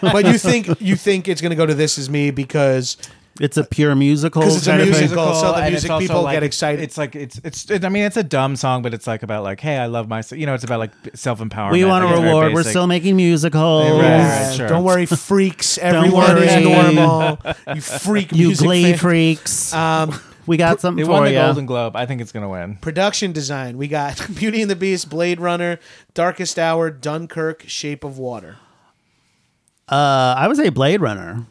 S2: but you think you think it's going to go to This Is Me because
S3: It's a
S2: <laughs>
S3: pure musical.
S2: Because it's a
S3: kind of thing.
S2: musical, so the
S4: and
S2: music
S4: it's also
S2: people
S4: like-
S2: get excited.
S4: It's like it's it's. It, I mean, it's a dumb song, but it's like about like, hey, I love myself. You know, it's about like self empowerment.
S3: We want a reward. We're still making musicals.
S4: Right,
S2: Yeah,
S4: right, sure.
S2: don't worry, freaks. Everyone is
S3: worry. <laughs>
S2: normal. You freak.
S3: You
S2: music
S3: glee
S2: fan.
S3: freaks.
S2: Um,
S3: we got something
S4: It won
S3: for
S4: the
S3: you.
S4: Golden Globe. I think it's going to win.
S2: production design. We got <laughs> Beauty and the Beast, Blade Runner, Darkest Hour, Dunkirk, Shape of Water.
S3: Uh, I would say Blade Runner.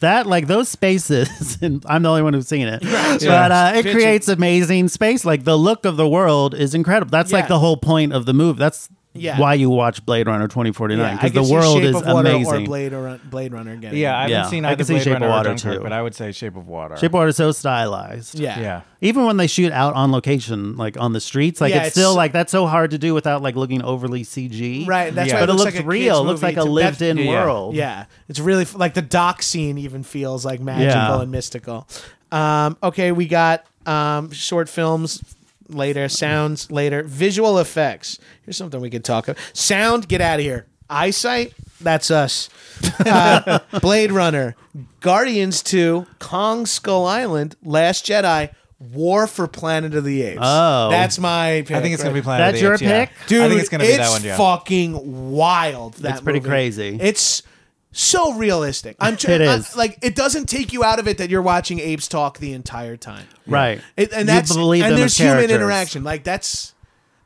S3: That like those spaces, <laughs> and I'm the only one who's seen it. But uh, it
S2: Pitch it.
S3: creates amazing space. Like the look of the world is incredible. That's like
S2: Yeah.
S3: the whole point of the movie. That's
S2: Yeah.
S3: why you watch Blade Runner 2049
S2: I
S3: because
S2: could
S3: the
S2: see
S3: world
S2: Shape
S3: is
S2: of Water Or
S3: amazing.
S2: Blade, or Blade Runner again.
S4: Yeah, I haven't
S3: Yeah.
S4: seen
S3: I
S4: either
S3: can see
S4: Blade
S3: Shape of
S4: Runner or
S3: Water,
S4: Dunkirk,
S3: too.
S4: but I would say Shape of Water.
S3: Shape of Water is so stylized.
S2: yeah,
S4: yeah.
S3: Even when they shoot out on location, like on the streets, like
S2: Yeah,
S3: it's,
S2: it's-
S3: still like that's so hard to do without like looking overly CG.
S2: Right, that's
S4: Yeah.
S2: why
S4: But
S2: it
S3: but it
S2: looks
S3: looks,
S2: like a
S3: real.
S2: kid's
S3: It looks
S2: movie
S3: like a
S2: to-
S3: lived in
S4: Yeah, yeah.
S3: world.
S2: Yeah, it's really f- like the dock scene even feels like magical
S3: Yeah.
S2: and mystical. Um, okay, we got um, short films later, sounds later, visual effects. Here's something we could talk about. Sound, get out of here. Eyesight, that's us.
S4: <laughs>
S2: Uh, Blade Runner, Guardians 2, Kong Skull Island, Last Jedi, War for Planet of the Apes.
S3: Oh.
S2: that's my. Pick,
S4: I think it's going to be
S2: right?
S4: Planet of
S3: That's
S4: the
S3: your
S4: Apes, yeah.
S3: pick?
S2: Dude,
S4: I think it's going to be that one. Yeah.
S2: fucking wild. That
S3: It's pretty
S2: movie.
S3: crazy.
S2: It's so realistic. I'm tr-
S3: It
S2: I-
S3: is.
S2: like it doesn't take you out of it that you're watching apes talk the entire time.
S3: Right.
S2: It, and
S3: You
S2: that's
S3: believe
S2: and
S3: them
S2: there's
S3: as
S2: human
S3: characters.
S2: interaction. Like that's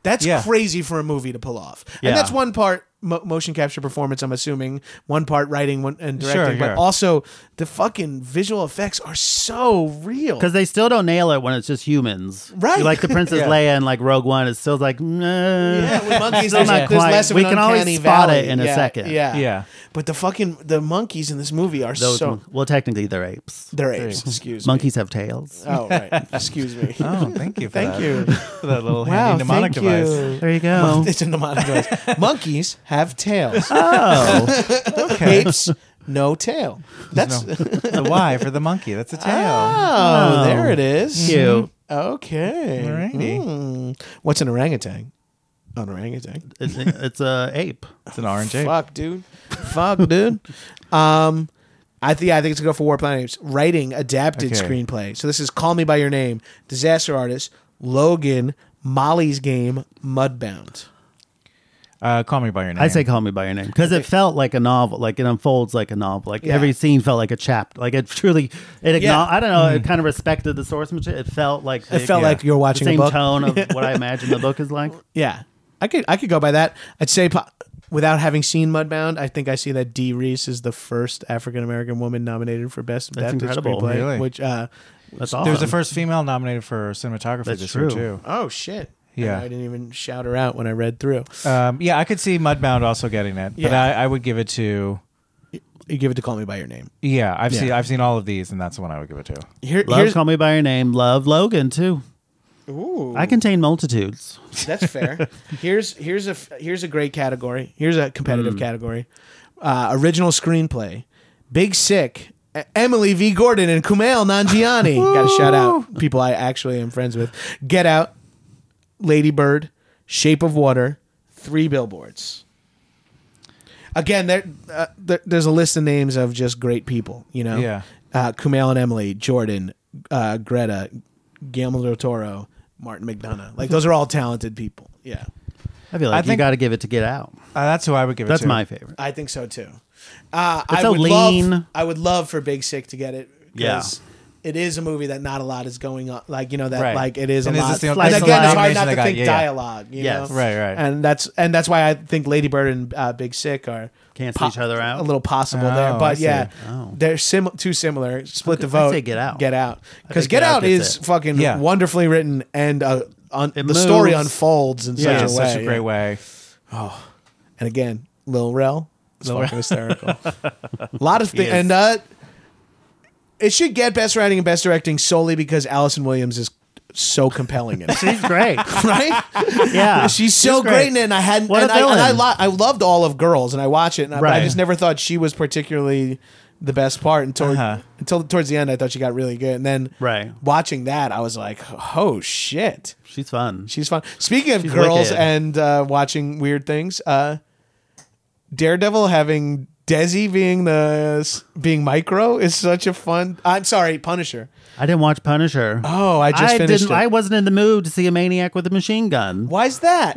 S2: that's
S4: Yeah.
S2: crazy for a movie to pull off.
S3: Yeah.
S2: And that's one part mo- motion capture performance. I'm assuming one part writing one, and
S4: Sure,
S2: directing, but
S4: sure.
S2: also the fucking visual effects are so
S3: <laughs>
S2: real.
S3: Because they still don't nail it when it's just humans.
S2: Right. <laughs>
S3: Like the Princess
S4: Yeah.
S3: Leia and like Rogue One is still like, nah.
S2: Yeah, with monkeys,
S3: <laughs> Still
S2: there's,
S3: not
S2: there's
S3: quite.
S2: less of
S3: We
S2: an
S3: can always
S2: uncanny
S3: spot
S2: valley.
S3: it in a
S2: Yeah,
S3: second.
S2: Yeah, <laughs>
S4: Yeah.
S2: But the fucking the monkeys in this movie are
S3: Those,
S2: so
S3: well, technically they're apes.
S2: they're apes. Excuse
S3: Monkeys have tails.
S2: me. Oh right. Excuse me. <laughs>
S4: Oh, thank you. For
S2: Thank
S4: that.
S2: you.
S4: <laughs> for that little
S2: Wow.
S4: handy mnemonic
S2: thank
S4: device.
S2: you.
S3: There you go.
S2: <laughs> It's a mnemonic device. monkeys have tails.
S3: <laughs> oh.
S2: Apes no tail. That's
S4: No. the Y for the monkey. That's a
S3: Ah.
S4: tail.
S2: oh, there it is.
S3: Cute.
S2: Okay.
S4: Alrighty.
S2: Mm. What's an orangutan? An orangutan.
S3: It's, it's a ape.
S4: It's an orange ape.
S2: Fuck, dude. fuck, dude. <laughs> Um, I think I think it's gonna go for War Planet Apes. Writing adapted
S4: Okay.
S2: screenplay. So this is Call Me by Your Name, Disaster Artist, Logan, Molly's Game, Mudbound.
S4: Uh, call me by your name.
S3: I say call me by your name because it felt like a novel, like it unfolds like a novel, like
S2: Yeah.
S3: every scene felt like a chapter, like it truly. It acknow-
S2: Yeah.
S3: I don't know. It kind of respected the source material. It felt like
S2: It felt like you're watching a
S3: the same
S2: book.
S3: tone of
S2: <laughs>
S3: what I imagine the book is like.
S2: Yeah, I could I could go by that. I'd say po- without having seen Mudbound, I think I see that Dee Reese is the first African American woman nominated for best
S3: That's
S2: adapted
S3: incredible.
S2: screenplay,
S4: Really?
S2: which uh,
S3: That's awesome.
S4: There was the first female nominated for cinematography
S3: That's
S4: this
S3: true.
S4: year
S2: oh shit.
S4: Yeah.
S2: I didn't even shout her out when I read through.
S4: too. Um, yeah, I could see Mudbound also getting it, but
S2: Yeah.
S4: I, I would give it to.
S2: You give it to Call Me by Your Name.
S4: Yeah, I've
S2: Yeah.
S4: seen I've seen all of these, and that's the one I would give it to. Uh,
S2: Here,
S3: Love
S2: here's
S3: call me by your name. Love Logan too.
S2: Ooh.
S3: I contain multitudes.
S2: <laughs> That's fair. here's here's a here's a great category. Here's a competitive category. Uh, original screenplay, Big Sick, E- Emily V. Gordon and Kumail Nanjiani. Got to shout out people I actually am friends with. Get Out, Lady Bird, Shape of Water, Three Billboards. Again, there, uh, there there's a list of names of just great people. You know,
S4: Yeah.
S2: Uh, Kumail and Emily, Jordan, uh, Greta, Guillermo del Toro, Martin McDonough. Like those are all talented people. Yeah,
S3: I feel
S4: I
S3: like you
S4: think-
S3: got to give it to Get Out.
S4: Uh, that's who I would give it
S3: That's
S4: to.
S3: my favorite.
S2: I think so too. Uh, I
S3: so
S2: would love.
S3: lean.
S2: I would love for Big Sick to get it. 'cause It is a movie that not a lot is going on, like you know that,
S4: Right.
S2: like it is
S4: And
S2: a
S4: is
S2: lot.
S4: this the
S2: and
S4: only-
S3: that's the
S2: again, it's
S3: last
S2: hard not
S4: nomination
S2: to
S4: I got,
S2: think
S4: yeah, yeah.
S2: dialogue. You
S3: Yes.
S2: know?
S4: Right, right.
S2: And that's and that's why I think Lady Bird and uh, Big Sick are
S3: Cancel each other out?
S2: a little possible
S4: Oh,
S2: there,
S4: I
S2: but
S4: see.
S2: yeah,
S3: Oh.
S2: they're sim- too similar. Split the
S3: I'd
S2: vote.
S3: say Get Out.
S2: Get out. Because
S3: think
S2: Get,
S3: Get Out
S2: Out
S3: gets
S2: is
S3: it.
S2: fucking
S4: Yeah.
S2: wonderfully written and uh, un- the
S3: It
S2: story
S3: moves.
S2: unfolds in
S4: Yeah,
S2: such a way.
S4: such a great
S2: yeah.
S4: way.
S2: And again, Lil Rel is fucking hysterical. a lot of things. And uh, it should get best writing and best directing solely because Allison Williams is so compelling in it. <laughs>
S3: She's great.
S2: right?
S3: Yeah,
S2: She's so great. in it. And I hadn't.
S3: What a
S2: and I, and I,
S3: villain.
S2: lo- I loved all of Girls, and I watch it, and I, but I
S3: Right.
S2: just never thought she was particularly the best part until
S4: Uh-huh.
S2: until towards the end. I thought she got really good, and then
S3: Right.
S2: watching that, I was like, oh shit.
S3: She's fun.
S2: She's fun. Speaking of girls
S3: wicked.
S2: and uh, watching weird things, uh, Daredevil having Desi being the being micro is such a fun. I'm sorry, Punisher.
S3: I didn't watch Punisher.
S2: Oh, I just finished
S3: didn't.
S2: it.
S3: I wasn't in the mood to see a maniac with a machine gun.
S2: Why's that?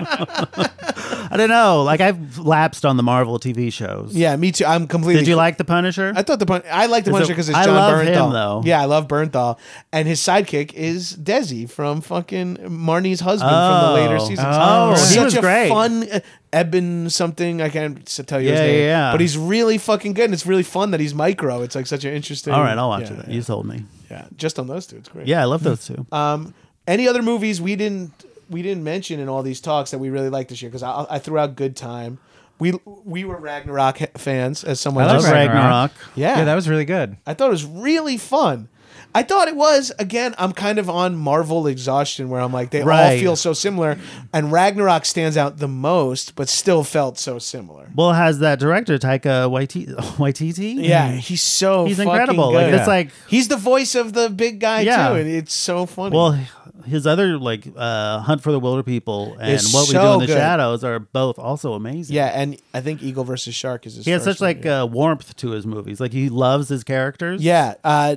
S2: <laughs>
S3: I don't know. Like I've lapsed on the Marvel TV shows.
S2: yeah, me too. I'm completely.
S3: Did you like the Punisher?
S2: I thought the pun- I like the
S3: Is it-
S2: Punisher because it's
S3: I
S2: John
S3: love him,
S2: Bernthal.
S3: though.
S2: Yeah, I love Bernthal, and his sidekick is Desi from fucking Marnie's husband from the later
S3: Oh.
S2: seasons.
S3: Oh,
S2: Such
S3: he was
S2: a
S3: great.
S2: fun uh, Eben something. I can't s- tell you his
S3: Yeah,
S2: name.
S3: yeah, yeah.
S2: But he's really fucking good, and it's really fun that he's micro. It's like such an interesting.
S3: All right, I'll watch
S2: yeah,
S3: it.
S2: Yeah,
S3: You sold me.
S2: yeah. just on those two, it's great.
S3: Yeah, I love those two.
S2: Um, any other movies we didn't we didn't mention in all these talks that we really liked this year? Because I, I threw out Good Time. We we were Ragnarok he- fans, as someone.
S4: I
S3: I
S4: love
S3: love
S2: else.
S4: Ragnarok.
S3: Ragnarok.
S2: Yeah.
S4: yeah, that was really good.
S2: I thought it was really fun. I thought it was again. I'm kind of on Marvel exhaustion where I'm like they all
S3: Right.
S2: feel so similar, and Ragnarok stands out the most, but still felt so similar.
S3: Well, has that director Taika Waititi? <laughs> Waititi?
S2: Yeah, he's so
S3: Mm. He's
S2: fucking
S3: incredible. Like
S2: good.
S3: it's like
S2: he's the voice of the big guy
S3: Yeah.
S2: too, and it's so funny.
S3: well, his other like uh, Hunt for the Wilder People and
S2: It's
S3: What We
S2: so
S3: Do in the
S2: good.
S3: Shadows are both also amazing.
S2: yeah, and I think Eagle versus Shark is his
S3: He has
S2: first
S3: such like
S2: movie.
S3: uh, warmth to his movies. Like he loves his characters.
S2: yeah, uh,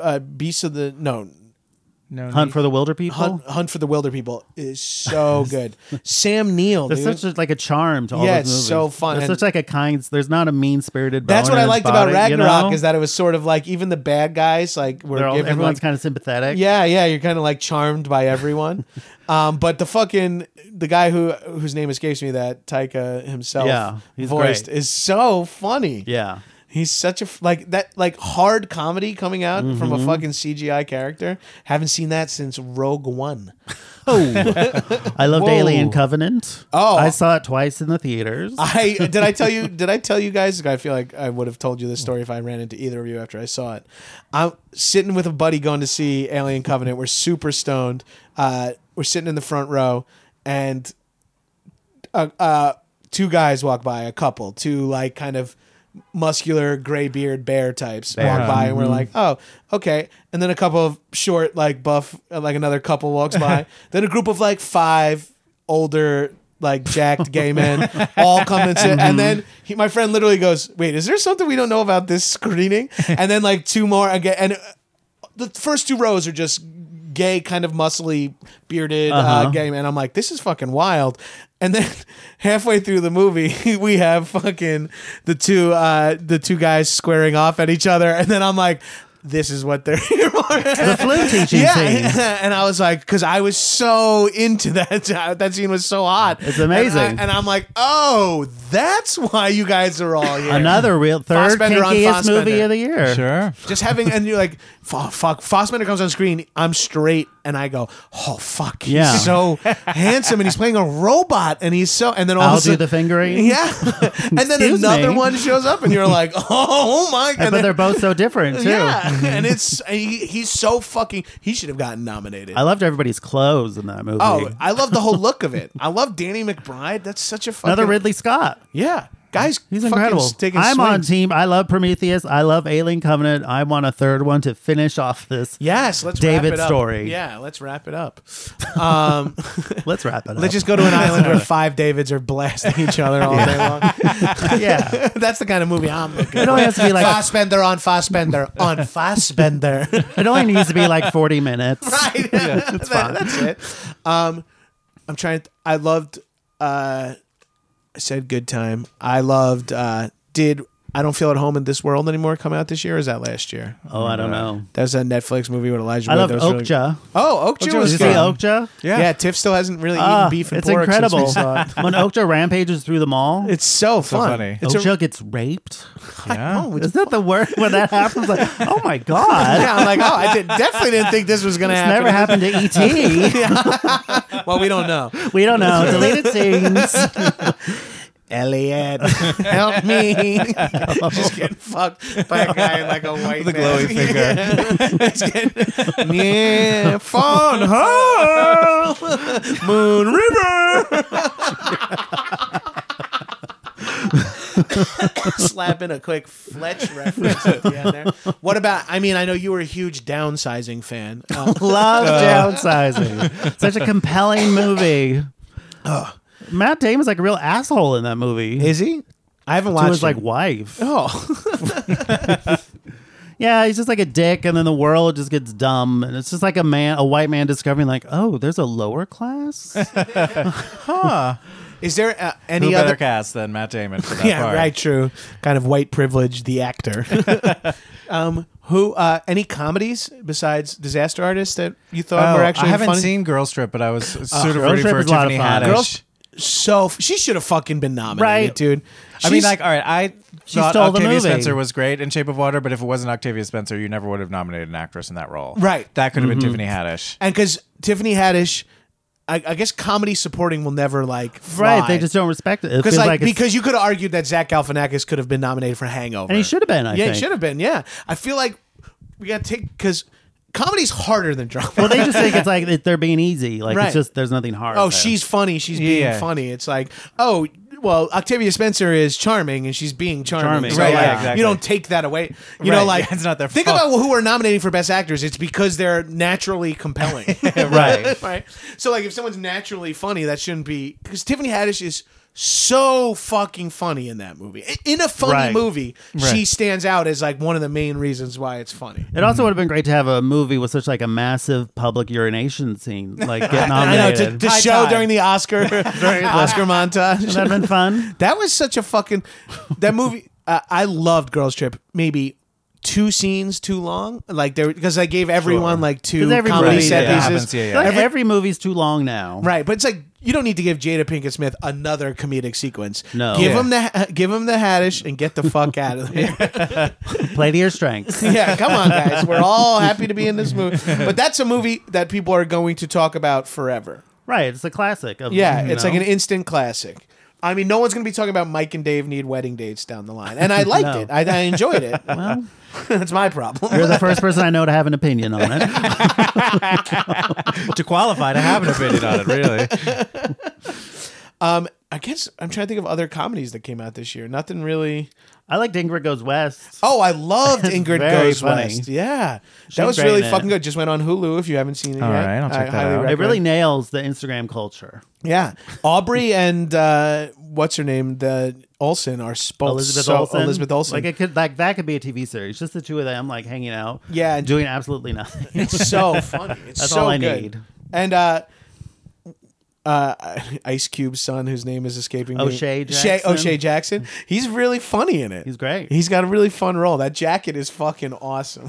S2: uh, Beast of the no
S4: No,
S3: Hunt for the Wilder People.
S2: Hunt, Hunt for the Wilder People is
S3: <laughs>
S2: so good. Sam Neill,
S3: There's
S2: dude.
S3: such a, like a charm to all
S2: Yeah, it's
S3: those movies.
S2: so fun.
S3: There's
S2: And-
S3: such like a kind. There's not a mean spirited.
S2: That's what I liked about Ragnarok is that it was sort of like even the bad guys like were
S3: They're all,
S2: given
S3: everyone's
S2: like,
S3: kind of sympathetic.
S2: yeah yeah you're kind of like charmed by
S3: <laughs>
S2: everyone, um, but the fucking the guy who whose name escapes me that Taika himself
S3: Yeah, he's
S2: voiced
S3: great.
S2: is so funny
S3: yeah.
S2: he's such a f- like that like hard comedy coming out
S3: Mm-hmm.
S2: from a fucking CGI character haven't seen that since Rogue One
S3: I loved
S2: Whoa.
S3: Alien Covenant.
S2: Oh.
S3: I saw it twice in the theaters.
S2: <laughs> I did I tell you did I tell you guys I feel like I would have told you this story if I ran into either of you after I saw it. I'm sitting with a buddy going to see Alien Covenant. We're super stoned. Uh, we're sitting in the front row and uh, uh, two guys walk by, a couple, two like kind of muscular gray beard bear types walk by and we're like oh okay and then a couple of short like buff uh, like another couple walks by then a group of like five older like jacked gay men all come and sit. And then he, my friend literally goes, "Wait, is there something we don't know about this screening?" And then like two more again, and uh, the first two rows are just gay, kind of muscly, bearded uh
S3: Uh-huh.
S2: gay men. I'm like, "This is fucking wild." And then <laughs> halfway through the movie, <laughs> we have fucking the two uh, the two guys squaring off at each other, and then I'm like. This is what they're <laughs> here for
S3: The flu
S2: <laughs>
S3: teaching scene.
S2: yeah. And I was like, because I was so into <laughs> that. That scene was so hot.
S3: It's amazing.
S2: And, I, am like, oh, that's why you guys are
S3: <laughs>
S2: all here.
S3: Another real third
S2: Fassbender on
S3: kinkiest movie
S2: Fassbender.
S3: of the
S4: <laughs>
S3: year.
S4: Sure.
S2: Just having, and you're like, fuck, fuck. Fossbender comes on screen. I'm straight. And I go, oh, fuck. He's
S3: Yeah.
S2: so <laughs> handsome. And he's playing a robot. And he's so, and then all
S3: I'll
S2: of a
S3: do
S2: sudden,
S3: the fingering.
S2: <laughs> Yeah. and then
S3: Excuse
S2: another
S3: me.
S2: one shows up. And you're like, <laughs> oh, my God.
S3: But they're both so different too.
S2: yeah. and
S3: <laughs>
S2: it's, he, he's so fucking, he should have gotten nominated.
S3: I loved everybody's clothes in that movie.
S2: Oh, I love the whole look of it. I love Danny McBride. That's such a fucking
S3: another Ridley Scott.
S2: Yeah, guys,
S3: He's
S2: fucking
S3: incredible.
S2: Taking
S3: I'm on
S2: swings.
S3: team. I love Prometheus. I love Alien Covenant. I want a third one to finish off this.
S2: Yes, let's
S3: David
S2: wrap it up.
S3: Story.
S2: Yeah, let's wrap it up. Um,
S3: Let's wrap it up.
S2: <laughs> let's just go to an island
S3: <laughs>
S2: where five Davids are blasting each other all day long.
S3: yeah.
S2: <laughs> That's the kind of movie I'm looking.
S3: It
S2: for.
S3: only has to be like
S2: Fassbender on Fassbender on
S3: <laughs>
S2: Fassbender.
S3: it only needs to be like 40 minutes.
S2: <laughs> right. That- That's it. Um, I'm trying. I loved. Uh, I said good time. I loved. Uh, did I don't feel at home in this world anymore? Come out this year? Or is that last year?
S3: Oh, I don't know.
S2: That was a Netflix movie with Elijah.
S3: I
S2: Wood.
S3: love
S2: That was really-
S3: Okja.
S2: oh, Oakja
S3: Did
S2: was
S3: you see
S2: good.
S3: Okja?
S2: Yeah.
S4: Yeah.
S2: Tiff still hasn't really eaten
S3: Ah,
S2: beef and
S3: it's
S2: pork since we
S3: incredible.
S2: saw it.
S3: <laughs> when Okja rampages through the mall,
S2: It's so fun.
S4: funny.
S2: It's a-
S3: Okja gets raped.
S4: Yeah.
S2: Oh, it's-
S3: Isn't that the word when that happens? Like, oh
S2: <laughs>
S3: my God.
S2: yeah, I'm like, oh, I did, definitely didn't think this was gonna
S3: It's
S2: happen.
S3: never happened to
S2: <laughs>
S3: E.T.
S2: Well, we don't know.
S3: we don't know. Deleted
S2: <laughs>
S3: scenes.
S2: Elliot, help me. <laughs> Just getting fucked by a guy in like a white
S4: <laughs> The glowy
S2: <laughs>
S4: finger.
S2: finger. yeah, fun hole. Moon River. Slap in a quick Fletch reference at the end there. What about? I mean, I know you were a huge downsizing fan. Um,
S3: Love downsizing. Such a
S2: <laughs>
S3: compelling movie. Matt Damon's like a real asshole in that movie.
S2: <laughs> Is he? I haven't
S3: to
S2: watched.
S3: his like
S2: him.
S3: wife.
S2: oh,
S3: <laughs>
S2: <laughs>
S3: Yeah, he's just like a dick, and then the world just gets dumb, and it's just like a man, a white man discovering like, oh, there's a
S2: <laughs>
S3: lower class.
S2: is there uh, any
S4: Who
S2: other?
S4: better cast than Matt Damon for that
S2: yeah,
S4: part?
S2: right. True. Kind of white privilege. The actor. <laughs> um, who? Uh, any comedies besides Disaster Artist that you thought
S4: Oh,
S2: were actually
S4: I haven't
S2: funny? Uh,
S4: seen Girl Strip, but I was sort of
S3: Girl
S4: ready
S3: Strip
S4: for
S3: is a lot of
S4: Tiffany
S3: fun.
S4: Haddish.
S3: Girl
S2: So f- she should have fucking been nominated,
S3: Right.
S2: dude.
S4: I mean,
S2: She's-
S4: like, all right, I thought
S3: stole the
S4: Octavia
S3: movie.
S4: Spencer was great in Shape of Water, but if it wasn't Octavia Spencer, you never would have nominated an actress in that role.
S2: Right. Mm-hmm.
S4: That could have been Tiffany Haddish.
S2: and because Tiffany Haddish, I, I guess comedy supporting will never like fly.
S3: right? They just don't respect it. It
S2: because
S3: feels
S2: like,
S3: like, it's-
S2: because you could have argued that Zach Galifianakis could have been nominated for Hangover,
S3: and he should have been. I
S2: yeah,
S3: think.
S2: it should have been. Yeah, I feel like we got to take because comedy's harder than drama.
S3: Well, they just think it's like that they're being easy. Like
S2: Right.
S3: it's just there's nothing hard.
S2: oh,
S3: there. <laughs>
S2: she's funny. She's being
S4: Yeah.
S2: funny. It's like, oh, well, Octavia Spencer is charming and she's being charming.
S3: Charming.
S2: So,
S4: Right,
S2: like,
S4: yeah, exactly.
S2: You don't take that away. You know,
S4: Right, <laughs>
S2: like
S4: yeah, it's not their
S2: Think
S4: fault.
S2: about who are nominating for best actors. It's because they're naturally
S4: <laughs>
S2: compelling.
S3: right.
S2: <laughs> right. So like, if someone's naturally funny, that shouldn't be because Tiffany Haddish is so fucking funny in that movie. I- In a funny
S3: Right.
S2: movie, she
S4: Right.
S2: stands out as like one of the main reasons why it's funny.
S3: It also would have been great to have a movie with such like a massive public urination scene, like get nominated.
S2: <laughs> I know to, to
S4: High
S2: show
S4: time.
S2: during the
S4: <laughs>
S2: Oscar Oscar montage.
S3: That'd have been fun.
S2: That was such a fucking that movie. <laughs> Uh, I loved Girls Trip. Maybe two scenes too long, like there because I gave everyone like two
S3: 'Cause every
S2: comedy
S3: movie-
S2: set
S3: yeah,
S2: pieces.
S4: happens, yeah,
S3: I
S4: yeah.
S3: feel Like every, movie's too long now.
S2: Right, but it's like you don't need to give Jada Pinkett Smith another comedic sequence.
S3: No.
S2: give
S3: Yeah.
S2: him the <laughs> give him the Haddish and get the fuck out of
S3: <laughs>
S2: there.
S3: Play to
S2: <laughs>
S3: your strengths.
S2: yeah, come on, guys. We're all happy to be in this movie, but that's a movie that people are going to talk about forever.
S3: right. It's a classic. Of,
S2: Yeah,
S3: you
S2: it's
S3: know.
S2: like an instant classic. I mean, no one's going to be talking about Mike and Dave need wedding dates down the line, and I liked
S3: No.
S2: it. I, I enjoyed it.
S3: Well,
S2: <laughs> That's my problem.
S3: you're the first person I know to have an opinion on it.
S4: to qualify to have an opinion on it, really.
S2: Um, I guess I'm trying to think of other comedies that came out this year. Nothing really.
S3: I like Ingrid Goes West.
S2: Oh, I <laughs> loved Ingrid
S3: Very
S2: Goes
S3: funny.
S2: West. Yeah, that
S3: She's
S2: was
S3: great
S2: really
S3: in it.
S2: fucking good. Just went on Hulu if you haven't seen it
S4: All
S2: yet.
S4: right, I'll
S2: I
S4: check that
S2: highly
S4: out. It
S3: It really
S2: recommend.
S3: nails the Instagram culture.
S2: yeah. Aubrey and uh, what's her name? The Olsen are both
S3: Elizabeth
S2: Oh, so-
S3: Olsen.
S2: Elizabeth Olsen.
S3: Like it could like that could be a TV series. Just the two of them like hanging out.
S2: Yeah,
S3: And
S2: and-
S3: doing absolutely
S2: <laughs>
S3: nothing. <laughs>
S2: It's so funny. It's
S3: That's
S2: so
S3: all I
S2: good.
S3: need.
S2: And uh, uh, Ice Cube's son, whose name is escaping me,
S3: O'Shea
S2: Shay-
S3: Jackson.
S2: O'Shea Jackson. He's really funny in it.
S3: He's great.
S2: He's got a really fun role. That jacket is fucking awesome. <laughs>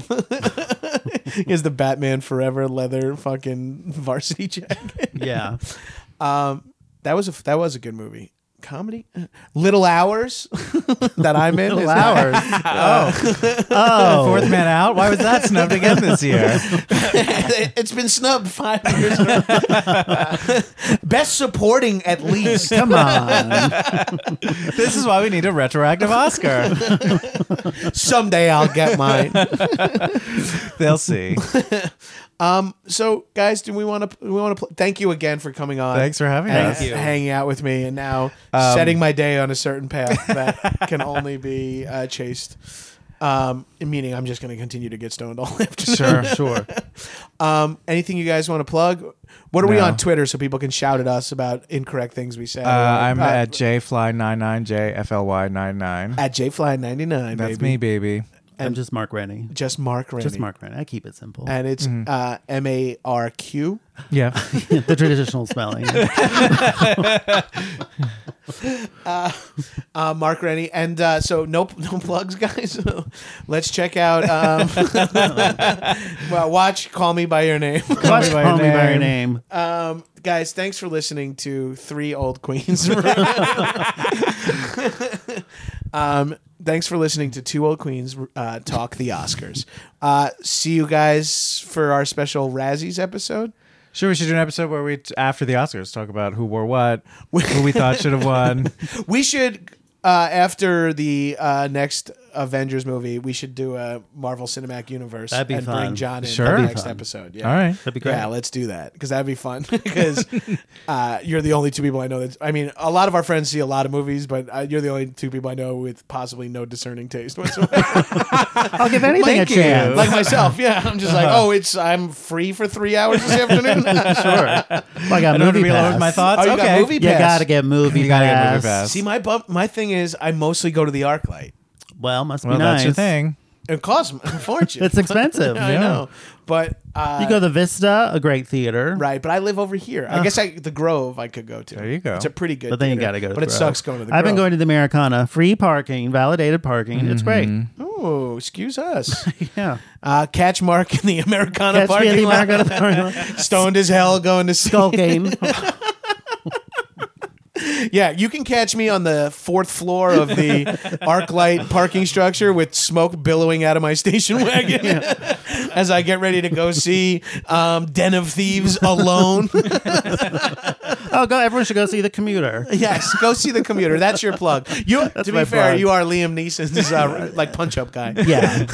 S2: he has the Batman Forever leather fucking varsity <laughs> jacket.
S3: yeah.
S2: Um, that was a that was a good movie. Comedy, Little Hours, <laughs> that I'm in.
S3: Little
S2: is not-
S3: hours. oh. Oh.
S4: Fourth Man Out. Why was that snubbed again this
S2: <laughs>
S4: year?
S2: it's been snubbed five years. in a row. <laughs> Best supporting, at least.
S3: Come on.
S4: This is why we need a retroactive Oscar.
S2: Someday I'll get mine. <laughs>
S4: They'll see.
S2: So, guys, do we want to? We want to. Pl- thank you again for coming on.
S4: Thanks for having
S2: and
S4: us. Um, Thank you.
S2: Hanging out with me and now setting my day on a certain path that can only be uh, chased. Um, meaning, I'm just going to continue to get stoned all <laughs> afternoon.
S4: Sure, sure.
S2: Um, anything you guys want to plug? What are we
S4: No.
S2: on Twitter so people can shout at us about incorrect things we say?
S4: Uh, I'm at jfly99, jfly99.
S2: at jfly99.
S4: That's
S2: baby.
S4: me, baby.
S3: I'm just Mark Rennie.
S2: Just Mark Rennie.
S3: Just Mark Rennie. I keep it simple.
S2: and it's
S4: Mm-hmm.
S2: uh, M A R Q.
S4: Yeah.
S3: <laughs> the traditional spelling.
S2: uh, Mark Rennie. And uh, so no <laughs> no plugs, guys. <laughs> Let's check out. Um, <laughs> well, watch "Call Me by Your Name." <laughs>
S3: Call me by,
S4: your
S3: your
S4: name.
S3: name.
S2: Um, guys, thanks for listening to Three Old Queens. <laughs> um, thanks for listening to Two Old Queens uh, talk the Oscars. Uh, see you guys for our special Razzies episode.
S4: Sure, we <laughs> should do an episode where we, t- after the Oscars, talk about who wore what, who we thought should have won.
S2: We should. Uh, after the uh, next Avengers movie, we should do a Marvel Cinematic Universe
S3: That'd be
S2: and
S3: fun.
S2: bring John in
S4: Sure.
S2: for the
S4: That'd be
S2: next
S3: fun.
S2: episode. Yeah.
S4: All right.
S3: That'd be great.
S2: Yeah, let's do that because that'd be fun. <laughs> Because uh, you're the only two people I know that. I mean, a lot of our friends see a lot of movies, but uh, you're the only two people I know with possibly no discerning taste whatsoever.
S3: I'll <laughs> give anything
S4: Thank
S3: a
S4: you.
S3: chance.
S2: <laughs>
S3: Uh-huh.
S2: like myself, yeah. I'm just like, oh, it's I'm free for three hours this afternoon.
S3: <laughs> Well, I got
S4: I don't have to
S3: movie
S4: be alone with my
S3: pass.
S4: thoughts.
S2: Oh, you got
S4: okay.
S2: movie
S3: You
S2: pass.
S3: gotta get movie
S4: You gotta get movie
S3: pass.
S4: pass.
S2: See, my bump, my thing is, I mostly go to the ArcLight.
S3: Well, must
S4: Well,
S3: be nice.
S4: that's your thing.
S2: It costs a fortune. <laughs>
S3: It's expensive.
S2: I know, but uh,
S3: You go to the Vista, a great theater.
S2: right. But I live over here. I guess I the Grove I could go to. There
S4: you go.
S2: It's a pretty good.
S3: But then you
S2: theater,
S3: got to go to
S2: But
S3: the
S2: it
S3: Grove.
S2: sucks going to the.
S3: I've been
S2: Grove.
S3: going to the Americana. Free parking, validated parking. It's great.
S2: Oh, excuse us.
S3: <laughs> Yeah.
S2: Uh, catch Mark in the Americana
S3: Catch me
S2: parking
S3: at the
S2: lot.
S3: Americana parking
S2: <laughs>
S3: lot.
S2: Stoned as hell going to see.
S3: Skull game.
S2: <laughs> Yeah, you can catch me on the fourth floor of the
S3: <laughs>
S2: ArcLight parking structure with smoke billowing out of my station
S3: <laughs>
S2: wagon <laughs> as I get ready to go see um, Den of Thieves alone.
S3: <laughs> Oh, go! Everyone should go see the commuter.
S2: yes, go see the commuter. That's your plug.
S3: <laughs>
S2: You, to be
S3: my
S2: fair,
S3: plug.
S2: you are Liam Neeson's
S3: <laughs>
S2: uh, like punch up guy.
S3: Yeah.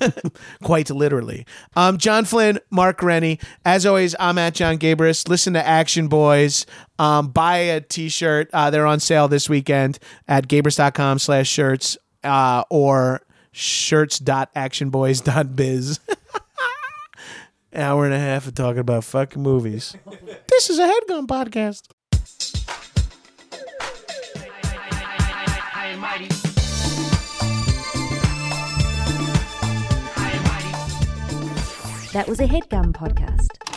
S2: <laughs> quite literally. Um, John Flynn, Mark Rennie. As always, I'm at John Gabris. Listen to Action Boys. Um, buy a t-shirt. Uh, they're on sale this weekend at gabris.com slash shirts uh, or shirts.actionboys.biz. <laughs> Hour and a half of talking about fucking
S3: <laughs>
S2: movies. this is a headgun podcast.
S1: That was a headgum podcast.